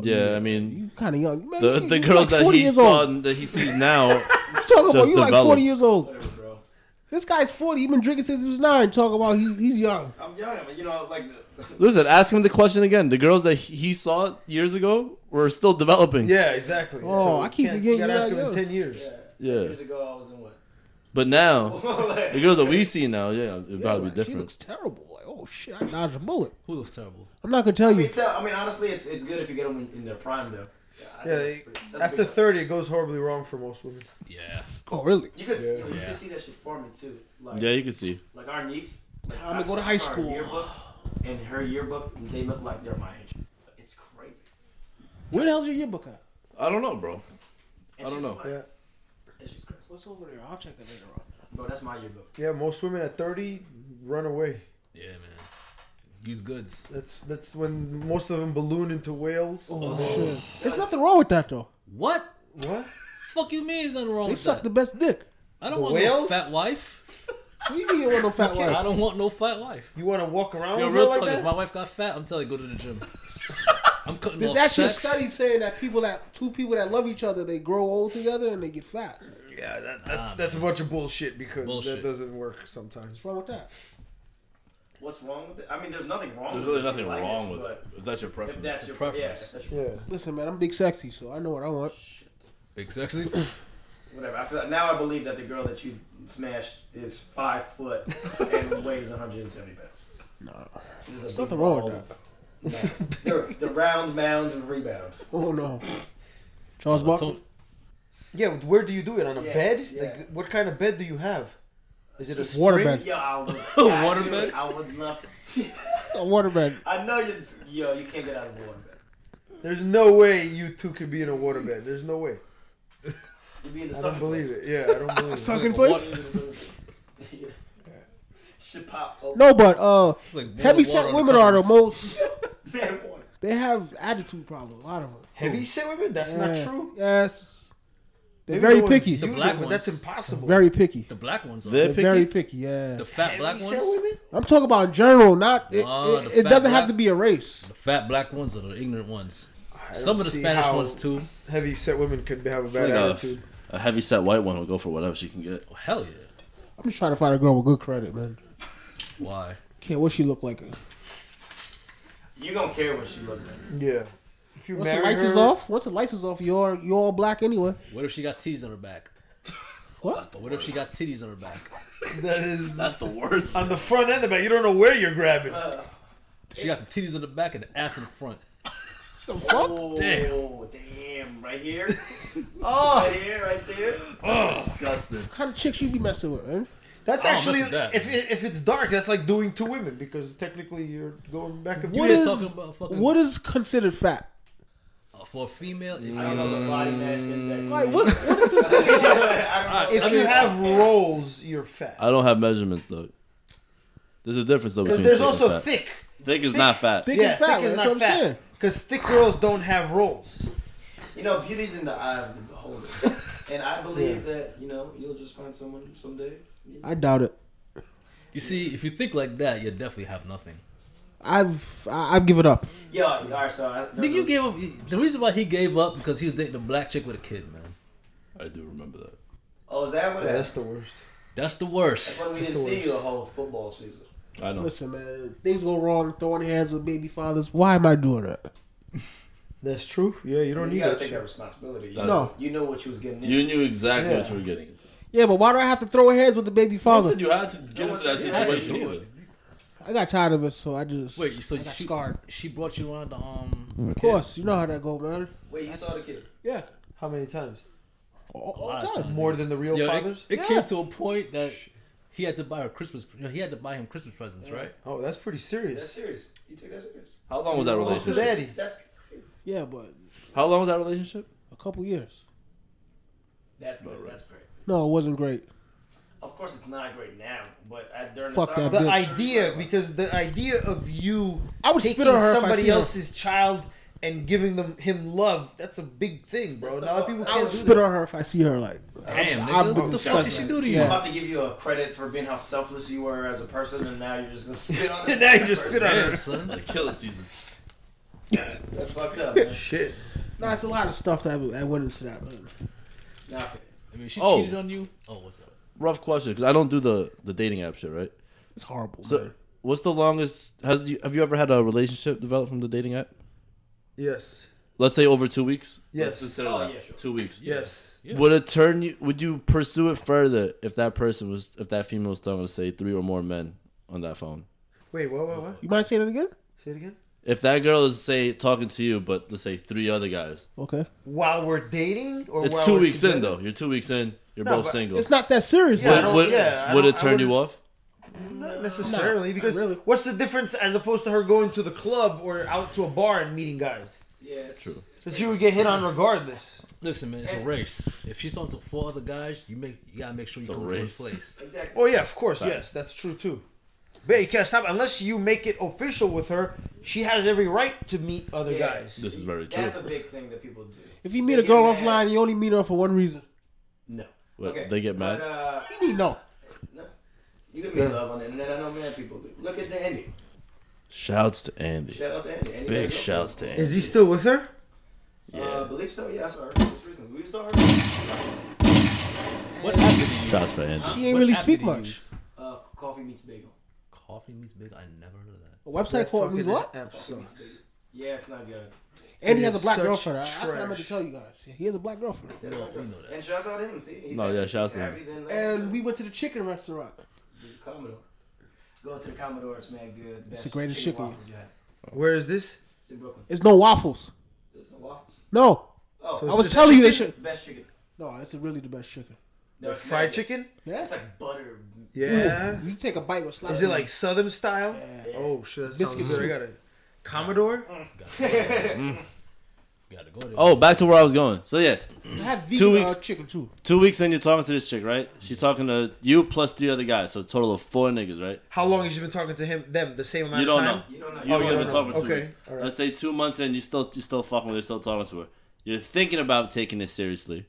S5: Yeah, I mean
S2: kind of young. Man,
S5: the
S2: you-
S5: the
S2: you
S5: girls
S2: like
S5: that
S2: 40
S5: he
S2: years
S5: saw
S2: Old.
S5: and that he sees now. [laughs]
S2: You talking about
S5: just
S2: you like 40
S5: developed.
S2: years old.
S3: Whatever, bro.
S2: This guy's 40. He been drinking since he was nine. Talking about he, he's young.
S3: I'm young, but you know, like the.
S5: Listen, ask him the question again. The girls that he saw years ago were still developing.
S1: Yeah, exactly.
S2: Oh, I
S1: you
S2: keep
S1: can't-
S2: forgetting
S1: You gotta
S2: you
S1: ask
S2: got
S1: him in
S2: young.
S1: ten years.
S3: Yeah.
S5: Yeah.
S3: Years ago, I was in what?
S5: But now the
S3: Like,
S5: girls that we see now, yeah, it'd probably
S2: Like,
S5: be
S2: She
S5: different.
S2: looks terrible. Like, oh shit, I dodged a bullet.
S4: Who looks terrible?
S2: I'm not gonna tell
S3: I mean,
S2: you.
S3: tell, I mean, honestly, it's it's good if you get them in, in their prime though. Yeah. I think
S1: Yeah,
S3: that's pretty- that's
S1: after
S3: pretty good.
S1: thirty, it goes horribly wrong for most women.
S4: Yeah.
S2: Oh really?
S3: you could you
S4: Yeah.
S3: could see that shit forming too. Like,
S5: Yeah, you can see.
S3: like our niece. Like
S2: Time to
S3: I
S2: go to
S3: saw
S2: high
S3: her
S2: school.
S3: Yearbook, and her yearbook, they look like they're my age. It's crazy.
S2: Where the hell's your yearbook at?
S5: I don't know, bro.
S3: And
S5: I don't
S3: she's
S5: know.
S3: black.
S1: Yeah,
S3: And she's crazy.
S2: What's over there? I'll check it later on.
S3: Bro, that's my yearbook.
S1: yeah. Most women at thirty run away.
S4: Yeah, man. Use goods.
S1: That's that's when most of them balloon into whales.
S2: Oh, shit. There's nothing wrong with that though.
S4: What?
S1: What?
S4: Fuck you mean? There's nothing wrong
S2: They
S4: with
S2: suck
S4: that.
S2: the best dick.
S4: I don't want
S1: whales?
S4: no fat wife.
S2: What do you mean you don't want no fat
S4: I
S2: wife?
S4: don't want no fat wife.
S1: You want to walk around
S4: Yo,
S1: with
S4: real
S1: her
S4: talk.
S1: like
S4: if
S1: that?
S4: my wife got fat, I'm telling you, go to
S1: [laughs]
S4: the gym. I'm cutting
S2: There's
S4: off
S2: actually
S4: sex.
S2: a study saying that people that two people that love each other they grow old together and they get fat.
S1: Yeah, that, that's that's a bunch of bullshit because
S4: Bullshit.
S1: that doesn't work sometimes.
S2: What's wrong with that?
S3: What's wrong with it? I mean, there's nothing wrong.
S5: There's
S3: with
S5: really
S3: it if
S5: nothing
S3: you like
S5: wrong with it
S3: but
S5: if that's your
S3: If
S5: preference.
S3: that's your
S4: preference.
S3: preference, yeah, if that's your
S1: Yeah.
S2: Listen, man, I'm big sexy, so I know what I want.
S4: Big sexy.
S3: whatever. I feel like now I believe that the girl that you smashed is five foot
S5: [laughs]
S3: and weighs 170 pounds. No,
S2: There's nothing wrong with that.
S3: the, the round mound of rebound.
S2: Oh no. Charles Barkley.
S4: Tony-
S1: Yeah, but where do you do it on a
S3: Yeah,
S1: bed?
S3: yeah.
S1: Like, what kind of bed do you have? Is it a spring?
S2: Waterbed.
S3: Yo,
S5: [laughs]
S3: I would, I,
S4: Waterbed?
S3: I would love to see.
S2: A waterbed.
S3: I know you. Yo, you can't get out of waterbed.
S1: There's no way you two could be in a waterbed. There's no way.
S3: You'd be in the
S1: I don't
S3: sunken
S1: believe
S3: place.
S1: it. Yeah, I
S2: [laughs]
S1: don't believe it.
S2: Sunken
S4: Like a
S2: place?
S3: [laughs] yeah. Shit pop. open.
S2: No, but uh,
S4: like boil
S2: heavy
S4: water
S2: set
S4: on the
S2: women are the
S4: covers.
S2: most.
S3: Bad boy.
S2: They have attitude problems. A lot of them.
S1: Heavy set women? That's not
S2: Yeah.
S1: true.
S2: Yes. They're
S1: Maybe
S2: very
S1: the ones
S2: picky.
S1: you
S4: The
S1: did,
S4: black
S1: but that's
S4: ones.
S1: impossible.
S2: Very picky.
S4: The black ones are.
S5: They're
S2: They're
S5: picky?
S2: very picky. Yeah.
S4: the fat black
S1: Heavy set
S4: ones.
S1: women?
S2: I'm talking about in general. Not it.
S4: Nah,
S2: it,
S4: the
S2: it
S4: fat
S2: doesn't have
S4: black-
S2: to be a race.
S4: The fat black ones are the ignorant ones.
S1: I
S4: Some
S1: don't
S4: of the
S1: see
S4: Spanish
S1: how
S4: ones too.
S1: Heavy set women could have a bad
S5: like a-
S1: attitude.
S5: a heavy set white one will go for whatever she can get.
S4: Oh, hell yeah.
S2: I'm just trying to find a girl with good credit, man.
S4: Why?
S2: Can't what she look like.
S3: You don't care what she look like.
S8: Yeah. If you
S2: Once the
S8: marry
S2: lights
S8: her,
S2: is off, once the lights is off, you're you all black anyway.
S4: What if she got titties on
S1: [laughs]
S4: her back?
S2: What?
S4: What if she got titties on her back?
S8: that is
S4: [laughs]
S5: That's the worst.
S8: on the front and the back. You don't know where you're grabbing.
S4: Uh, She got the titties on the back and the ass in the front.
S2: The fuck?
S3: Oh,
S4: Damn.
S3: damn. Right here. oh. Right here, right there.
S5: Disgusting.
S2: What kind of chicks you be messing with, man?
S1: That's
S4: I don't
S1: actually
S4: mess with that.
S1: if if it's dark, that's like doing two women because technically you're going back and
S2: What
S4: ain't
S2: is
S4: talking about fucking-
S2: what is considered fat?
S4: Uh, for a female, if
S3: I don't know the body mass index. [laughs]
S2: Like what? what is
S3: I
S1: If you have rolls, you're fat.
S5: I don't have measurements though. There's a difference though
S1: Because there's
S5: between thick
S1: also
S5: and fat.
S1: thick.
S5: Thick is not fat.
S2: thick
S1: Yeah,
S2: and fat?
S1: thick
S2: that's
S1: is
S2: what
S1: not
S2: I'm saying.
S1: fat. Because thick girls don't have rolls.
S3: You know, beauty's in the eye of the beholder. and I believe that, you know, you'll just find someone someday.
S2: I doubt it.
S4: you see, if you think like that, you definitely have nothing.
S2: I've I- I've given up.
S3: Yeah, alright, so I
S4: Nigga, you gave up. The reason why he gave up because he was dating a black chick with a kid, man.
S5: I do remember that.
S3: Oh, is that what
S1: Yeah,
S3: that's,
S1: that's the worst.
S4: That's the worst.
S3: when we
S1: that's
S3: didn't
S1: the
S3: see you
S1: worst.
S3: the whole football season?
S5: I
S4: Oh.
S5: know.
S2: Listen, man, things go wrong. Throwing hands with baby fathers. Why am I doing that?
S1: That's true. Yeah, you don't
S3: You
S1: need
S3: gotta
S1: that.
S3: take
S1: shit.
S3: that responsibility. You,
S5: No.
S3: you know what you was getting into.
S5: You knew exactly what
S1: Yeah.
S5: you were getting into.
S2: Yeah, but why do I have to throw hands with the baby
S5: Also,
S2: father?
S5: you had to get into that
S4: You had to
S5: situation.
S4: do
S5: anyway.
S4: it.
S2: I got tired of it, so I just
S4: Wait, so
S2: I got
S4: she,
S2: scarred.
S4: she brought you on the um.
S2: Of course, you know how that go, man.
S3: Wait, you saw the kid.
S2: Yeah,
S1: How many times?
S2: all, all
S4: lot of
S2: the time.
S4: times.
S1: More than the real
S4: Yo, it,
S1: fathers?
S4: it
S2: Yeah.
S4: came to a point that he had to buy her Christmas. You know, he had to buy him Christmas presents, right?
S1: Oh, that's pretty
S3: That's
S1: serious.
S3: serious. You took that serious.
S5: How long was that
S1: What's the
S5: relationship?
S1: daddy?
S3: That's
S2: Yeah, but
S5: How long was that relationship?
S2: a couple years.
S3: that's good. That's great.
S2: No, it wasn't great.
S3: Of course, it's not great now, but at, during
S2: Fuck
S3: the time,
S2: that
S1: The
S2: bitch.
S3: [laughs]
S1: idea, because the idea of you
S2: I would
S1: taking
S2: spit on her if I
S1: somebody
S2: see her.
S1: else's child and giving them him love, that's a big thing, bro.
S3: That's
S1: Not a lot of
S3: the-
S1: people
S3: I
S1: can't
S2: I'll
S1: do
S2: spit
S1: that.
S2: on her if I see her. Like,
S4: Damn,
S2: I'm-
S4: nigga,
S2: I'm
S4: what the fuck did she
S2: disgusted.
S4: do to you?
S3: I'm
S2: Yeah.
S3: about to give you a credit for being how selfless you were as a person, and now you're just gonna spit [laughs] on it.
S1: now you just spit on
S4: Damn,
S1: her.
S4: son.
S5: Like killer season.
S3: That's fucked up, [laughs] man.
S1: Shit.
S2: no, it's a lot of stuff that, that went into that. Man.
S3: Nah, fuck it.
S4: I mean, she
S5: Oh.
S4: cheated on you. Oh, what's up?
S5: Rough question, because I don't do the the dating app shit, right?
S2: It's horrible.
S5: So,
S2: man.
S5: what's the longest? Has you have you ever had a relationship develop from the dating app?
S1: Yes.
S5: Let's say over two weeks.
S1: Yes.
S5: Let's consider
S3: Oh,
S5: that.
S3: yeah, sure.
S5: Two weeks.
S1: Yes.
S4: Yeah.
S5: Would it turn you? Would you pursue it further if that person was, if that female was talking to say three or more men on that phone?
S1: Wait, what, what, what?
S2: You mind saying that again?
S1: Say it again?
S5: If that girl is say talking to you, but let's say three other guys,
S2: Okay,
S1: While we're dating? or
S5: it's
S1: while
S5: two
S1: we're
S5: weeks in
S1: together?
S5: though. You're two weeks in. You're
S1: No,
S5: both
S1: but
S5: single.
S2: it's not that serious.
S1: Yeah, I
S2: Yeah,
S1: don't-
S5: would
S1: yeah, I
S5: would
S1: don't-
S5: it
S1: I
S5: turn you off?
S1: Not necessarily, because
S2: really.
S1: what's the difference as opposed to her going to the club or out to a bar and meeting guys?
S3: Yeah, it's
S5: True.
S1: So she would get hit on regardless.
S4: Listen, man, it's a race. If she's on to four other guys, you make you gotta make sure you
S5: a
S4: come in
S5: race.
S1: [laughs]
S4: first place.
S3: Exactly.
S1: Oh yeah, of course, yes, that's true too. But you can't stop unless you make it official with her. She has every right to meet other
S3: Yeah.
S1: guys.
S5: This is very true.
S3: That's a big thing that people do.
S2: If you meet
S3: They
S2: a girl
S3: get mad.
S2: offline, you only meet her for one reason.
S3: no.
S5: What, they get mad?
S3: But, uh,
S2: You need no.
S3: you can make love on the internet. I know mad people do. Look at the Andy.
S5: Shouts to Andy.
S3: Shout out to Andy. Andy
S5: Big
S3: Bell.
S5: shouts to Andy.
S1: Is he still with her?
S3: Uh, I believe so. Yeah, I saw her. Which reason? We saw her.
S4: What app did you use?
S5: Shouts to Andy.
S2: She ain't
S4: What
S2: really
S4: app
S2: speak
S4: did you
S2: much.
S4: use?
S3: Uh, coffee meets bagel.
S4: Coffee meets big. I never heard of that.
S2: A website called means what?
S1: app
S3: Coffee meets bagel. Yeah, it's not good.
S2: And he
S1: It
S2: has a
S1: is
S2: black
S1: such
S2: girlfriend. I- That's what I meant to
S1: trash.
S2: tell you guys. He has a black girlfriend.
S3: That's not good.
S4: we know that.
S3: And shouts out to him. See, he's
S5: No, yeah,
S3: happy.
S5: shouts
S3: He's
S5: to him.
S3: happy then, uh,
S2: And we went to the chicken restaurant.
S3: the Commodore. Go to the Commodore. It's mad good. Best
S2: the greatest chicken.
S3: waffles you have.
S1: Where is this?
S3: It's in Brooklyn.
S2: It's no waffles.
S3: There's some waffles.
S2: No.
S3: Oh,
S1: So
S2: I
S1: It's
S2: was
S1: the
S2: telling you they should.
S3: chicken- best chicken.
S2: No, it's really the best chicken.
S3: No, it's
S1: Fried
S3: mad good.
S1: chicken?
S2: Yeah.
S3: It's like butter.
S1: Yeah.
S2: You take a bite with slice.
S1: Is it like Southern style?
S2: Yeah.
S1: Oh shit, that
S2: Biscuit
S1: sounds good. I
S2: soup.
S1: got it. Commodore.
S4: You gotta go there.
S5: Oh, back to where I was going. So yeah,
S2: I have vegan
S5: Two weeks-
S2: Uh, chicken too.
S5: two weeks in, you're talking to this chick, right? She's talking to you plus three other guys, so a total of four niggas, right?
S1: How long has you been talking to him? Them the same amount
S5: You don't
S1: of
S5: know.
S1: time?
S3: You don't know.
S5: You
S1: you
S5: only
S1: don't
S5: been
S1: know. Oh,
S5: talking for two
S1: Okay,
S5: weeks.
S1: alright.
S5: Let's say two months in, you still you still fucking with her, still talking to her. You're thinking about taking this seriously,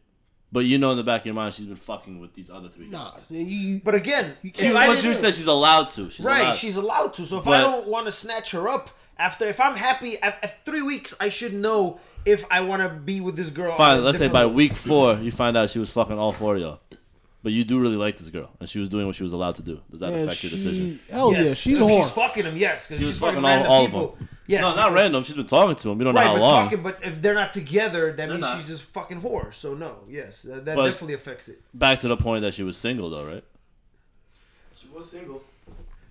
S5: but you know in the back of your mind she's been fucking with these other three
S2: Nah.
S5: guys.
S2: You, you,
S1: But again,
S2: can't-
S5: She,
S1: if I
S5: what you
S1: didn't-
S5: said, she's allowed to. She's
S1: Right,
S5: allowed.
S1: she's allowed to. So if I
S5: But-
S1: don't want to snatch her up after, if I'm happy af- after three weeks, I should know if I want to be with this girl. on
S5: Fine,
S1: a
S5: let's say by
S1: different-
S5: week four, you find out she was fucking all four of y'all. But you do really like this girl, and she was doing what she was allowed to do. Does that
S2: And
S5: affect your decision?
S2: she, hell Oh, yeah,
S1: Yes.
S2: she's a
S1: If
S2: whore.
S1: She's fucking him. Yes, because
S5: She was
S1: she's
S5: fucking all-
S1: random
S5: all of
S1: people.
S5: them.
S1: Yes,
S5: no, not
S1: because-
S5: random. She's been talking to him. We don't know
S1: Right,
S5: how
S1: but
S5: long.
S1: talking. But if they're not together, that means
S5: not.
S1: she's just fucking whore. So no, yes, that, that
S5: But-
S1: definitely affects it.
S5: Back to the point that she was single, though, right?
S3: She was single.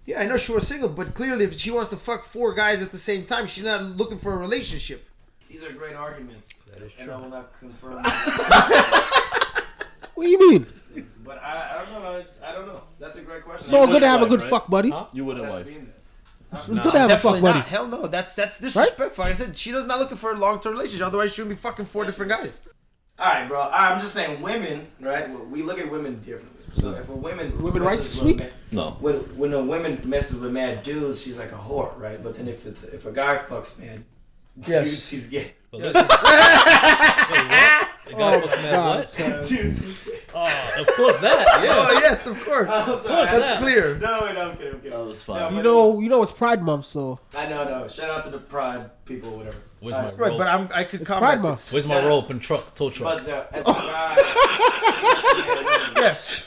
S1: Yeah, I know she was single, but clearly, if she wants to fuck four guys at the same time, she's not looking for a relationship.
S3: These are great arguments, and I will not confirm
S2: What do you mean?
S3: these things. But I, I don't know. I, just, I don't know. That's a great question.
S2: So
S3: I
S5: wouldn't
S2: good to have a
S5: wife,
S2: good
S5: right?
S2: fuck buddy.
S4: Huh?
S5: You
S3: don't
S5: wouldn't
S3: have to be
S5: wife.
S3: in there.
S2: It's, it's good to have a fuck
S1: Definitely
S2: buddy.
S1: not. Hell no. That's that's disrespectful. Like I said she was not looking for a long term relationship. Otherwise, she would be fucking four different guys.
S3: All right, bro. I'm just saying, women, right? We look at women differently. So if a woman,
S2: Women rights
S3: messes with
S2: week?
S3: a ma-
S4: No.
S3: When when a woman messes with mad dudes, she's like a whore, right? But then if it's if a guy fucks [laughs] mad dudes, he's [laughs] gay.
S4: But listen. Wait, what?
S1: Oh,
S4: The guy fucks mad
S2: God,
S4: what?
S2: son.
S3: Dudes, he's gay.
S4: Oh, of course that.
S1: [laughs]
S4: Yeah.
S1: Oh yes, of course.
S3: I'm sorry.
S1: that's
S4: yeah.
S1: clear.
S3: No, wait, no, I'm kidding. I'm kidding.
S5: That was fine.
S2: You know, you know it's Pride Month, so
S3: I know, no. Shout out to the pride people, whatever.
S4: Where's
S3: Uh,
S4: my
S1: Right,
S4: rope?
S1: but I'm, I could
S2: it's
S1: combat
S2: Pride Month.
S4: Where's my rope and truck tow truck?
S3: But the, as a guy,
S1: this. Yes.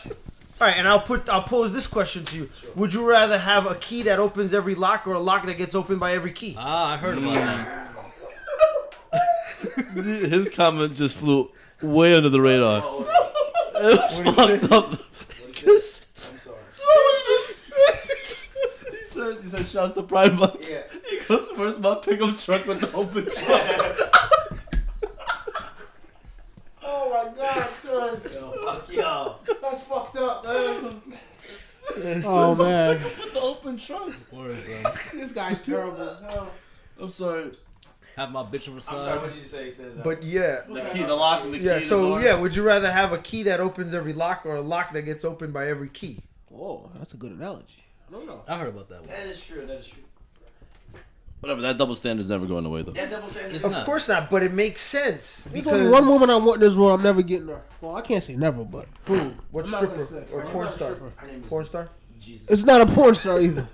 S1: All right, and I'll put I'll pose this question to you: Would you rather have a key that opens every lock or a lock that gets opened by every key?
S4: Ah, I heard about that.
S5: [laughs] His comment just flew way under the radar. [laughs] It was fucked up.
S3: I'm sorry.
S5: [laughs] he said, he said, shouts to Pride Month.
S3: Yeah.
S5: [laughs] He goes, where's my pickup truck with the open [laughs] truck?
S6: Oh my god, son.
S3: Yo, fuck y'all.
S6: That's fucked up, man.
S2: [laughs] Oh man,
S5: with the open truck.
S4: Words, man.
S6: This guy's terrible. Hell.
S5: I'm sorry.
S4: Have my bitch on the
S3: I'm sorry. What
S4: side.
S3: did you say? He says that.
S1: But yeah,
S5: The key, the lock, and the key.
S1: yeah.
S5: the
S1: So
S5: door.
S1: yeah, would you rather have a key that opens every lock or a lock that gets opened by every key?
S2: whoa, that's a good analogy.
S6: No, no.
S4: I heard about that one.
S3: that is true. That is true.
S5: Whatever, that double standard's never going away, though.
S3: That double standard.
S4: It's
S1: Of
S4: not.
S1: course not, but it makes sense
S2: There's
S1: because
S2: only one woman I want in this world. I'm never getting her. Well, I can't say never, but
S1: Who? What
S2: I'm not gonna
S1: stripper
S2: say.
S1: or
S3: I'm
S1: porn
S3: not a
S1: star?
S3: stripper. Her name is
S1: Porn star?
S3: Jesus.
S2: it's not a porn star either.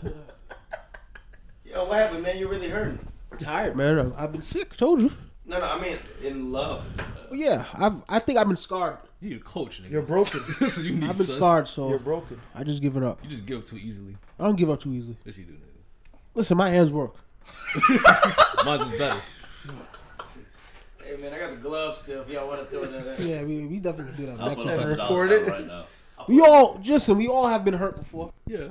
S3: Yo, what happened, man? You're really hurting.
S2: I'm tired, man. I've, I've been sick. Told you.
S3: No, no. I mean, in love.
S2: Well, yeah, I've I think I've been scarred.
S4: You need a coach, nigga.
S2: [laughs]
S1: You're
S4: [laughs]
S1: broken.
S4: That's what you need,
S2: I've been
S4: son.
S2: scarred, so
S1: You're broken.
S2: I just give it up.
S4: You just give up too easily.
S2: I don't give up too easily.
S4: Yes, you do, nigga.
S2: Listen, my hands work.
S4: Mine's is better.
S3: Hey, man, I got the gloves still. If y'all want to throw that. in.
S2: Yeah, we, we definitely do that.
S5: I'll
S2: Next
S5: put
S2: time.
S5: some dollars
S1: record
S5: out
S1: it.
S5: right now.
S2: We all listen. We all have been hurt before.
S4: Yeah.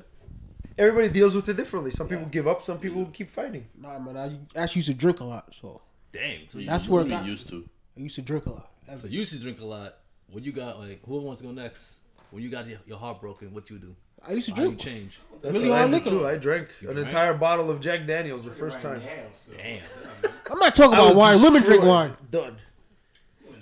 S1: Everybody deals with it differently. Some people give up. Some people keep fighting.
S2: Nah, man. I actually used to drink a lot, so
S4: Damn. So you,
S2: That's
S5: You
S2: where
S5: be
S2: it got-
S5: used to.
S2: I used to drink a lot. That's
S4: so you used to drink a lot. When you got like, whoever wants to go next, when you got your, your heart broken, what you do?
S2: I used to
S4: How you
S2: drink.
S4: change?
S1: That's
S2: Really
S1: what I
S2: hard
S1: did
S2: liquor.
S1: too. I drank an
S4: drank?
S1: entire bottle of Jack Daniels the first
S3: Right
S1: time.
S3: now, so-
S4: Damn.
S2: I'm not talking
S1: I
S2: about
S1: was
S2: wine. Women drink
S1: destroyed.
S2: wine.
S1: Done.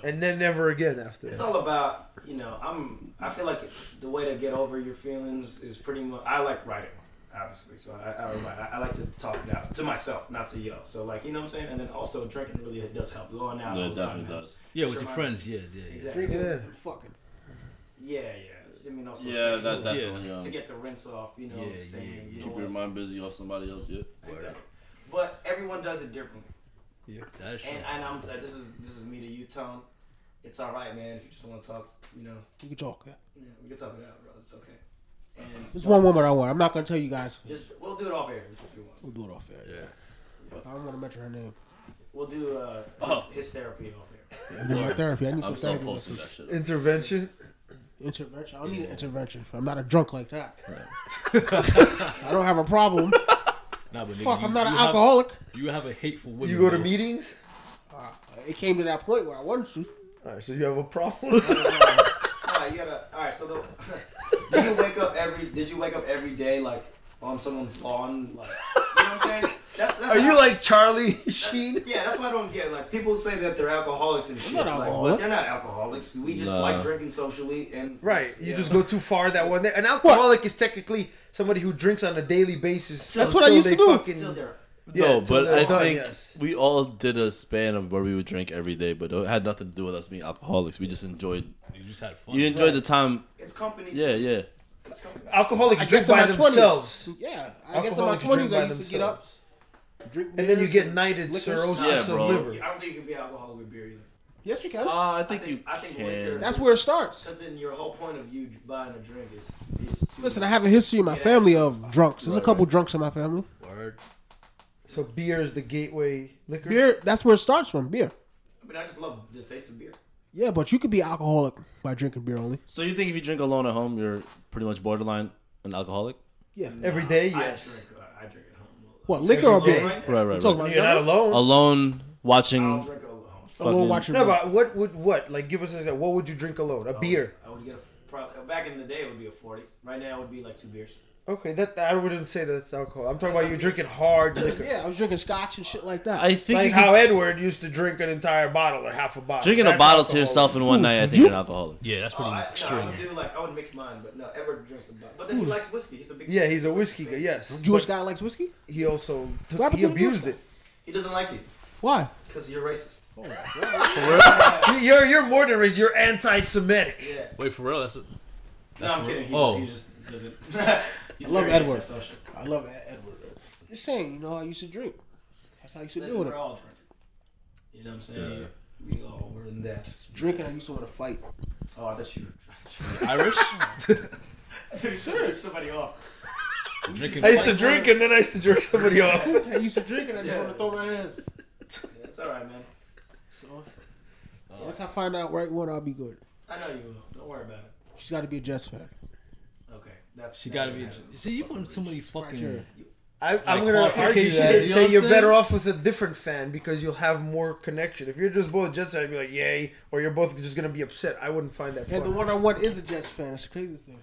S1: And then never again after
S3: It's
S1: that.
S3: all about you know. I'm. I feel like the way to get over your feelings is pretty much. I like writing, obviously. So I, I, write- I like to talk it out to myself, not to y'all. So like you know what I'm saying. And then also drinking really does help. Going out.
S5: No,
S3: all
S5: it
S3: the time
S5: definitely
S3: helps.
S5: does.
S4: Yeah, with
S3: Sure,
S4: your
S3: mine
S4: friends. Yeah, yeah, yeah.
S3: Exactly.
S1: Drink, yeah.
S2: Fucking.
S3: Yeah, yeah. I mean, also
S5: Yeah,
S3: sexual.
S5: that, that's
S4: Yeah.
S5: when, um,
S3: to get the rinse off, you know what
S4: Yeah,
S3: I'm saying?
S4: yeah,
S3: you
S5: keep
S3: know
S5: your
S3: what-
S5: mind busy off somebody else. [laughs] Yeah.
S3: Exactly. But everyone does it differently.
S4: That's true.
S3: And, and I'm t- this is this is me to you, Tom. It's all right, man. If you just want to talk, you know,
S2: You can talk. Yeah.
S3: yeah, we can talk it out, bro. It's okay. And
S2: There's one woman I want. I'm not gonna tell you guys.
S3: Just we'll do it off air if you want.
S2: We'll do it off air.
S4: Yeah.
S2: I don't want to mention her name.
S3: We'll do uh,
S1: Oh.
S3: his, his therapy off air.
S2: I need my therapy. I need some
S5: I'm still
S2: therapy.
S5: posting that shit.
S1: Intervention.
S2: Intervention. I don't need an intervention. I'm not a drunk like that. [laughs] I don't have a problem.
S4: Nah, but nigga,
S2: Fuck,
S4: you,
S2: I'm not an
S4: you have-
S2: alcoholic.
S4: you have a hateful woman.
S1: You go to
S4: bro.
S1: meetings.
S2: It came to that point where I wanted to.
S1: All right, so you have a problem.
S2: [laughs]
S3: All right, you gotta. All right, so the, [laughs] did you wake up every? Did you wake up every day like on someone's lawn? Like, you know what I'm saying? That's, that's
S1: Are you
S3: how-
S1: like Charlie Sheen?
S3: Yeah, that's what I don't get. Like people say that they're alcoholics and shit.
S2: not
S3: like,
S2: alcoholic.
S3: but they're not alcoholics. We just
S5: Nah.
S3: like drinking socially and
S1: Right. You
S3: Yeah.
S1: just go too far that one day. An alcoholic is technically somebody who drinks on a daily basis.
S2: That's what I
S1: until
S2: used to
S1: they
S2: do.
S1: fucking-
S3: Still there.
S1: yeah,
S5: no,
S1: until
S5: but
S1: they're
S5: I
S1: done,
S5: think
S1: yes.
S5: we all did a span of where we would drink every day, but it had nothing to do with us being alcoholics. We just enjoyed.
S4: You just had fun.
S5: You enjoyed the time.
S3: It's company.
S5: Yeah, yeah.
S3: It's company.
S1: alcoholics
S2: I
S1: drink
S2: guess in
S1: by
S2: my
S1: themselves.
S2: twenties. Yeah, I guess in my
S1: Alcoholics drink
S2: twenties I
S1: by
S2: used to get up. drink
S1: And then you
S2: beers
S1: get
S2: and
S1: knighted
S2: liquors.
S1: cirrhosis
S5: Yeah,
S1: of
S5: bro.
S1: liver.
S3: I don't think you can be alcoholic with beer either.
S2: Yes, you can.
S5: Uh, I think
S3: I
S5: you
S3: think- I think liquor-
S5: can.
S2: That's where it starts.
S3: Because then your whole point of you buying a drink is, is to.
S2: Listen, I have a history in my
S3: Yeah.
S2: family of drunks. There's a couple drunks in my family.
S4: Word.
S1: So beer is the gateway liquor.
S2: Beer, that's where it starts from. Beer.
S3: I mean, I just love the taste of beer.
S2: Yeah, but you could be alcoholic by drinking beer only.
S5: So you think if you drink alone at home, you're pretty much borderline an alcoholic?
S2: Yeah.
S1: Every day,
S3: I
S1: yes.
S3: drink, uh, I drink at home.
S2: What liquor or
S1: Every
S2: beer?
S1: day.
S2: You
S3: Right?
S5: Right, right,
S2: talking
S5: right.
S2: about
S1: You're not
S2: liquor?
S1: alone.
S5: Alone
S3: I don't
S5: watching.
S3: drink alone at home.
S2: Alone
S5: fucking-
S2: watching.
S1: No,
S2: beer.
S1: but what would what like give us a what would you drink alone? A beer.
S3: I would get a probably back in the day it would be a forty. Right now it would be like two beers.
S1: Okay, that I wouldn't say that's alcohol. I'm talking about you drinking hard liquor.
S2: yeah, I was drinking scotch and shit like that.
S5: I think
S1: Like
S5: you can
S1: how
S5: s-
S1: Edward used to drink an entire bottle or half a bottle.
S5: drinking a
S1: That's
S5: bottle to
S1: alcohol.
S5: yourself in one night. I think you're an
S1: [laughs]
S5: alcoholic.
S4: Yeah, that's
S3: Oh,
S4: pretty
S3: I, no, I
S4: extreme.
S3: would do like I would mix mine, but no, Edward drinks a bottle. But then he likes whiskey. He's a big
S1: Yeah, he's a whiskey guy. Yes,
S2: Jewish
S1: But
S2: guy likes whiskey.
S1: He also
S2: What
S1: took,
S2: happened
S1: he
S2: to the Jewish
S1: abused
S2: guy?
S1: it.
S3: He doesn't like you
S2: Why?
S3: because you're racist.
S1: You're you're more than racist. You're anti-Semitic.
S3: Yeah.
S4: Wait, for real? That's a,
S3: No, I'm kidding. He,
S4: Oh.
S3: he just doesn't. [laughs] he's
S2: love
S3: very
S2: Edward.
S3: antisocial.
S2: I love Edward. Just saying, you know, I used to drink. That's how I used to
S3: Listen,
S2: do
S3: we're
S2: it.
S3: all drinking. You know what I'm saying? We all were in that.
S2: Drinking, I used to want to fight.
S3: Oh, I thought you were
S4: Irish?
S3: trying to [laughs] sure. somebody off.
S4: Drinking
S1: I used to drink and then I used to jerk somebody off.
S2: [laughs] I used to drink and I just
S3: Yeah.
S2: want to throw my hands.
S3: Yeah, it's all right, man.
S2: So once I find out right one, I'll be good.
S3: I know you will. Don't worry about it.
S2: She's got to be a Jets fan.
S3: Okay, that's
S4: She
S3: not
S4: gotta
S3: gonna
S4: be.
S3: happen.
S4: See, you putting so many fucking.
S2: Criteria.
S1: I, I'm gonna
S4: Like qualifications,
S1: argue
S4: you
S1: that
S4: know
S1: and
S4: what
S1: say
S4: I'm
S1: you're
S4: saying?
S1: better off with a different fan because you'll have more connection. If you're just both Jets, I'd be like, yay, or you're both just gonna be upset. I wouldn't find that
S2: And the
S1: fun.
S2: one I want is a Jets fan. That's the craziest thing.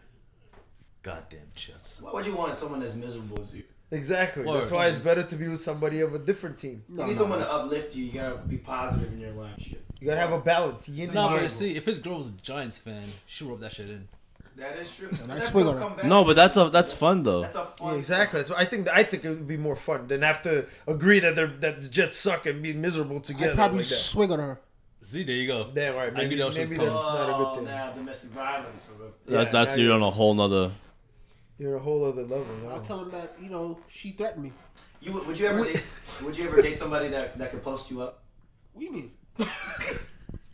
S4: Goddamn chits.
S3: Why would you want someone that's miserable as you?
S1: exactly. That's
S4: Words.
S1: why it's better to be with somebody of a different team.
S3: You need someone to uplift you. You gotta be positive in your life. Shit.
S1: You gotta have a balance. Yin and
S4: Nah,
S1: yang.
S4: but see, if his girl was a Giants fan, she would rub that shit in.
S3: That is
S1: [laughs]
S3: true.
S2: I
S3: That's
S2: swing
S3: still
S2: on it.
S3: come back.
S5: No, but that's a that's fun though.
S3: That's a
S1: Yeah,
S3: fun.
S1: exactly. That's what I think. I think it would be more fun than have to agree that they're that the Jets suck and be miserable together
S2: I'd probably
S1: like that.
S2: swing on her.
S4: See, there you go.
S1: Damn right. Maybe,
S4: knew that was
S1: maybe that's
S4: coming.
S1: not a good
S3: Oh,
S1: thing.
S3: now domestic violence. Is a,
S5: that's
S1: Yeah,
S5: that's
S1: now
S5: you're
S1: you-
S5: on a whole nother.
S1: You're a whole other level.
S2: I'll
S1: Now.
S2: tell him that, you know, she threatened me.
S3: you would, would you ever date, would you ever date somebody that that could post you up?
S2: What do you mean?
S4: That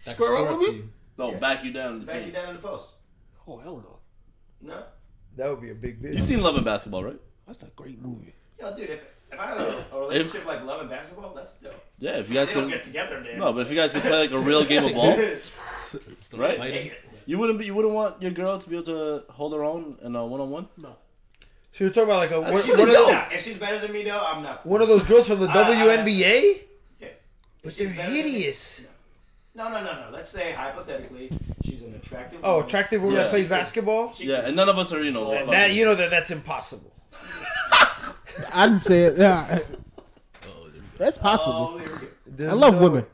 S2: Square
S4: could
S2: up with me?
S4: you.
S5: No, back you down.
S3: Back you down in the post.
S2: Oh, hell no.
S3: No.
S1: That would be a big
S5: You
S1: bitch.
S5: seen Love and Basketball, right?
S2: That's a great movie.
S3: Yo, dude, if if I had a, a relationship like love and basketball, that's dope.
S5: Yeah, if you
S3: They
S5: guys
S3: don't
S5: could.
S3: get together, man. [laughs]
S5: No, but if you guys could play like a real game of [laughs] ball,
S4: Still
S5: Right?
S4: fighting.
S5: you wouldn't be, you wouldn't want your girl to be able to hold her own in a one on one.
S1: So you're talking about like a one,
S3: She's
S1: one of
S3: no.
S1: those,
S3: If she's better than me, though, I'm not.
S1: one of those girls from the
S3: I-
S1: WNBA.
S3: Yeah.
S1: But
S3: She's
S1: they're
S3: better than me.
S1: hideous.
S3: No, no, no, no. Let's say hypothetically, she's an attractive.
S1: Oh,
S3: woman.
S1: attractive woman that
S5: Yeah.
S1: plays basketball.
S3: She
S5: Yeah, and none of us are you know.
S3: That-
S1: That
S5: fucking-
S1: you know that that's impossible.
S2: I didn't say it. [laughs] Yeah.
S4: Oh, there we go.
S2: That's possible.
S3: Oh, here we go.
S1: There's
S2: I love
S1: no-
S2: women.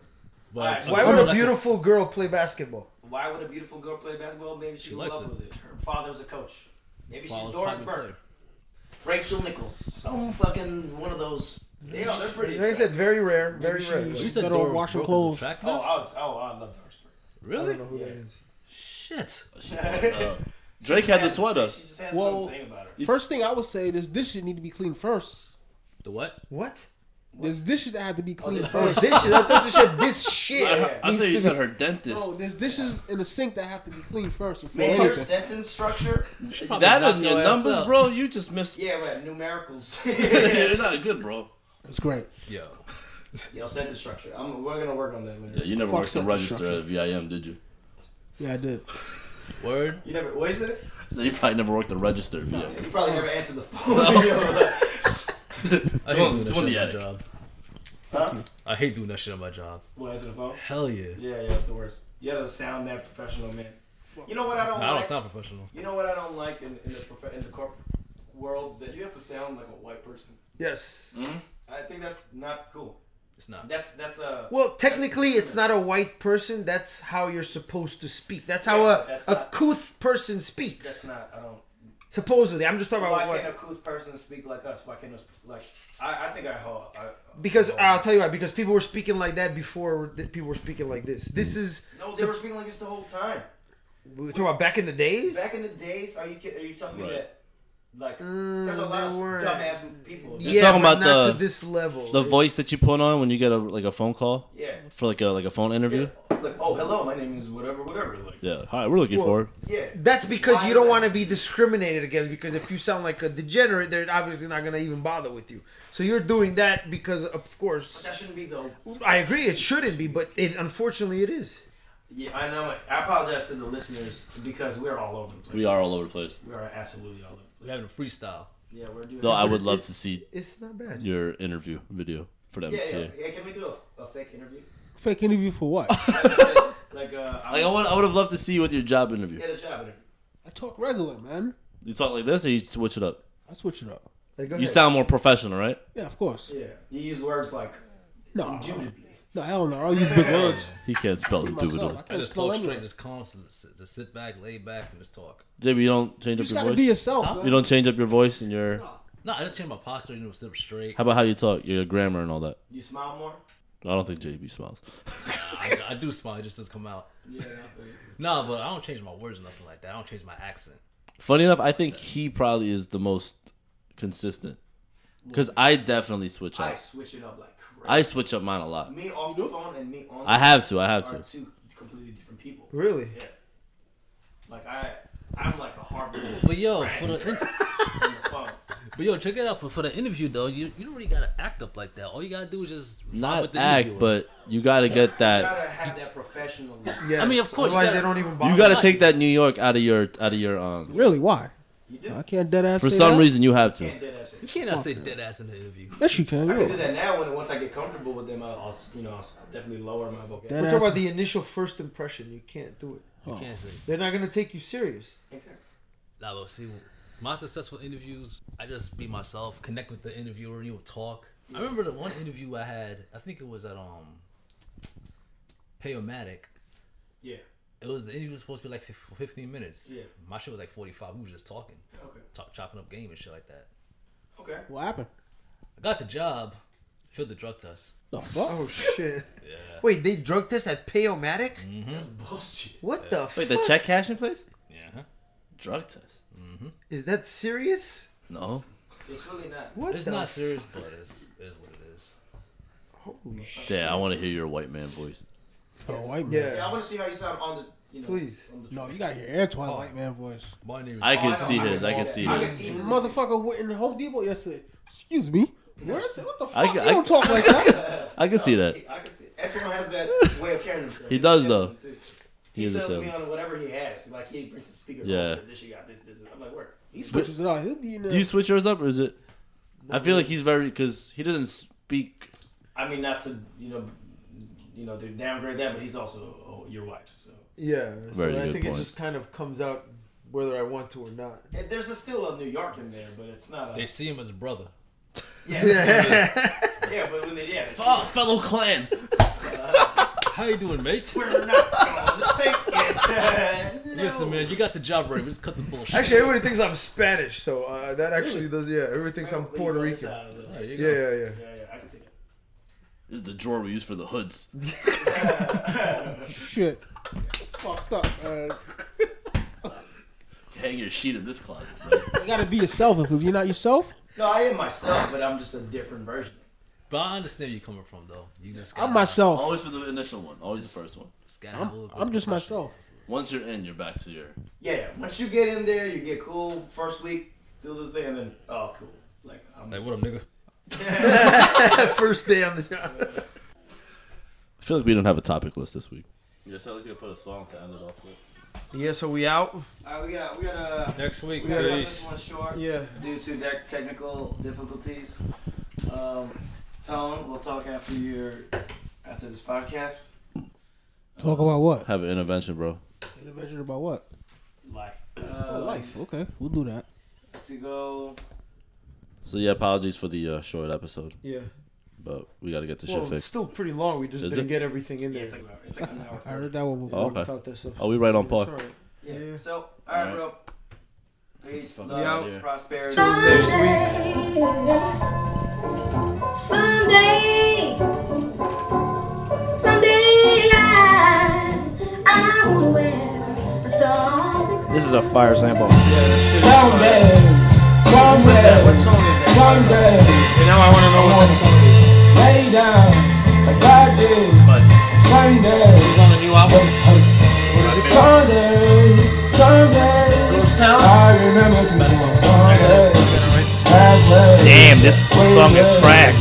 S4: But-
S3: Why
S1: Why
S4: but
S1: would
S4: women
S1: a
S4: like
S1: beautiful girl play basketball?
S3: Why would a beautiful girl play basketball? Maybe she's in
S4: likes
S3: love
S4: it.
S3: with it. Her father's a coach. Maybe
S4: follow
S3: she's
S4: the
S3: Doris
S4: popular
S3: Burke.
S4: player.
S3: Rachel Nichols. Some fucking one of those. Yeah, they're pretty.
S1: Like I said,
S3: attractive.
S1: very rare, very
S2: she-
S1: rare.
S4: You
S2: she-
S1: I
S4: said
S2: Better
S4: Doris
S2: wash your
S4: Burke
S2: clothes.
S4: is attractive?
S3: Oh, I, was, oh, I love Doris Burke.
S4: really?
S1: don't know who that is.
S4: Shit.
S5: Uh, Drake had the sweater.
S3: She just has
S2: Well-
S3: something about her.
S2: First thing I would say is this shit need to be clean first.
S4: The what?
S1: What?
S2: There's dishes that have to be cleaned
S3: there's
S1: Oh,
S2: first.
S1: this shit. I thought you said this
S3: [laughs]
S1: shit.
S5: I, I
S1: needs
S5: thought
S1: to
S5: you said
S1: be-
S5: her dentist.
S2: Bro, Oh, there's dishes in the sink that have to be cleaned first before
S3: Man, your
S2: anything.
S3: sentence structure.
S4: Probably
S5: that
S4: knock
S5: and
S4: your
S5: your
S4: ass
S5: numbers,
S4: up.
S5: bro. You just missed.
S3: Yeah, right. Numericals.
S5: [laughs] You're not good, bro.
S2: It's great.
S4: Yo.
S3: Yo, sentence structure. I'm, we're gonna work on that later.
S5: Yeah, you never
S2: Fuck
S5: worked the
S2: such
S5: register
S2: instruction.
S5: at VIM, did you? [laughs]
S2: Yeah, I did.
S4: Word.
S3: You never. What is it?
S5: You probably never worked the register at
S3: Yeah,
S5: VIM.
S3: you probably never answered the phone. [laughs] Yo,
S5: Don't-
S4: I hate doing that
S5: don't
S4: shit at my
S5: be
S4: job.
S3: huh?
S4: I hate doing that shit at my job.
S3: What answer the phone?
S4: Hell yeah.
S3: Yeah, yeah, that's the worst. You gotta sound that professional, man. You know what I don't
S4: I don't
S3: like?
S4: sound professional.
S3: you know what I don't like in, in the prof- in the corporate world is that you have to sound like a white person.
S1: Yes.
S3: Hmm? I think that's not cool.
S4: It's not.
S3: That's that's a
S1: Well, technically, it's not a white person. That's how you're supposed to speak. That's how
S3: Yeah,
S1: a
S3: that's
S1: a
S3: not-
S1: couth person
S3: That's
S1: speaks.
S3: not. I don't.
S1: Supposedly, I'm just talking
S3: Why
S1: about what.
S3: can't a cool person speak like us? Why can't us like? I, I think I hold. I,
S1: Because uh, I'll tell you why. Because people were speaking like that before th- people were speaking like this. This
S3: Hmm.
S1: is
S3: no, they were speaking like this the whole time.
S1: we're talking about back in the days.
S3: Back in the days, are you kid- are you telling me
S5: Right.
S3: that Like, there's a lot of
S1: Uh, they weren't.
S3: dumbass people.
S5: You're talking
S1: but
S5: about
S1: not
S5: the-
S1: to this level.
S5: The voice that you put on when you get a like a phone call
S3: Yeah.
S5: for like a like a phone interview.
S3: Like, oh, hello, my name is whatever, whatever. Like,
S5: Yeah. Hi, we're looking for.
S3: yeah.
S1: That's because
S3: Why
S1: you don't
S3: would-
S1: want to be discriminated against. Because if you sound like a degenerate, they're obviously not gonna even bother with you. So you're doing that because, of course,
S3: That shouldn't be the.
S1: I agree it shouldn't be, but it, unfortunately it is.
S3: Yeah, I know. I apologize to the listeners because we're all over the place.
S5: We are all over the place.
S3: We are absolutely all over. the place.
S4: We're having a freestyle.
S3: Yeah, we're doing.
S5: Though I would love to see
S1: It's not bad.
S5: your interview video for them
S3: yeah, yeah,
S5: too.
S3: yeah. Can we do a, a fake [laughs] interview?
S2: Fake interview for what?
S3: Like, uh, I
S5: Like I
S3: would
S5: would, I would have loved to see you with your job interview.
S3: get a job interview.
S2: I talk regular, man.
S5: You talk like this, or you switch it up.
S2: I switch it up.
S1: Like, go
S5: You
S1: ahead.
S5: sound more professional, right?
S2: Yeah, of course.
S3: Yeah, you use words like
S2: No,
S3: indubitably.
S2: no, hell no. I'll use big words.
S5: He can't spell it,
S2: Myself. I
S5: dude.
S4: I
S2: can't
S4: just
S2: spell
S4: talk straight.
S2: anything.
S4: Just calm. so Just sit- just sit back, lay back, and just talk.
S5: JB, you don't change
S2: You
S5: up
S2: just
S5: your
S2: gotta
S5: voice.
S2: be yourself,
S4: Huh?
S2: man.
S5: You don't change up your voice and your.
S4: No, I just change my posture. You know, sit up straight.
S5: How about how you talk, your grammar and all that?
S3: You smile more.
S5: I don't think JB smiles.
S4: I, I do smile. It just doesn't come out.
S3: Yeah.
S5: [laughs]
S4: No, but I don't change my words or nothing like that. I don't change my accent.
S5: Funny enough, I think he probably is the most consistent. Because I definitely switch
S3: I
S5: up.
S3: switch it up like crazy.
S5: I switch up mine a lot.
S3: me off the phone and me on.
S5: I have to. I
S3: the
S5: have
S3: phone are
S5: to.
S3: two completely different people.
S1: really.
S3: Yeah. Like I, I'm like
S5: [laughs]
S3: a Harvard
S4: But yo, for the in-
S3: on the phone.
S4: but yo, check it out. For, for the interview though, you you don't really gotta act up like that. All you gotta do is just vibe with
S5: Not
S4: the
S5: act,
S4: interviewer.
S5: but you gotta get
S3: You
S5: that.
S3: gotta have that professional. look.
S1: Yes.
S4: I mean, of course, you
S1: Otherwise,
S4: gotta-
S1: they don't even bother.
S5: You gotta take that New York out of your out of your um.
S2: Really? Why?
S3: You do.
S2: I can't dead ass.
S5: For some reason, you have to.
S3: Can't do that shit.
S4: You can't not say dead ass in the interview.
S2: Yes, you can.
S3: I can do
S2: Yo.
S3: that now. When once I get comfortable with them, I'll, I'll you know I'll s- definitely lower my
S1: We're
S3: vocabulary.
S2: That-
S1: talking about the initial first impression. You can't do it.
S5: Oh.
S4: You can't say.
S1: They're not gonna take you serious.
S3: Exactly.
S4: Nah, but see, my successful interviews, I just be myself, connect with the interviewer, you know, talk. I remember the one interview I had. I think it was at um, Payomatic.
S3: Yeah.
S4: It was the interview was supposed to be like fif- for 15 minutes.
S3: Yeah.
S4: My shit was like 45. We were just talking,
S3: Okay.
S4: chop chopping up game and shit like that.
S3: Okay.
S2: What happened?
S4: I got the job, filled the drug test.
S2: The fuck?
S1: Oh shit. Wait, they drug test at Payomatic?
S3: That's bullshit.
S1: What the fuck?
S5: Wait, the check cashing place?
S4: Yeah.
S5: Drug test?
S1: Is that serious?
S5: No.
S3: It's really not.
S1: What
S4: It's
S1: the
S4: not serious, but it's, it's what it is.
S1: Holy shit.
S5: Yeah, I want to hear your white man voice.
S2: Oh, white man.
S1: Yeah.
S3: Yeah, I want to see how you sound on the. You know,
S1: Please.
S3: On the
S2: No, you gotta hear Antoine white man voice.
S4: My name is.
S5: I
S3: Oh,
S5: can
S3: know,
S5: see his. I can
S3: that.
S5: see
S3: I
S5: his.
S3: easily see-
S2: Motherfucker went in the Home Depot yesterday. Excuse me. Where is it? What the fuck?
S5: I-
S2: you
S5: I-
S2: don't talk like that.
S5: I can see that.
S3: I can see. Antoine has that way of carrying himself.
S5: He does,
S3: He's
S5: though.
S3: handsome, too.
S5: He
S3: He,
S5: is a
S3: sells me
S5: salesman.
S3: on whatever he has. Like he brings the speaker.
S5: Yeah.
S3: This you got this. This is. I'm like, where?
S2: He switches it out. He'll be in there.
S5: Do you switch yours up, or is it? I feel like he's very because he doesn't speak.
S3: I mean, not to you know, you know, to downgrade that, but he's also oh, your wife. So
S1: Yeah.
S5: Very
S1: so I
S5: good
S1: think it
S5: point.
S1: just kind of comes out whether I want to or not.
S3: and there's a, still a New York in there, but it's not. A,
S4: They see him as a brother.
S1: [laughs]
S3: yeah, yeah, but when they yeah, it's,
S5: Oh, fellow clan.
S4: [laughs] How you doing, mate?
S3: we're not gonna take [laughs] it.
S4: Listen, man, you got the job right. We just cut the bullshit.
S1: Actually, everybody thinks I'm Spanish, so uh, that actually does. Yeah, everybody thinks I'm
S3: Well, you
S1: Puerto
S3: go
S1: Rican.
S3: inside a little.
S4: There you
S1: Yeah,
S4: go.
S1: yeah, yeah.
S3: Yeah, yeah, I can see that.
S5: This is the drawer we use for the hoods.
S2: Shit. Fucked up, man.
S5: Hang your sheet in this closet. bro.
S2: You gotta be yourself because you're not yourself.
S3: No, I am myself, but I'm just a different version.
S4: But I understand where you're coming from, though. You just
S2: I'm
S4: gotta-
S2: myself.
S5: always for the initial one. Always the first one.
S4: just gotta have a little bit
S2: I'm
S4: of
S2: just
S4: pressure.
S2: myself.
S5: Once you're in, you're back to your.
S3: Yeah, yeah. Once you get in there, you get cool first week, do the thing, and then oh, cool. Like I'm
S4: Like, what up, nigga?
S1: [laughs] First day on the job.
S5: I feel like we don't have a topic list this week. Yeah, so at least you can put a song to end it off with.
S1: Yeah, so we out.
S3: Alright, we got we got uh
S4: Next week,
S3: we got this
S4: peace.
S3: one short
S1: Yeah.
S3: due to dec- technical difficulties. Um, Tone, we'll talk after your after this podcast.
S2: Talk about what?
S5: Have an intervention, bro.
S2: Intervention about what?
S3: Life. Uh,
S2: Oh, life. Okay, we'll do that.
S3: To go.
S5: So yeah, apologies for the uh, short episode,
S1: Yeah.
S5: but we gotta get this
S1: Well,
S5: shit
S1: it's
S5: fixed.
S1: still pretty long. We just
S5: Is
S1: didn't
S5: it?
S1: get everything in
S3: Yeah,
S1: there.
S3: it's like, it's like an
S2: I
S3: hour.
S2: heard that one.
S5: Oh,
S2: Before.
S5: okay.
S1: Without that stuff.
S5: Oh, we right on par.
S1: That's all right.
S3: Yeah.
S1: Yeah.
S3: So, alright,
S5: Alright.
S3: bro. Peace,
S5: Fuck
S3: love,
S5: outta here.
S3: prosperity.
S9: Someday, someday I, I will wear a star.
S10: This is a fire sample.
S9: Someday,
S10: this song is cracked.